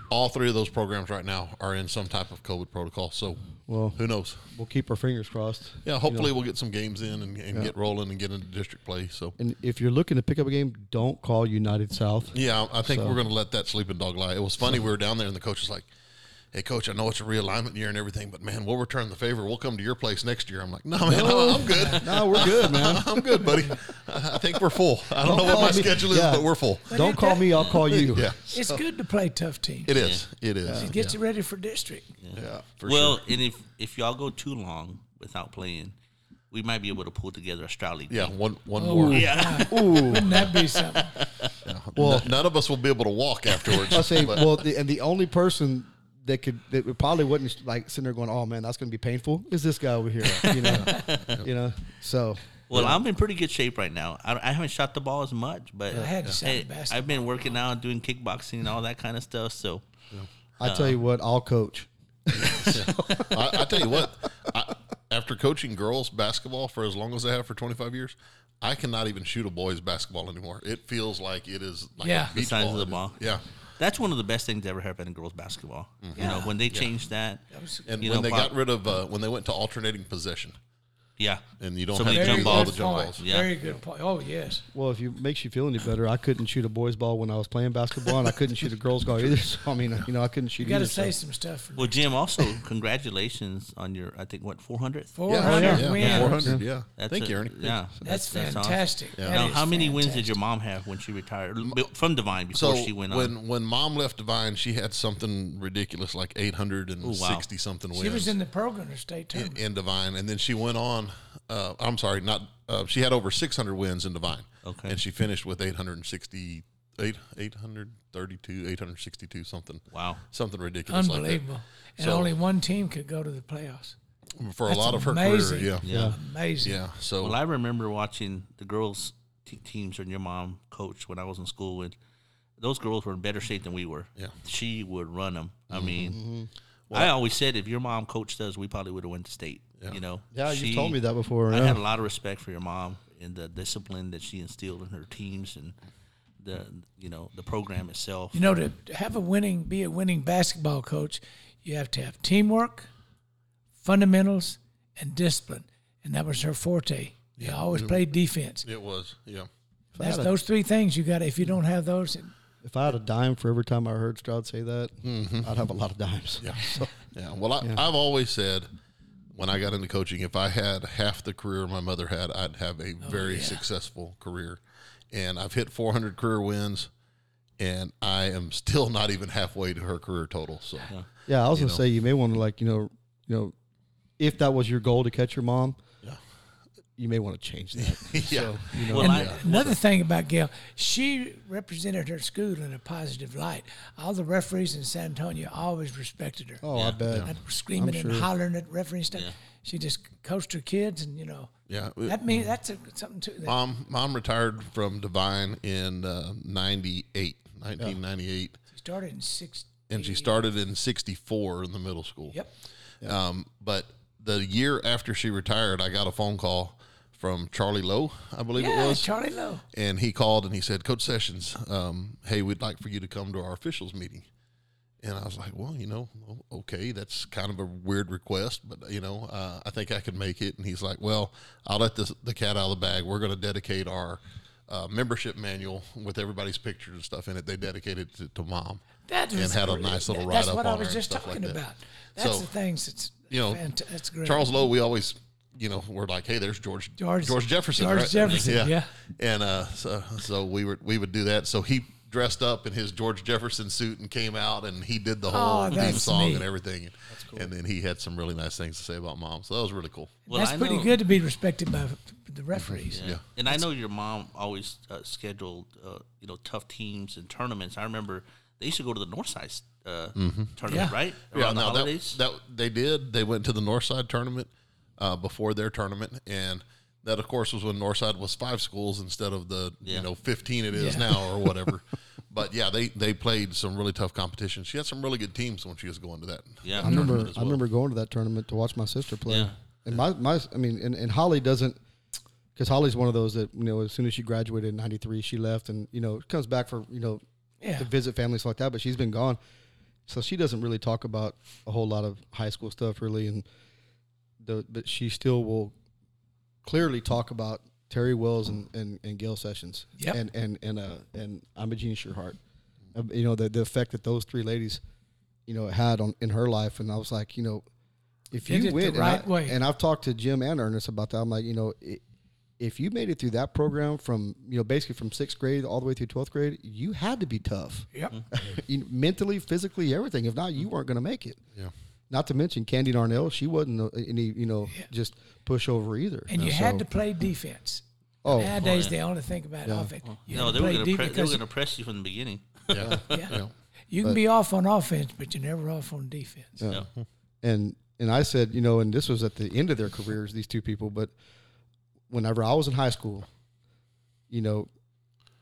Speaker 1: all three of those programs right now are in some type of COVID protocol. So
Speaker 2: Well-
Speaker 1: who knows?
Speaker 2: We'll keep our fingers crossed.
Speaker 1: Yeah, hopefully we'll get some games in and, and get rolling and get into district play. So
Speaker 2: And if you're looking to pick up a game, don't call United South.
Speaker 1: Yeah, I I think
Speaker 2: So-
Speaker 1: we're going to let that sleeping dog lie. It was funny. we were down there, and the coach was like, "Hey, coach, I know it's a realignment year and everything, but man, we'll return the favor. We'll come to your place next year." I'm like, "No, man, I'm, I'm good.
Speaker 2: No, we're good, man.
Speaker 1: I'm good, buddy. I I think we're full. I don't know what my
Speaker 2: call me-
Speaker 1: schedule is,
Speaker 2: yeah.
Speaker 1: but we're full.
Speaker 2: Don't call me, I'll call you.
Speaker 1: Yeah,
Speaker 3: It's good to play tough teams.
Speaker 1: it is. It is.
Speaker 3: It
Speaker 1: Yeah,
Speaker 3: gets you ready for district.
Speaker 1: yeah, for
Speaker 4: well,
Speaker 1: sure.
Speaker 4: and if if y'all go too long without playing, we might be able to pull together a Stroud League.
Speaker 1: Yeah,
Speaker 4: team.
Speaker 1: one one more.
Speaker 4: Yeah.
Speaker 3: Wouldn't that be something?
Speaker 1: Well, none of us will be able to walk afterwards.
Speaker 2: I say,
Speaker 1: but-
Speaker 2: well, the, and the only person that could that would probably wouldn't like sitting there going, "Oh man, that's going to be painful," is this guy over here, you know, you know. So
Speaker 4: Well, I'm in pretty good shape right now. I, I haven't shot the ball as much, but
Speaker 3: I had to shot
Speaker 4: hey,
Speaker 3: the basketball.
Speaker 4: I've been working out, doing kickboxing, and all that kind of stuff. So
Speaker 2: I tell you what, I'll coach.
Speaker 1: I, I tell you what, I, after coaching girls basketball for as long as I have for 25 years, I cannot even shoot a boys basketball anymore. It feels like it is like
Speaker 3: Yeah.
Speaker 1: a
Speaker 4: the
Speaker 1: beach
Speaker 4: size of the
Speaker 1: It-
Speaker 4: ball.
Speaker 1: Yeah. Mm-hmm.
Speaker 4: That's one of the best things that ever happened in girls basketball. You know, when they changed that,
Speaker 1: And
Speaker 4: You
Speaker 1: when
Speaker 4: know,
Speaker 1: they
Speaker 4: Bob-
Speaker 1: got rid of uh, when they went to alternating possession
Speaker 4: yeah,
Speaker 1: and you don't
Speaker 4: So
Speaker 1: have to
Speaker 4: many jump
Speaker 1: jump
Speaker 4: balls.
Speaker 1: all the jump
Speaker 3: point.
Speaker 1: balls.
Speaker 4: Yeah.
Speaker 3: Very good point. Oh yes.
Speaker 2: Well, if you makes you feel any better, I couldn't shoot a boys' ball when I was playing basketball, and I couldn't shoot a girls' ball either. So I mean, you know, I couldn't shoot.
Speaker 3: You got
Speaker 2: either,
Speaker 3: to say
Speaker 2: so.
Speaker 3: some stuff. For
Speaker 4: Well, Jim, also congratulations on your I think what 400th.
Speaker 1: Yeah,
Speaker 3: 400
Speaker 1: yeah,
Speaker 3: wins.
Speaker 1: 400, yeah.
Speaker 4: That's
Speaker 1: Thank
Speaker 4: a-
Speaker 1: you, Ernie.
Speaker 4: Yeah,
Speaker 3: That's,
Speaker 4: awesome.
Speaker 3: fantastic. That
Speaker 4: Now,
Speaker 3: is
Speaker 4: how many wins did
Speaker 3: fantastic.
Speaker 4: your mom have when she retired L- b- from Divine before
Speaker 1: So
Speaker 4: she went
Speaker 1: when
Speaker 4: on?
Speaker 1: when mom left Divine, she had something ridiculous like 860 something wins.
Speaker 3: She was in the program or state
Speaker 1: in,
Speaker 3: tournament.
Speaker 1: in Divine, and then she went on. Uh, I'm sorry, not. Uh, she had over 600 wins in Divine.
Speaker 4: Okay.
Speaker 1: and she finished with 860, 8, 832, 862, something.
Speaker 4: Wow.
Speaker 1: something ridiculous
Speaker 3: Unbelievable. and
Speaker 1: So-
Speaker 3: only one team could go to the playoffs.
Speaker 1: like that for a
Speaker 3: That's
Speaker 1: lot of her
Speaker 3: amazing.
Speaker 1: career. Yeah,
Speaker 4: Yeah.
Speaker 3: Amazing.
Speaker 1: yeah. So
Speaker 4: Well, I remember watching the girls' te- teams and your mom coach when I was in school, and those girls were in better shape than we were.
Speaker 1: Yeah.
Speaker 4: she would run them. I
Speaker 2: Mm-hmm.
Speaker 4: mean, I always said if your mom coached us, we probably would have went to state. You know,
Speaker 2: Yeah, you
Speaker 4: She-
Speaker 2: told me that before.
Speaker 4: I
Speaker 2: yeah.
Speaker 4: had a lot of respect for your mom. and the discipline that she instilled in her teams and the you know the program itself.
Speaker 3: You know, to to have a winning, be a winning basketball coach, you have to have teamwork, fundamentals, and discipline. And that was her forte. You always played defense.
Speaker 1: It was, yeah.
Speaker 2: If I,
Speaker 3: That's
Speaker 2: had a,
Speaker 3: those three things you got. to If you don't have those, it-
Speaker 2: if I had a dime for every time I heard Stroud say that, I'd have a lot of dimes.
Speaker 1: Yeah. yeah. Well, I, I've always said when I got into coaching, if I had half the career my mother had, I'd have a
Speaker 3: Oh,
Speaker 1: very successful career. And I've hit 400 career wins, and I am still not even halfway to her career total. So,
Speaker 2: Yeah, I was gonna say you may want to like you know you know if that was your goal to catch your mom,
Speaker 1: Yeah.
Speaker 2: you may want to change that.
Speaker 1: yeah.
Speaker 2: you know,
Speaker 4: Well, I,
Speaker 3: Another thing about Gail, she represented her school in a positive light. All the referees in San Antonio always respected her.
Speaker 2: oh, I bet.
Speaker 3: Not screaming
Speaker 2: I'm
Speaker 3: and
Speaker 2: sure.
Speaker 3: hollering at referee and stuff. She just coached her kids, and you know
Speaker 1: Yeah.
Speaker 3: that means that's a, something too. That,
Speaker 1: Mom, mom retired from Divine in uh, 98, 1998,
Speaker 3: she started in six.
Speaker 1: and she started in 64 in the middle school.
Speaker 3: Yep.
Speaker 1: Um, but the year after she retired, I got a phone call from Charlie Lowe, I believe
Speaker 3: Yeah,
Speaker 1: it was.
Speaker 3: Charlie Lowe.
Speaker 1: and he called and he said, Coach Sessions, um, hey, we'd like for you to come to our officials meeting. And I was like, well, you know, o- okay, that's kind of a weird request, but you know, uh, I think I could make it. And he's like, well, I'll let this, the cat out of the bag. We're going to dedicate our uh, membership manual with everybody's pictures and stuff in it. They dedicated it to, to mom.
Speaker 3: That
Speaker 1: And
Speaker 3: was
Speaker 1: had a
Speaker 3: great.
Speaker 1: nice little
Speaker 3: That's
Speaker 1: write-up
Speaker 3: what I
Speaker 1: on her
Speaker 3: was
Speaker 1: and
Speaker 3: just
Speaker 1: stuff like
Speaker 3: talking
Speaker 1: that.
Speaker 3: about. That's
Speaker 1: So,
Speaker 3: the things that's
Speaker 1: you know,
Speaker 3: fanta- that's great.
Speaker 1: Charles Lowe, we always, you know, we're like, hey, there's George
Speaker 3: George-
Speaker 1: George, Jefferson,
Speaker 3: George
Speaker 1: right?
Speaker 3: Jefferson, yeah.
Speaker 1: And uh, so so we were we would do that. So he dressed up in his George Jefferson suit and came out and he did the whole
Speaker 3: Oh,
Speaker 1: theme
Speaker 3: that's
Speaker 1: song
Speaker 3: neat.
Speaker 1: and everything. And then he had some really nice things to say about mom. So that was really cool.
Speaker 4: well,
Speaker 3: that's
Speaker 4: I
Speaker 3: pretty
Speaker 4: know-
Speaker 3: good to be respected by the referees.
Speaker 1: Yeah.
Speaker 4: And I know your mom always uh, scheduled, uh, you know, tough teams and tournaments. I remember they used to go to the Northside uh, tournament,
Speaker 3: Yeah.
Speaker 4: right?
Speaker 1: Mm-hmm. Yeah,
Speaker 4: Around the
Speaker 1: no,
Speaker 4: holidays.
Speaker 1: that, that they did. They went to the Northside tournament uh, before their tournament, and that of course was when Northside was five schools instead of the
Speaker 4: Yeah.
Speaker 1: you know fifteen it is
Speaker 3: Yeah.
Speaker 1: now or whatever. but yeah, they they played some really tough competition. She had some really good teams when she was going to that.
Speaker 4: Yeah.
Speaker 1: that
Speaker 4: I
Speaker 2: I remember.
Speaker 1: tournament as
Speaker 2: I
Speaker 1: well.
Speaker 2: remember going to that tournament to watch my sister play.
Speaker 4: Yeah.
Speaker 2: And my, my I mean, and, and Holly doesn't, because Holly's one of those that you know, as soon as she graduated in '93, she left, and you know, comes back for you know,
Speaker 3: Yeah.
Speaker 2: to visit family stuff like that. But she's been gone, so she doesn't really talk about a whole lot of high school stuff really. And the but she still will clearly talk about Terry Wells and and, and Gail Sessions.
Speaker 3: Yep.
Speaker 2: And and and uh and Imogene Shearhart. Uh, You know the the effect that those three ladies, you know, had on in her life. And I was like, you know, if
Speaker 3: Did it
Speaker 2: you
Speaker 3: the
Speaker 2: win, and
Speaker 3: right
Speaker 2: I-
Speaker 3: way.
Speaker 2: and I've talked to Jim and Ernest about that. I'm like, you know. It, if you made it through that program from you know basically from sixth grade all the way through twelfth grade, you had to be tough,
Speaker 3: Yep.
Speaker 4: Mm-hmm.
Speaker 2: You- mentally, physically, everything. If not, you weren't going to make it.
Speaker 1: Yeah.
Speaker 2: Not to mention Candy Darnell, she wasn't uh, any you know just pushover either.
Speaker 3: And you
Speaker 2: So-
Speaker 3: had to play defense.
Speaker 2: Oh,
Speaker 3: Nowadays, they only think about offense. You
Speaker 4: Oh. no,
Speaker 3: had
Speaker 4: they
Speaker 3: to
Speaker 4: were
Speaker 3: play defense
Speaker 4: going pre- they were
Speaker 3: because
Speaker 4: going to press you from the beginning.
Speaker 1: Yeah.
Speaker 3: Yeah. You can be off on offense, but you're never off on defense.
Speaker 2: and and I said, you know, and this was at the end of their careers, these two people. But whenever I was in high school, you know,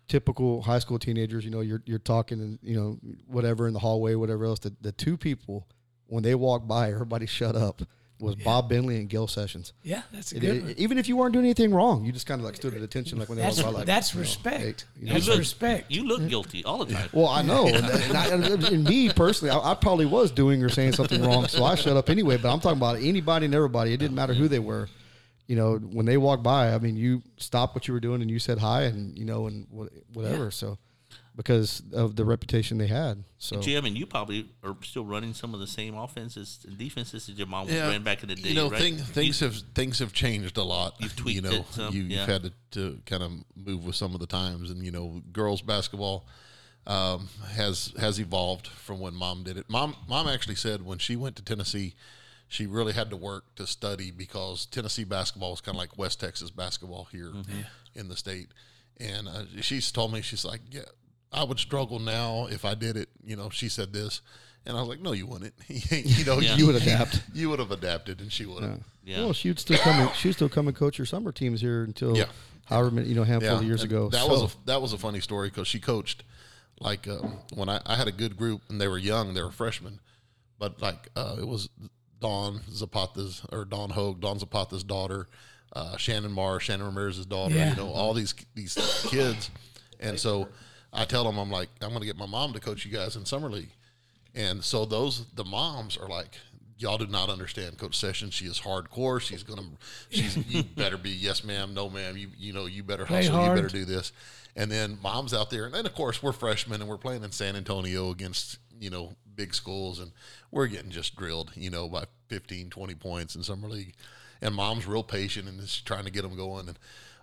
Speaker 2: typical high school teenagers, you know, you're you're talking and you know whatever in the hallway, whatever else. The the two people when they walked by, everybody shut up. Was Bob Bentley and Gil Sessions.
Speaker 3: Yeah, that's a
Speaker 2: It-
Speaker 3: good
Speaker 2: it-
Speaker 3: one.
Speaker 2: even if you weren't doing anything wrong, you just kind of like stood at attention, like when they
Speaker 3: That's,
Speaker 2: walked by. Like
Speaker 3: that's
Speaker 2: you know,
Speaker 3: respect.
Speaker 2: hey, you know,
Speaker 3: that's
Speaker 4: You look-
Speaker 3: respect.
Speaker 4: You look guilty all the time.
Speaker 2: well, I know, and, and, I, and- and me personally, I, I probably was doing or saying something wrong, so I shut up anyway. But I'm talking about anybody and everybody. It didn't matter who they were. You know, when they walked by, I mean, you stopped what you were doing and you said hi, and you know, and wha- whatever. So, because of the reputation they had, so
Speaker 4: Jim and you probably are still running some of the same offenses and defenses that your mom
Speaker 1: Yeah.
Speaker 4: ran back in the day,
Speaker 1: you know,
Speaker 4: right?
Speaker 1: thing, things have things have changed a lot.
Speaker 4: You've tweaked
Speaker 1: you know,
Speaker 4: it some,
Speaker 1: you,
Speaker 4: yeah.
Speaker 1: have had to, to kind of move with some of the times, and you know, girls basketball um, has has evolved from when mom did it. Mom, mom actually said when she went to Tennessee, she really had to work to study because Tennessee basketball was kind of like West Texas basketball here
Speaker 4: Mm-hmm.
Speaker 1: in the state. And uh, she's told me she's like, yeah, I would struggle now if I did it. You know, she said this. And I was like, "No, you wouldn't. you know,
Speaker 4: Yeah.
Speaker 2: you would adapt.
Speaker 1: you would have adapted and she would have.
Speaker 4: Yeah.
Speaker 2: Well, she'd still come. And, she'd still come and coach your summer teams here until
Speaker 1: Yeah.
Speaker 2: however many you know handful of years
Speaker 1: and
Speaker 2: ago.
Speaker 1: That
Speaker 2: So-
Speaker 1: was a, that was a funny story because she coached like um, when I, I had a good group and they were young, they were freshmen, but like uh, it was Don Zapata's or Don Hogue, Don Zapata's daughter, uh, Shannon Marr, Shannon Ramirez's daughter,
Speaker 3: Yeah.
Speaker 1: you know, all these these kids. And so I tell them, I'm like, I'm going to get my mom to coach you guys in summer league. And so those the moms are like, y'all do not understand Coach Sessions. She is hardcore. She's gonna, she's you better be yes ma'am, no ma'am. You you know you better
Speaker 3: Play
Speaker 1: hustle. You
Speaker 3: hard.
Speaker 1: better do this. And then moms out there, and then of course we're freshmen and we're playing in San Antonio against you know big schools, and we're getting just drilled, you know, by 15, 20 points in summer league. And mom's real patient and just trying to get them going and.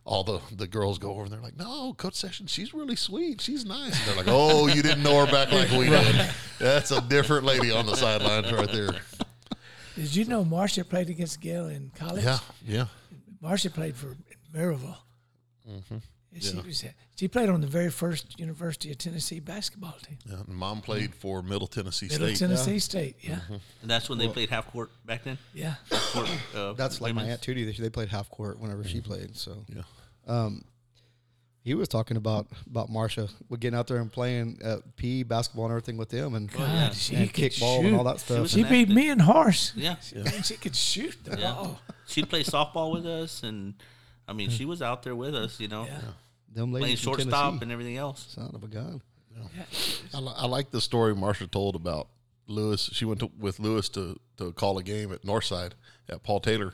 Speaker 1: All the, the girls go over and they're like, no, Coach Sessions, she's really sweet. She's nice. And they're like, oh, you didn't know her back like we did. That's a different lady on the sidelines right there.
Speaker 3: Did you know Marcia played against Gail in college?
Speaker 1: Yeah, yeah.
Speaker 3: Marcia played for Maryville. And She was she played on the very first University of Tennessee basketball team,
Speaker 1: yeah. And Mom played for Middle Tennessee
Speaker 3: Middle
Speaker 1: State.
Speaker 3: Tennessee State. Yeah,
Speaker 4: And that's when they played half court back then.
Speaker 3: yeah.
Speaker 4: Court, uh,
Speaker 2: That's like my
Speaker 4: women's.
Speaker 2: aunt Tootie. They- They played half court whenever she played. So
Speaker 1: Yeah.
Speaker 2: he was talking about about Marsha with getting out there and playing uh, PE basketball and everything with them and,
Speaker 3: God, she
Speaker 2: and
Speaker 3: could
Speaker 2: kickball and all
Speaker 3: shoot.
Speaker 2: that stuff.
Speaker 4: was
Speaker 3: She beat me and horse.
Speaker 4: Yeah.
Speaker 3: And she could shoot the
Speaker 4: Yeah.
Speaker 3: ball.
Speaker 4: She played softball with us, and I mean, she was out there with us, you know,
Speaker 3: Yeah.
Speaker 2: them
Speaker 4: playing
Speaker 2: ladies from
Speaker 4: shortstop
Speaker 2: Tennessee.
Speaker 4: and everything else.
Speaker 2: Son of a gun.
Speaker 1: I, li- I like the story Marsha told about Lewis. She went to, with Lewis to, to call a game at Northside at Paul Taylor.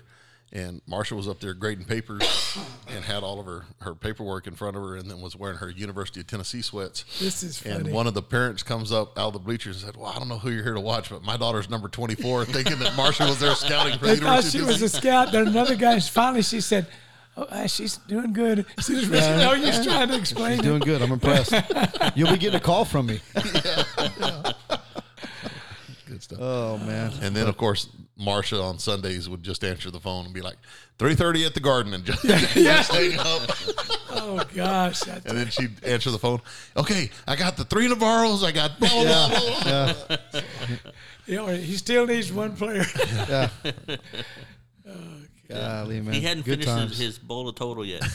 Speaker 1: And Marsha was up there grading papers and had all of her, her paperwork in front of her and then was wearing her University of Tennessee sweats.
Speaker 3: This is
Speaker 1: And
Speaker 3: funny.
Speaker 1: one of the parents comes up out of the bleachers and said, Well, I don't know who you're here to watch, but my daughter's number 24, thinking that Marsha was there scouting for the
Speaker 3: they thought
Speaker 1: University
Speaker 3: she
Speaker 1: of
Speaker 3: was a
Speaker 1: Tennessee.
Speaker 3: scout. Then another guy. Finally, she said, "Oh, uh, she's doing good." She was really no use trying to explain.
Speaker 2: She's
Speaker 3: it.
Speaker 2: doing good. I'm impressed. You'll be getting a call from me.
Speaker 1: Good stuff.
Speaker 2: Oh man.
Speaker 1: And then, of course, Marsha on Sundays would just answer the phone and be like, 3.30 at the garden and just, just hang up.
Speaker 3: Oh gosh, I-
Speaker 1: And then she'd answer the phone. Okay, I got the three Navarros. I got blah, blah, blah, blah.
Speaker 3: you know, he still needs one player.
Speaker 2: Yeah. Golly, man.
Speaker 4: He hadn't
Speaker 2: Good
Speaker 4: finished
Speaker 2: times.
Speaker 4: his, his bowl of total yet.
Speaker 3: I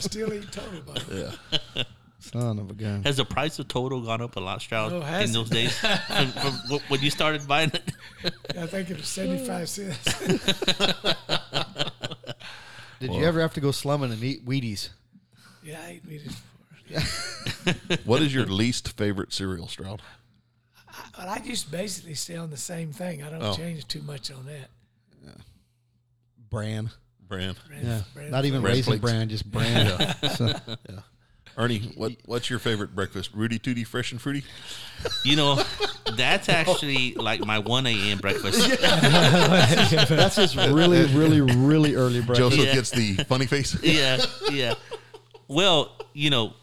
Speaker 3: still eat total ball.
Speaker 2: Son of a gun.
Speaker 4: Has the price of total gone up a lot, Stroud,
Speaker 3: No,
Speaker 4: in
Speaker 3: has
Speaker 4: those days? from, from wh- when you started buying it?
Speaker 3: I think it was seventy-five cents.
Speaker 2: Did you ever have to go slumming and eat Wheaties?
Speaker 3: Yeah, I ate meat before.
Speaker 1: What is your least favorite cereal, Stroud?
Speaker 3: But I just basically stay on the same thing. I don't
Speaker 1: Oh.
Speaker 3: change too much on that.
Speaker 2: Bran.
Speaker 1: Bran.
Speaker 3: Brand-
Speaker 2: Yeah.
Speaker 3: brand-
Speaker 2: Not even
Speaker 1: Bran
Speaker 2: raisin
Speaker 1: flakes.
Speaker 2: bran, just bran. So-
Speaker 1: Ernie, what, what's your favorite breakfast? Rudy Tooty, fresh and fruity?
Speaker 4: You know, that's actually like my 1 a.m. breakfast.
Speaker 2: That's just really, really, really early breakfast.
Speaker 1: Joseph
Speaker 4: Yeah.
Speaker 1: gets the funny face.
Speaker 4: yeah, yeah. Well, you know,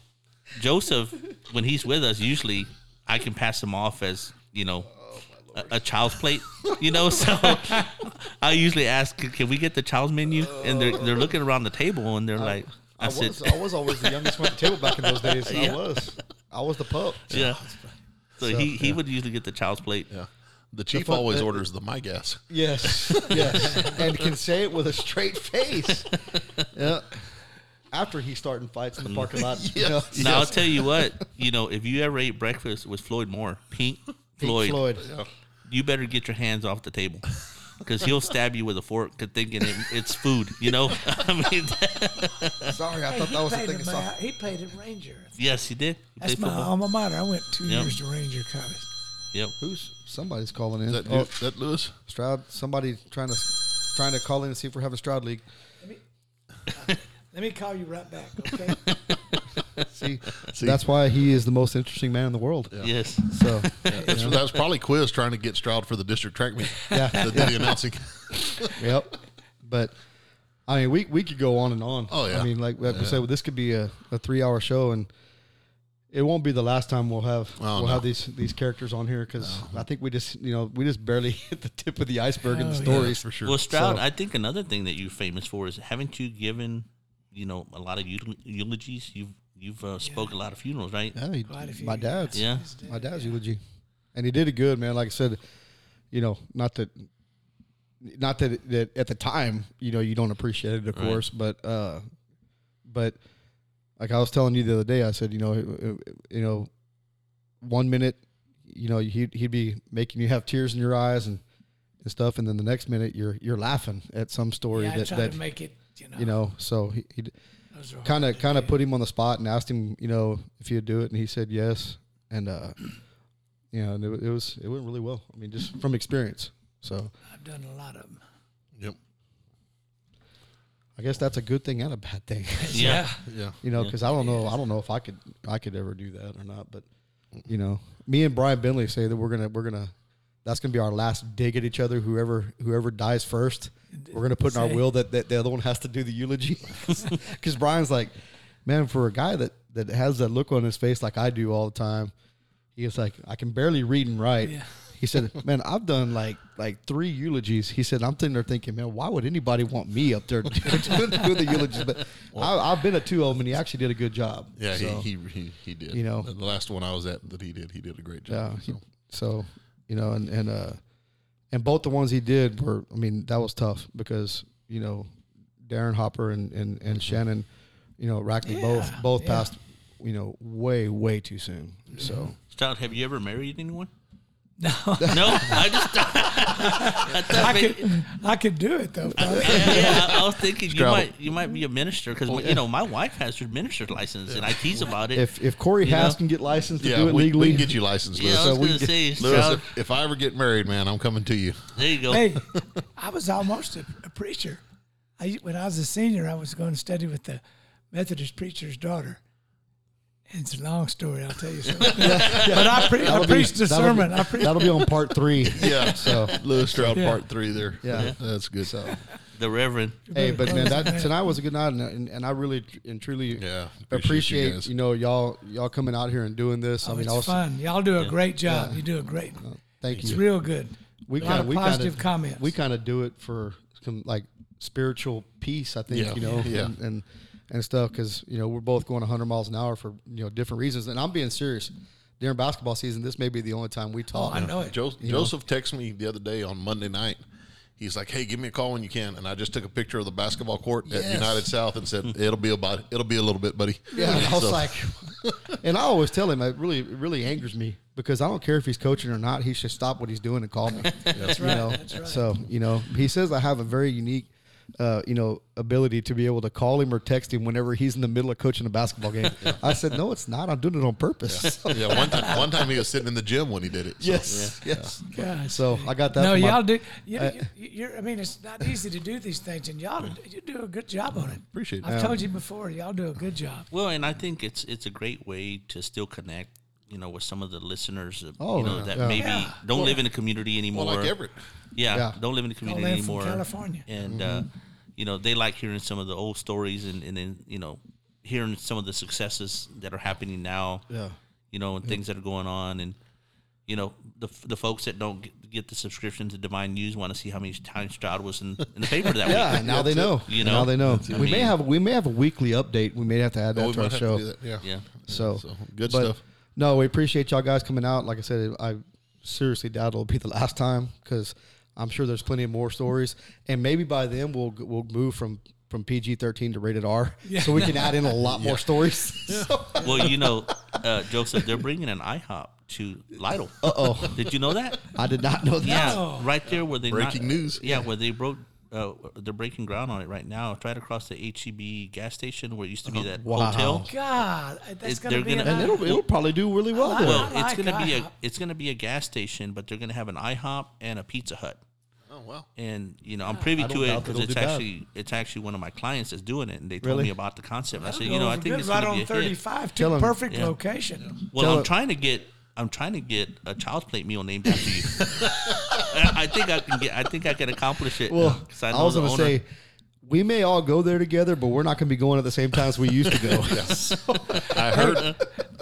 Speaker 4: Joseph, when he's with us, usually I can pass him off as you know a, a child's plate. You know, so I usually ask, "Can- "Can we get the child's menu?" And they're they're looking around the table and they're like, "I,
Speaker 2: I
Speaker 4: said,
Speaker 2: was, I was always the youngest one at the table back in those days. I was, I was the pup.
Speaker 4: yeah." So, he, he would usually get the child's plate.
Speaker 1: Yeah. The chief
Speaker 2: fu-
Speaker 1: always
Speaker 2: the-
Speaker 1: orders the my gas.
Speaker 2: Yes, yes, and can say it with a straight face. Yeah. After he's starting fights in the parking lot. you know.
Speaker 1: Yes.
Speaker 4: Now I'll tell you what, you know, if you ever ate breakfast with Floyd Moore, Pink Floyd,
Speaker 2: Pink Floyd.
Speaker 4: you better get your hands off the table. Because he'll stab you with a fork, thinking it, it's food. You know, I mean,
Speaker 2: Sorry, I
Speaker 3: Hey,
Speaker 2: thought
Speaker 3: he,
Speaker 2: that was the
Speaker 3: played
Speaker 2: thing.
Speaker 3: at
Speaker 2: I
Speaker 3: my,
Speaker 2: saw.
Speaker 3: he played at Ranger.
Speaker 4: Yes, he did. He
Speaker 3: That's
Speaker 4: played
Speaker 3: my
Speaker 4: football.
Speaker 3: alma mater. I went two
Speaker 4: Yep.
Speaker 3: years to Ranger College.
Speaker 4: Yep.
Speaker 2: Who's somebody's calling in?
Speaker 1: Is that,
Speaker 2: oh,
Speaker 1: is that Lewis?
Speaker 2: Stroud. Somebody trying to trying to call in and see if we're having Stroud League.
Speaker 3: Let me call you right back, okay?
Speaker 2: See, that's why he is the most interesting man in the world.
Speaker 4: Yes.
Speaker 2: So,
Speaker 1: That's, that was probably Quiz trying to get Stroud for the district track meet.
Speaker 2: Yeah.
Speaker 1: The, the announcing.
Speaker 2: yep. But I mean, we we could go on and on.
Speaker 1: Oh, yeah.
Speaker 2: I mean, like like we said, this could be a, a three hour show, and it won't be the last time we'll have
Speaker 1: Oh,
Speaker 2: we'll
Speaker 1: no.
Speaker 2: have these these characters on here because I think we just you know we just barely hit the tip of the iceberg in the
Speaker 3: Oh, yeah.
Speaker 2: stories
Speaker 1: for sure.
Speaker 4: Well, Stroud,
Speaker 2: So-
Speaker 4: I think another thing that you're famous for is haven't you given, you know, a lot of eul- eulogies? You've you've uh, spoke a lot of funerals, right?
Speaker 2: Yeah, he-
Speaker 3: Quite a few
Speaker 2: my
Speaker 3: years.
Speaker 2: dad's.
Speaker 4: Yeah.
Speaker 2: my dad's eulogy, and he did it good, man. Like I said, you know, not that, not that that at the time, you know, you don't appreciate it, of
Speaker 4: Right.
Speaker 2: course, but uh, but like I was telling you the other day, I said, you know, it- it- you know, one minute, you know, he'd he'd be making you have tears in your eyes, and and stuff, and then the next minute you're you're laughing at some story
Speaker 3: Yeah, I
Speaker 2: that
Speaker 3: tried
Speaker 2: that
Speaker 3: to make it, you know.
Speaker 2: you know. So he
Speaker 3: those are hard
Speaker 2: kind of
Speaker 3: to
Speaker 2: kind of
Speaker 3: do.
Speaker 2: put him on the spot and asked him, you know, if he'd do it, and he said yes, and uh, you know, and it, wa- it was it went really well. I mean, just from experience. So
Speaker 3: I've done a lot of them.
Speaker 1: Yep.
Speaker 2: I guess that's a good thing and a bad thing.
Speaker 4: Yeah.
Speaker 1: Yeah.
Speaker 2: you know, because I don't know, I don't know if I could, I could ever do that or not. But you know, me and Brian Bentley say that we're gonna, we're gonna, that's gonna be our last dig at each other. Whoever, whoever dies first, we're gonna put in our will that, that the other one has to do the eulogy. Because Brian's like, man, for a guy that that has that look on his face like I do all the time, he is like, I can barely read and write.
Speaker 3: Yeah.
Speaker 2: He said, "Man, I've done like like three eulogies." He said, "I'm sitting there thinking, man, why would anybody want me up there doing, doing the eulogies?" But I, I've been at two of them, and he actually did a good job.
Speaker 1: Yeah,
Speaker 2: so,
Speaker 1: he, he he he did.
Speaker 2: you know.
Speaker 1: the last one I was at that he did, he did a great
Speaker 2: yeah,
Speaker 1: job.
Speaker 2: he-
Speaker 1: so.
Speaker 2: so you know, and and uh, and both the ones he did were, I mean, that was tough because you know, Darren Hopper and and, and Shannon, you know, Rackley both
Speaker 3: Yeah,
Speaker 2: both
Speaker 3: yeah.
Speaker 2: passed, you know, way way too soon. So
Speaker 4: Stout, have you ever married anyone?
Speaker 3: No,
Speaker 4: No, I just I, thought
Speaker 3: I
Speaker 4: maybe-
Speaker 3: could, I could do it though. brother.
Speaker 4: yeah, yeah, I, I was thinking you
Speaker 1: Scrabble. Oh,
Speaker 4: might you might be a minister because you know my wife has her minister's license and I tease about it.
Speaker 2: if if Corey
Speaker 4: know?
Speaker 2: Hass can get licensed to
Speaker 1: Yeah,
Speaker 2: do it
Speaker 1: we,
Speaker 2: legally,
Speaker 1: we can get you licensed, Lewis.
Speaker 4: yeah, I was
Speaker 1: So we-
Speaker 4: gonna say,
Speaker 1: Lewis,
Speaker 4: Stroud,
Speaker 1: if, if I ever get married, man, I'm coming to you.
Speaker 4: there you go.
Speaker 3: hey, I was almost a, a preacher. I, when I was a senior, I was going to study with the Methodist preacher's daughter. And it's a long story, I'll tell you. Something. But I, pre- I
Speaker 2: That'll be-
Speaker 3: preached a
Speaker 2: that'll
Speaker 3: sermon.
Speaker 2: Be,
Speaker 3: I preached.
Speaker 2: that'll be on part three.
Speaker 1: Yeah,
Speaker 2: So
Speaker 1: Lewis Stroud
Speaker 3: Yeah.
Speaker 1: part three there.
Speaker 2: Yeah.
Speaker 1: that's good. So,
Speaker 4: The Reverend.
Speaker 2: hey, but man, that tonight was a good night, and, and, and I really tr- and truly
Speaker 1: Yeah, appreciate you
Speaker 2: appreciate
Speaker 1: guys.
Speaker 2: you, know y'all y'all coming out here and doing this.
Speaker 3: Oh,
Speaker 2: I mean,
Speaker 3: it's
Speaker 2: also
Speaker 3: fun. Y'all do a great job. You do a great.
Speaker 2: thank
Speaker 3: It's
Speaker 2: you.
Speaker 3: real good.
Speaker 2: we
Speaker 3: a lot
Speaker 2: kinda-
Speaker 3: of
Speaker 2: we
Speaker 3: positive
Speaker 2: kinda,
Speaker 3: comments.
Speaker 2: We kind of do it for some, like spiritual peace, I think
Speaker 1: Yeah.
Speaker 2: you know,
Speaker 1: Yeah.
Speaker 2: and, and and stuff because you know we're both going 100 miles an hour for you know different reasons, and I'm being serious. During basketball season, this may be the only time we
Speaker 3: oh,
Speaker 2: talk.
Speaker 3: I know it.
Speaker 1: Jo- Joseph texted me the other day on Monday night. He's like, "Hey, give me a call when you can." And I just took a picture of the basketball court at
Speaker 2: Yes. Hmm.
Speaker 1: United South and said, "It'll be about. It'll be a little bit, buddy."
Speaker 2: Yeah, and I was
Speaker 1: So,
Speaker 2: like, and I always tell him it really, it really angers me because I don't care if he's coaching or not. He should stop what he's doing and call me. that's you
Speaker 3: right,
Speaker 2: Know?
Speaker 3: that's right.
Speaker 2: So you know, he says I have a very unique, uh, you know, ability to be able to call him or text him whenever he's in the middle of coaching a basketball game. I said, no, it's not. I'm doing it on purpose.
Speaker 1: yeah. One time, one time he was sitting in the gym when he did it. So,
Speaker 2: yes, yes.
Speaker 3: Gosh.
Speaker 2: So I got that.
Speaker 3: no,
Speaker 2: from my-
Speaker 3: y'all do. You,
Speaker 2: Uh,
Speaker 3: you, you're, I mean, it's not easy to do these things, and y'all you do a good job on it.
Speaker 1: Appreciate it.
Speaker 3: I've told
Speaker 2: Um,
Speaker 3: you before, y'all do a good job.
Speaker 4: Well, and I think it's it's a great way to still connect, you know, with some of the listeners, of,
Speaker 2: Oh,
Speaker 4: you know,
Speaker 2: yeah.
Speaker 4: that
Speaker 2: Yeah.
Speaker 4: maybe
Speaker 3: Yeah.
Speaker 4: don't live in the community anymore.
Speaker 1: Well, like Everett.
Speaker 4: Yeah,
Speaker 2: Yeah. Mm-hmm.
Speaker 4: don't live in the community
Speaker 3: land from
Speaker 4: anymore.
Speaker 3: California.
Speaker 4: and uh, you know they like hearing some of the old stories and and then you know hearing some of the successes that are happening now.
Speaker 2: Yeah.
Speaker 4: you know, and things that are going on, and you know the the folks that don't get, get the subscription to Divine News want to see how many times Stroud was in, in the paper that
Speaker 2: Yeah,
Speaker 4: week.
Speaker 2: now they know.
Speaker 4: You
Speaker 2: now
Speaker 4: know?
Speaker 2: they know.
Speaker 4: I
Speaker 2: We may
Speaker 4: mean-
Speaker 2: have we may have a weekly update. We may have to add that
Speaker 1: we
Speaker 2: to
Speaker 1: might
Speaker 2: our
Speaker 1: have to
Speaker 2: show.
Speaker 1: do that, Yeah.
Speaker 4: Yeah,
Speaker 2: So,
Speaker 1: So, good
Speaker 2: but,
Speaker 1: stuff.
Speaker 2: No, we appreciate y'all guys coming out. Like I said, I seriously doubt it'll be the last time because I'm sure there's plenty of more stories, and maybe by then we'll we'll move from from PG 13 to rated R, so we can add in a lot more stories. So-
Speaker 4: well, you know, uh, Joseph, they're bringing an IHOP to Lytle. Uh
Speaker 2: oh.
Speaker 4: Did you know that?
Speaker 2: I did not know that.
Speaker 4: Yeah,
Speaker 3: No.
Speaker 4: right there where they
Speaker 1: Breaking news.
Speaker 4: Yeah, where they broke. Uh, they're breaking ground on it right now. It's right across the HEB gas station where it used to be that
Speaker 2: Uh, Wow.
Speaker 4: hotel.
Speaker 3: God, uh, that's
Speaker 4: It-
Speaker 3: going to
Speaker 4: they're
Speaker 3: be
Speaker 4: gonna-
Speaker 2: And
Speaker 3: an
Speaker 2: it'll it'll probably do really well. there.
Speaker 4: Well,
Speaker 3: I
Speaker 4: it's gonna
Speaker 3: like
Speaker 4: be
Speaker 3: IHOP.
Speaker 4: a it's gonna be a gas station, but they're gonna have an IHOP and a Pizza Hut.
Speaker 1: Oh wow.
Speaker 4: And you know, I'm privy
Speaker 2: don't
Speaker 4: to it
Speaker 2: doubt that
Speaker 4: because
Speaker 2: it'll
Speaker 4: it's
Speaker 2: do bad.
Speaker 4: actually it's actually one of my clients that's doing it, and they told
Speaker 2: Really?
Speaker 4: me about the concept. I said,
Speaker 3: It'll
Speaker 4: you know,
Speaker 3: go
Speaker 4: I
Speaker 3: over
Speaker 4: think
Speaker 3: good
Speaker 4: it's
Speaker 3: right
Speaker 4: gonna
Speaker 3: on
Speaker 4: be a hit.
Speaker 3: 35,
Speaker 2: Tell
Speaker 3: to
Speaker 2: 'em.
Speaker 3: perfect
Speaker 4: Yeah.
Speaker 3: location.
Speaker 4: Well,
Speaker 2: Tell
Speaker 4: I'm
Speaker 2: it-
Speaker 4: trying to get I'm trying to get a child's plate meal named after you. I I think I can get. I think I can accomplish it.
Speaker 2: Well,
Speaker 4: 'cause
Speaker 2: I,
Speaker 4: know
Speaker 2: was
Speaker 4: the
Speaker 2: going to
Speaker 4: owner.
Speaker 2: say, we may all go there together, but we're not going to be going at the same time as we used to go.
Speaker 1: I heard.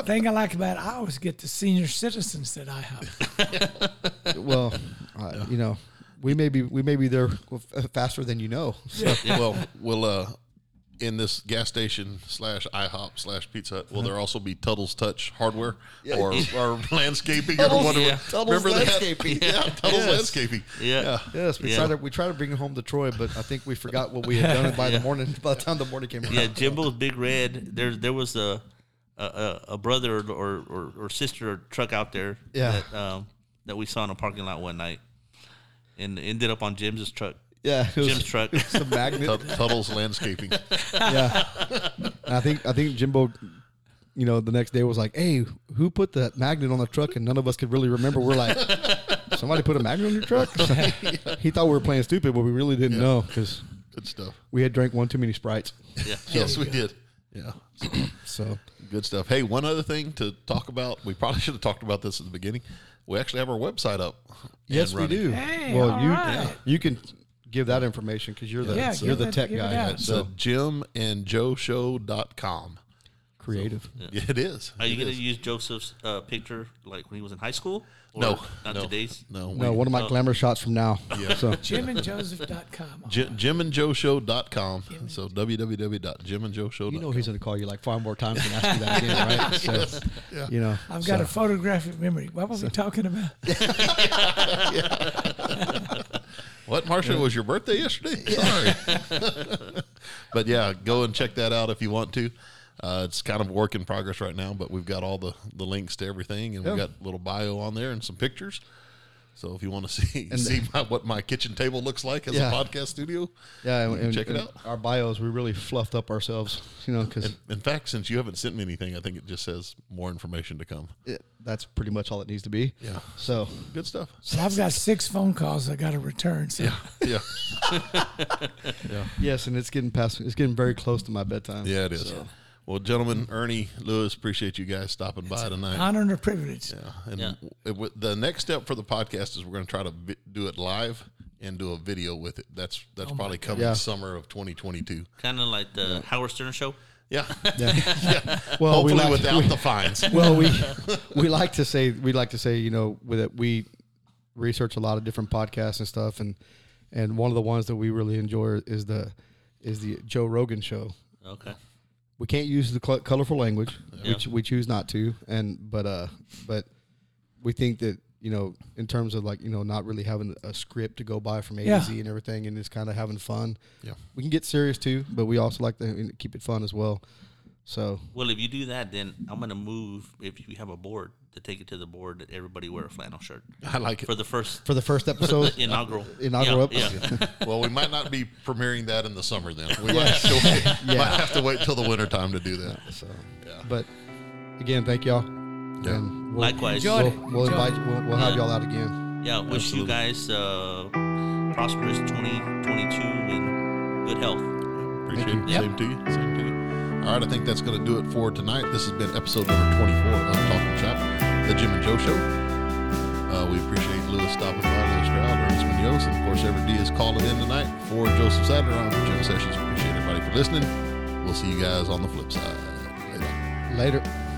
Speaker 3: thing I like about it, I always get the senior citizens that I have.
Speaker 2: Well, uh, you know, we may be we may be there f- faster than you know. So,
Speaker 1: well, we'll uh, in this gas station slash IHOP slash Pizza Hut,
Speaker 2: Uh-huh.
Speaker 1: will there also be Tuttle's Touch Hardware or, or landscaping?
Speaker 2: Tuttle's-
Speaker 1: Everyone-
Speaker 4: yeah.
Speaker 2: Tuttle's
Speaker 1: remember that?
Speaker 2: Landscaping.
Speaker 1: Yeah, Tuttle's
Speaker 2: Yes.
Speaker 1: landscaping.
Speaker 4: Yeah.
Speaker 2: yes, we
Speaker 4: Yeah.
Speaker 2: tried to we tried to bring it home to Troy, but I think we forgot what we had done by the morning. By the time the morning came around,
Speaker 4: Yeah, Jimbo's Big Red. There, there was a a- a, a brother or, or or sister or truck out there.
Speaker 2: Yeah.
Speaker 4: That, um, that we saw in a parking lot one night, and ended up on Jim's truck.
Speaker 2: Yeah, it was
Speaker 4: Jim's truck.
Speaker 2: Some magnet.
Speaker 1: Tut- Tuttle's Landscaping.
Speaker 2: yeah. And I think I think Jimbo, you know, the next day was like, "Hey, who put that magnet on the truck?" And none of us could really remember. We're like, "Somebody put a magnet on your truck." he thought we were playing stupid, but we really didn't know because
Speaker 1: Good stuff.
Speaker 2: we had drank one too many sprites.
Speaker 4: yeah.
Speaker 1: Yes, we did. Yeah.
Speaker 2: So
Speaker 1: Good stuff. Hey, one other thing to talk about. We probably should have talked about this at the beginning. We actually have our website up. and
Speaker 2: yes, we
Speaker 1: running.
Speaker 2: do.
Speaker 3: Hey,
Speaker 2: well,
Speaker 3: all
Speaker 2: you
Speaker 3: right.
Speaker 2: you can give that information because you're the
Speaker 3: Yeah,
Speaker 2: you're
Speaker 3: give
Speaker 2: the
Speaker 3: it-
Speaker 2: tech
Speaker 3: give it
Speaker 2: guy.
Speaker 3: out.
Speaker 1: It's so,
Speaker 2: So
Speaker 1: a Jim and Joe Show.com.
Speaker 2: creative.
Speaker 1: Yeah, it is.
Speaker 4: Are you
Speaker 1: It
Speaker 4: gonna
Speaker 1: is.
Speaker 4: use Joseph's uh, picture like when he was in high school? Or
Speaker 1: No,
Speaker 4: not
Speaker 1: no.
Speaker 4: today's.
Speaker 1: No, we,
Speaker 2: No, one of my glamour shots from now. So
Speaker 3: JimandJoseph.com.
Speaker 1: Jim, Jim and Joe Show.com. So www.jimandjoeshow.com.
Speaker 2: you know he's gonna call you like five more times and ask you that again, right? So you know,
Speaker 3: I've got
Speaker 2: so.
Speaker 3: a photographic memory. What were we talking about?
Speaker 1: What, Marcia? Was your birthday yesterday? Sorry. but yeah, go and check that out if you want to. Uh, it's kind of a work in progress right now, but we've got all the, the links to everything, and we've
Speaker 2: Yeah.
Speaker 1: got a little bio on there and some pictures. So if you want to see
Speaker 2: And-
Speaker 1: see my, what my kitchen table looks like as
Speaker 2: Yeah.
Speaker 1: a podcast studio,
Speaker 2: Yeah, and, and-
Speaker 1: check it
Speaker 2: and
Speaker 1: out.
Speaker 2: Our bios, we really fluffed up ourselves, you know, because
Speaker 1: In fact, since you haven't sent me anything, I think it just says more information to come.
Speaker 2: that's pretty much all it needs to be.
Speaker 1: Yeah.
Speaker 2: So
Speaker 1: Good stuff.
Speaker 3: Well, I've got six phone calls I got to return. So
Speaker 1: Yeah,
Speaker 2: yes, and it's getting past. It's getting very close to my bedtime.
Speaker 1: yeah, it is. Well, gentlemen, Ernie, Lewis, appreciate you guys stopping by tonight.
Speaker 3: honor and a privilege.
Speaker 1: Yeah, Uh, and
Speaker 4: Yeah.
Speaker 1: w- it w- the next step for the podcast is we're going to try to vi- do it live and do a video with it. That's
Speaker 4: Oh
Speaker 1: that's probably coming
Speaker 2: Yeah.
Speaker 1: summer of 2022.
Speaker 4: Kind of like the Howard Stern show.
Speaker 1: Yeah,
Speaker 2: Yeah.
Speaker 1: hopefully
Speaker 2: Well, Oh, we like,
Speaker 1: without
Speaker 2: we-
Speaker 1: the fines.
Speaker 2: well, we we like to say we like to say you know with it we research a lot of different podcasts and stuff, and and one of the ones that we really enjoy is the is the Joe Rogan show.
Speaker 4: Okay.
Speaker 2: we can't use the cl- colorful language, which we choose not to, and but uh, but we think that you know, in terms of like you know, not really having a script to go by from A
Speaker 3: Yeah.
Speaker 2: to Z and everything, and just kind of having fun.
Speaker 1: Yeah.
Speaker 2: we can get serious too, but we also like to I mean, keep it fun as well. So
Speaker 4: Well, if you do that, then I'm gonna move. If you have a board, to take it to the board that everybody wear a flannel shirt
Speaker 1: I like
Speaker 4: for
Speaker 1: it.
Speaker 4: the first
Speaker 2: for the first episode,
Speaker 4: inaugural
Speaker 2: Inaugural
Speaker 4: Yeah,
Speaker 2: episode.
Speaker 4: yeah.
Speaker 1: Well, we might not be premiering that in the summer then. We might, have to wait, might have to wait till the winter time to do that.
Speaker 2: so but again, thank y'all.
Speaker 1: Yeah.
Speaker 2: And we'll,
Speaker 4: Likewise,
Speaker 3: Enjoy
Speaker 2: we'll,
Speaker 3: it.
Speaker 2: we'll
Speaker 3: Enjoy
Speaker 2: invite
Speaker 3: it.
Speaker 2: we'll, we'll have
Speaker 4: Yeah.
Speaker 2: y'all out again.
Speaker 4: yeah. Wish you guys uh, prosperous 2022 and good health.
Speaker 1: Appreciate it.
Speaker 4: you.
Speaker 1: Same to you. Same to you. All right, I think that's going to do it for tonight. This has been episode number 24 of Talking Shop, the Jim and Joe Show. Uh, we appreciate Lewis stopping by, Lewis Stroud, Ernest Munoz, and of course, Everett D is calling in tonight for Joseph Saturday. I'm Jim Sessions. Appreciate everybody for listening. We'll see you guys on the flip side. Later.
Speaker 2: Later.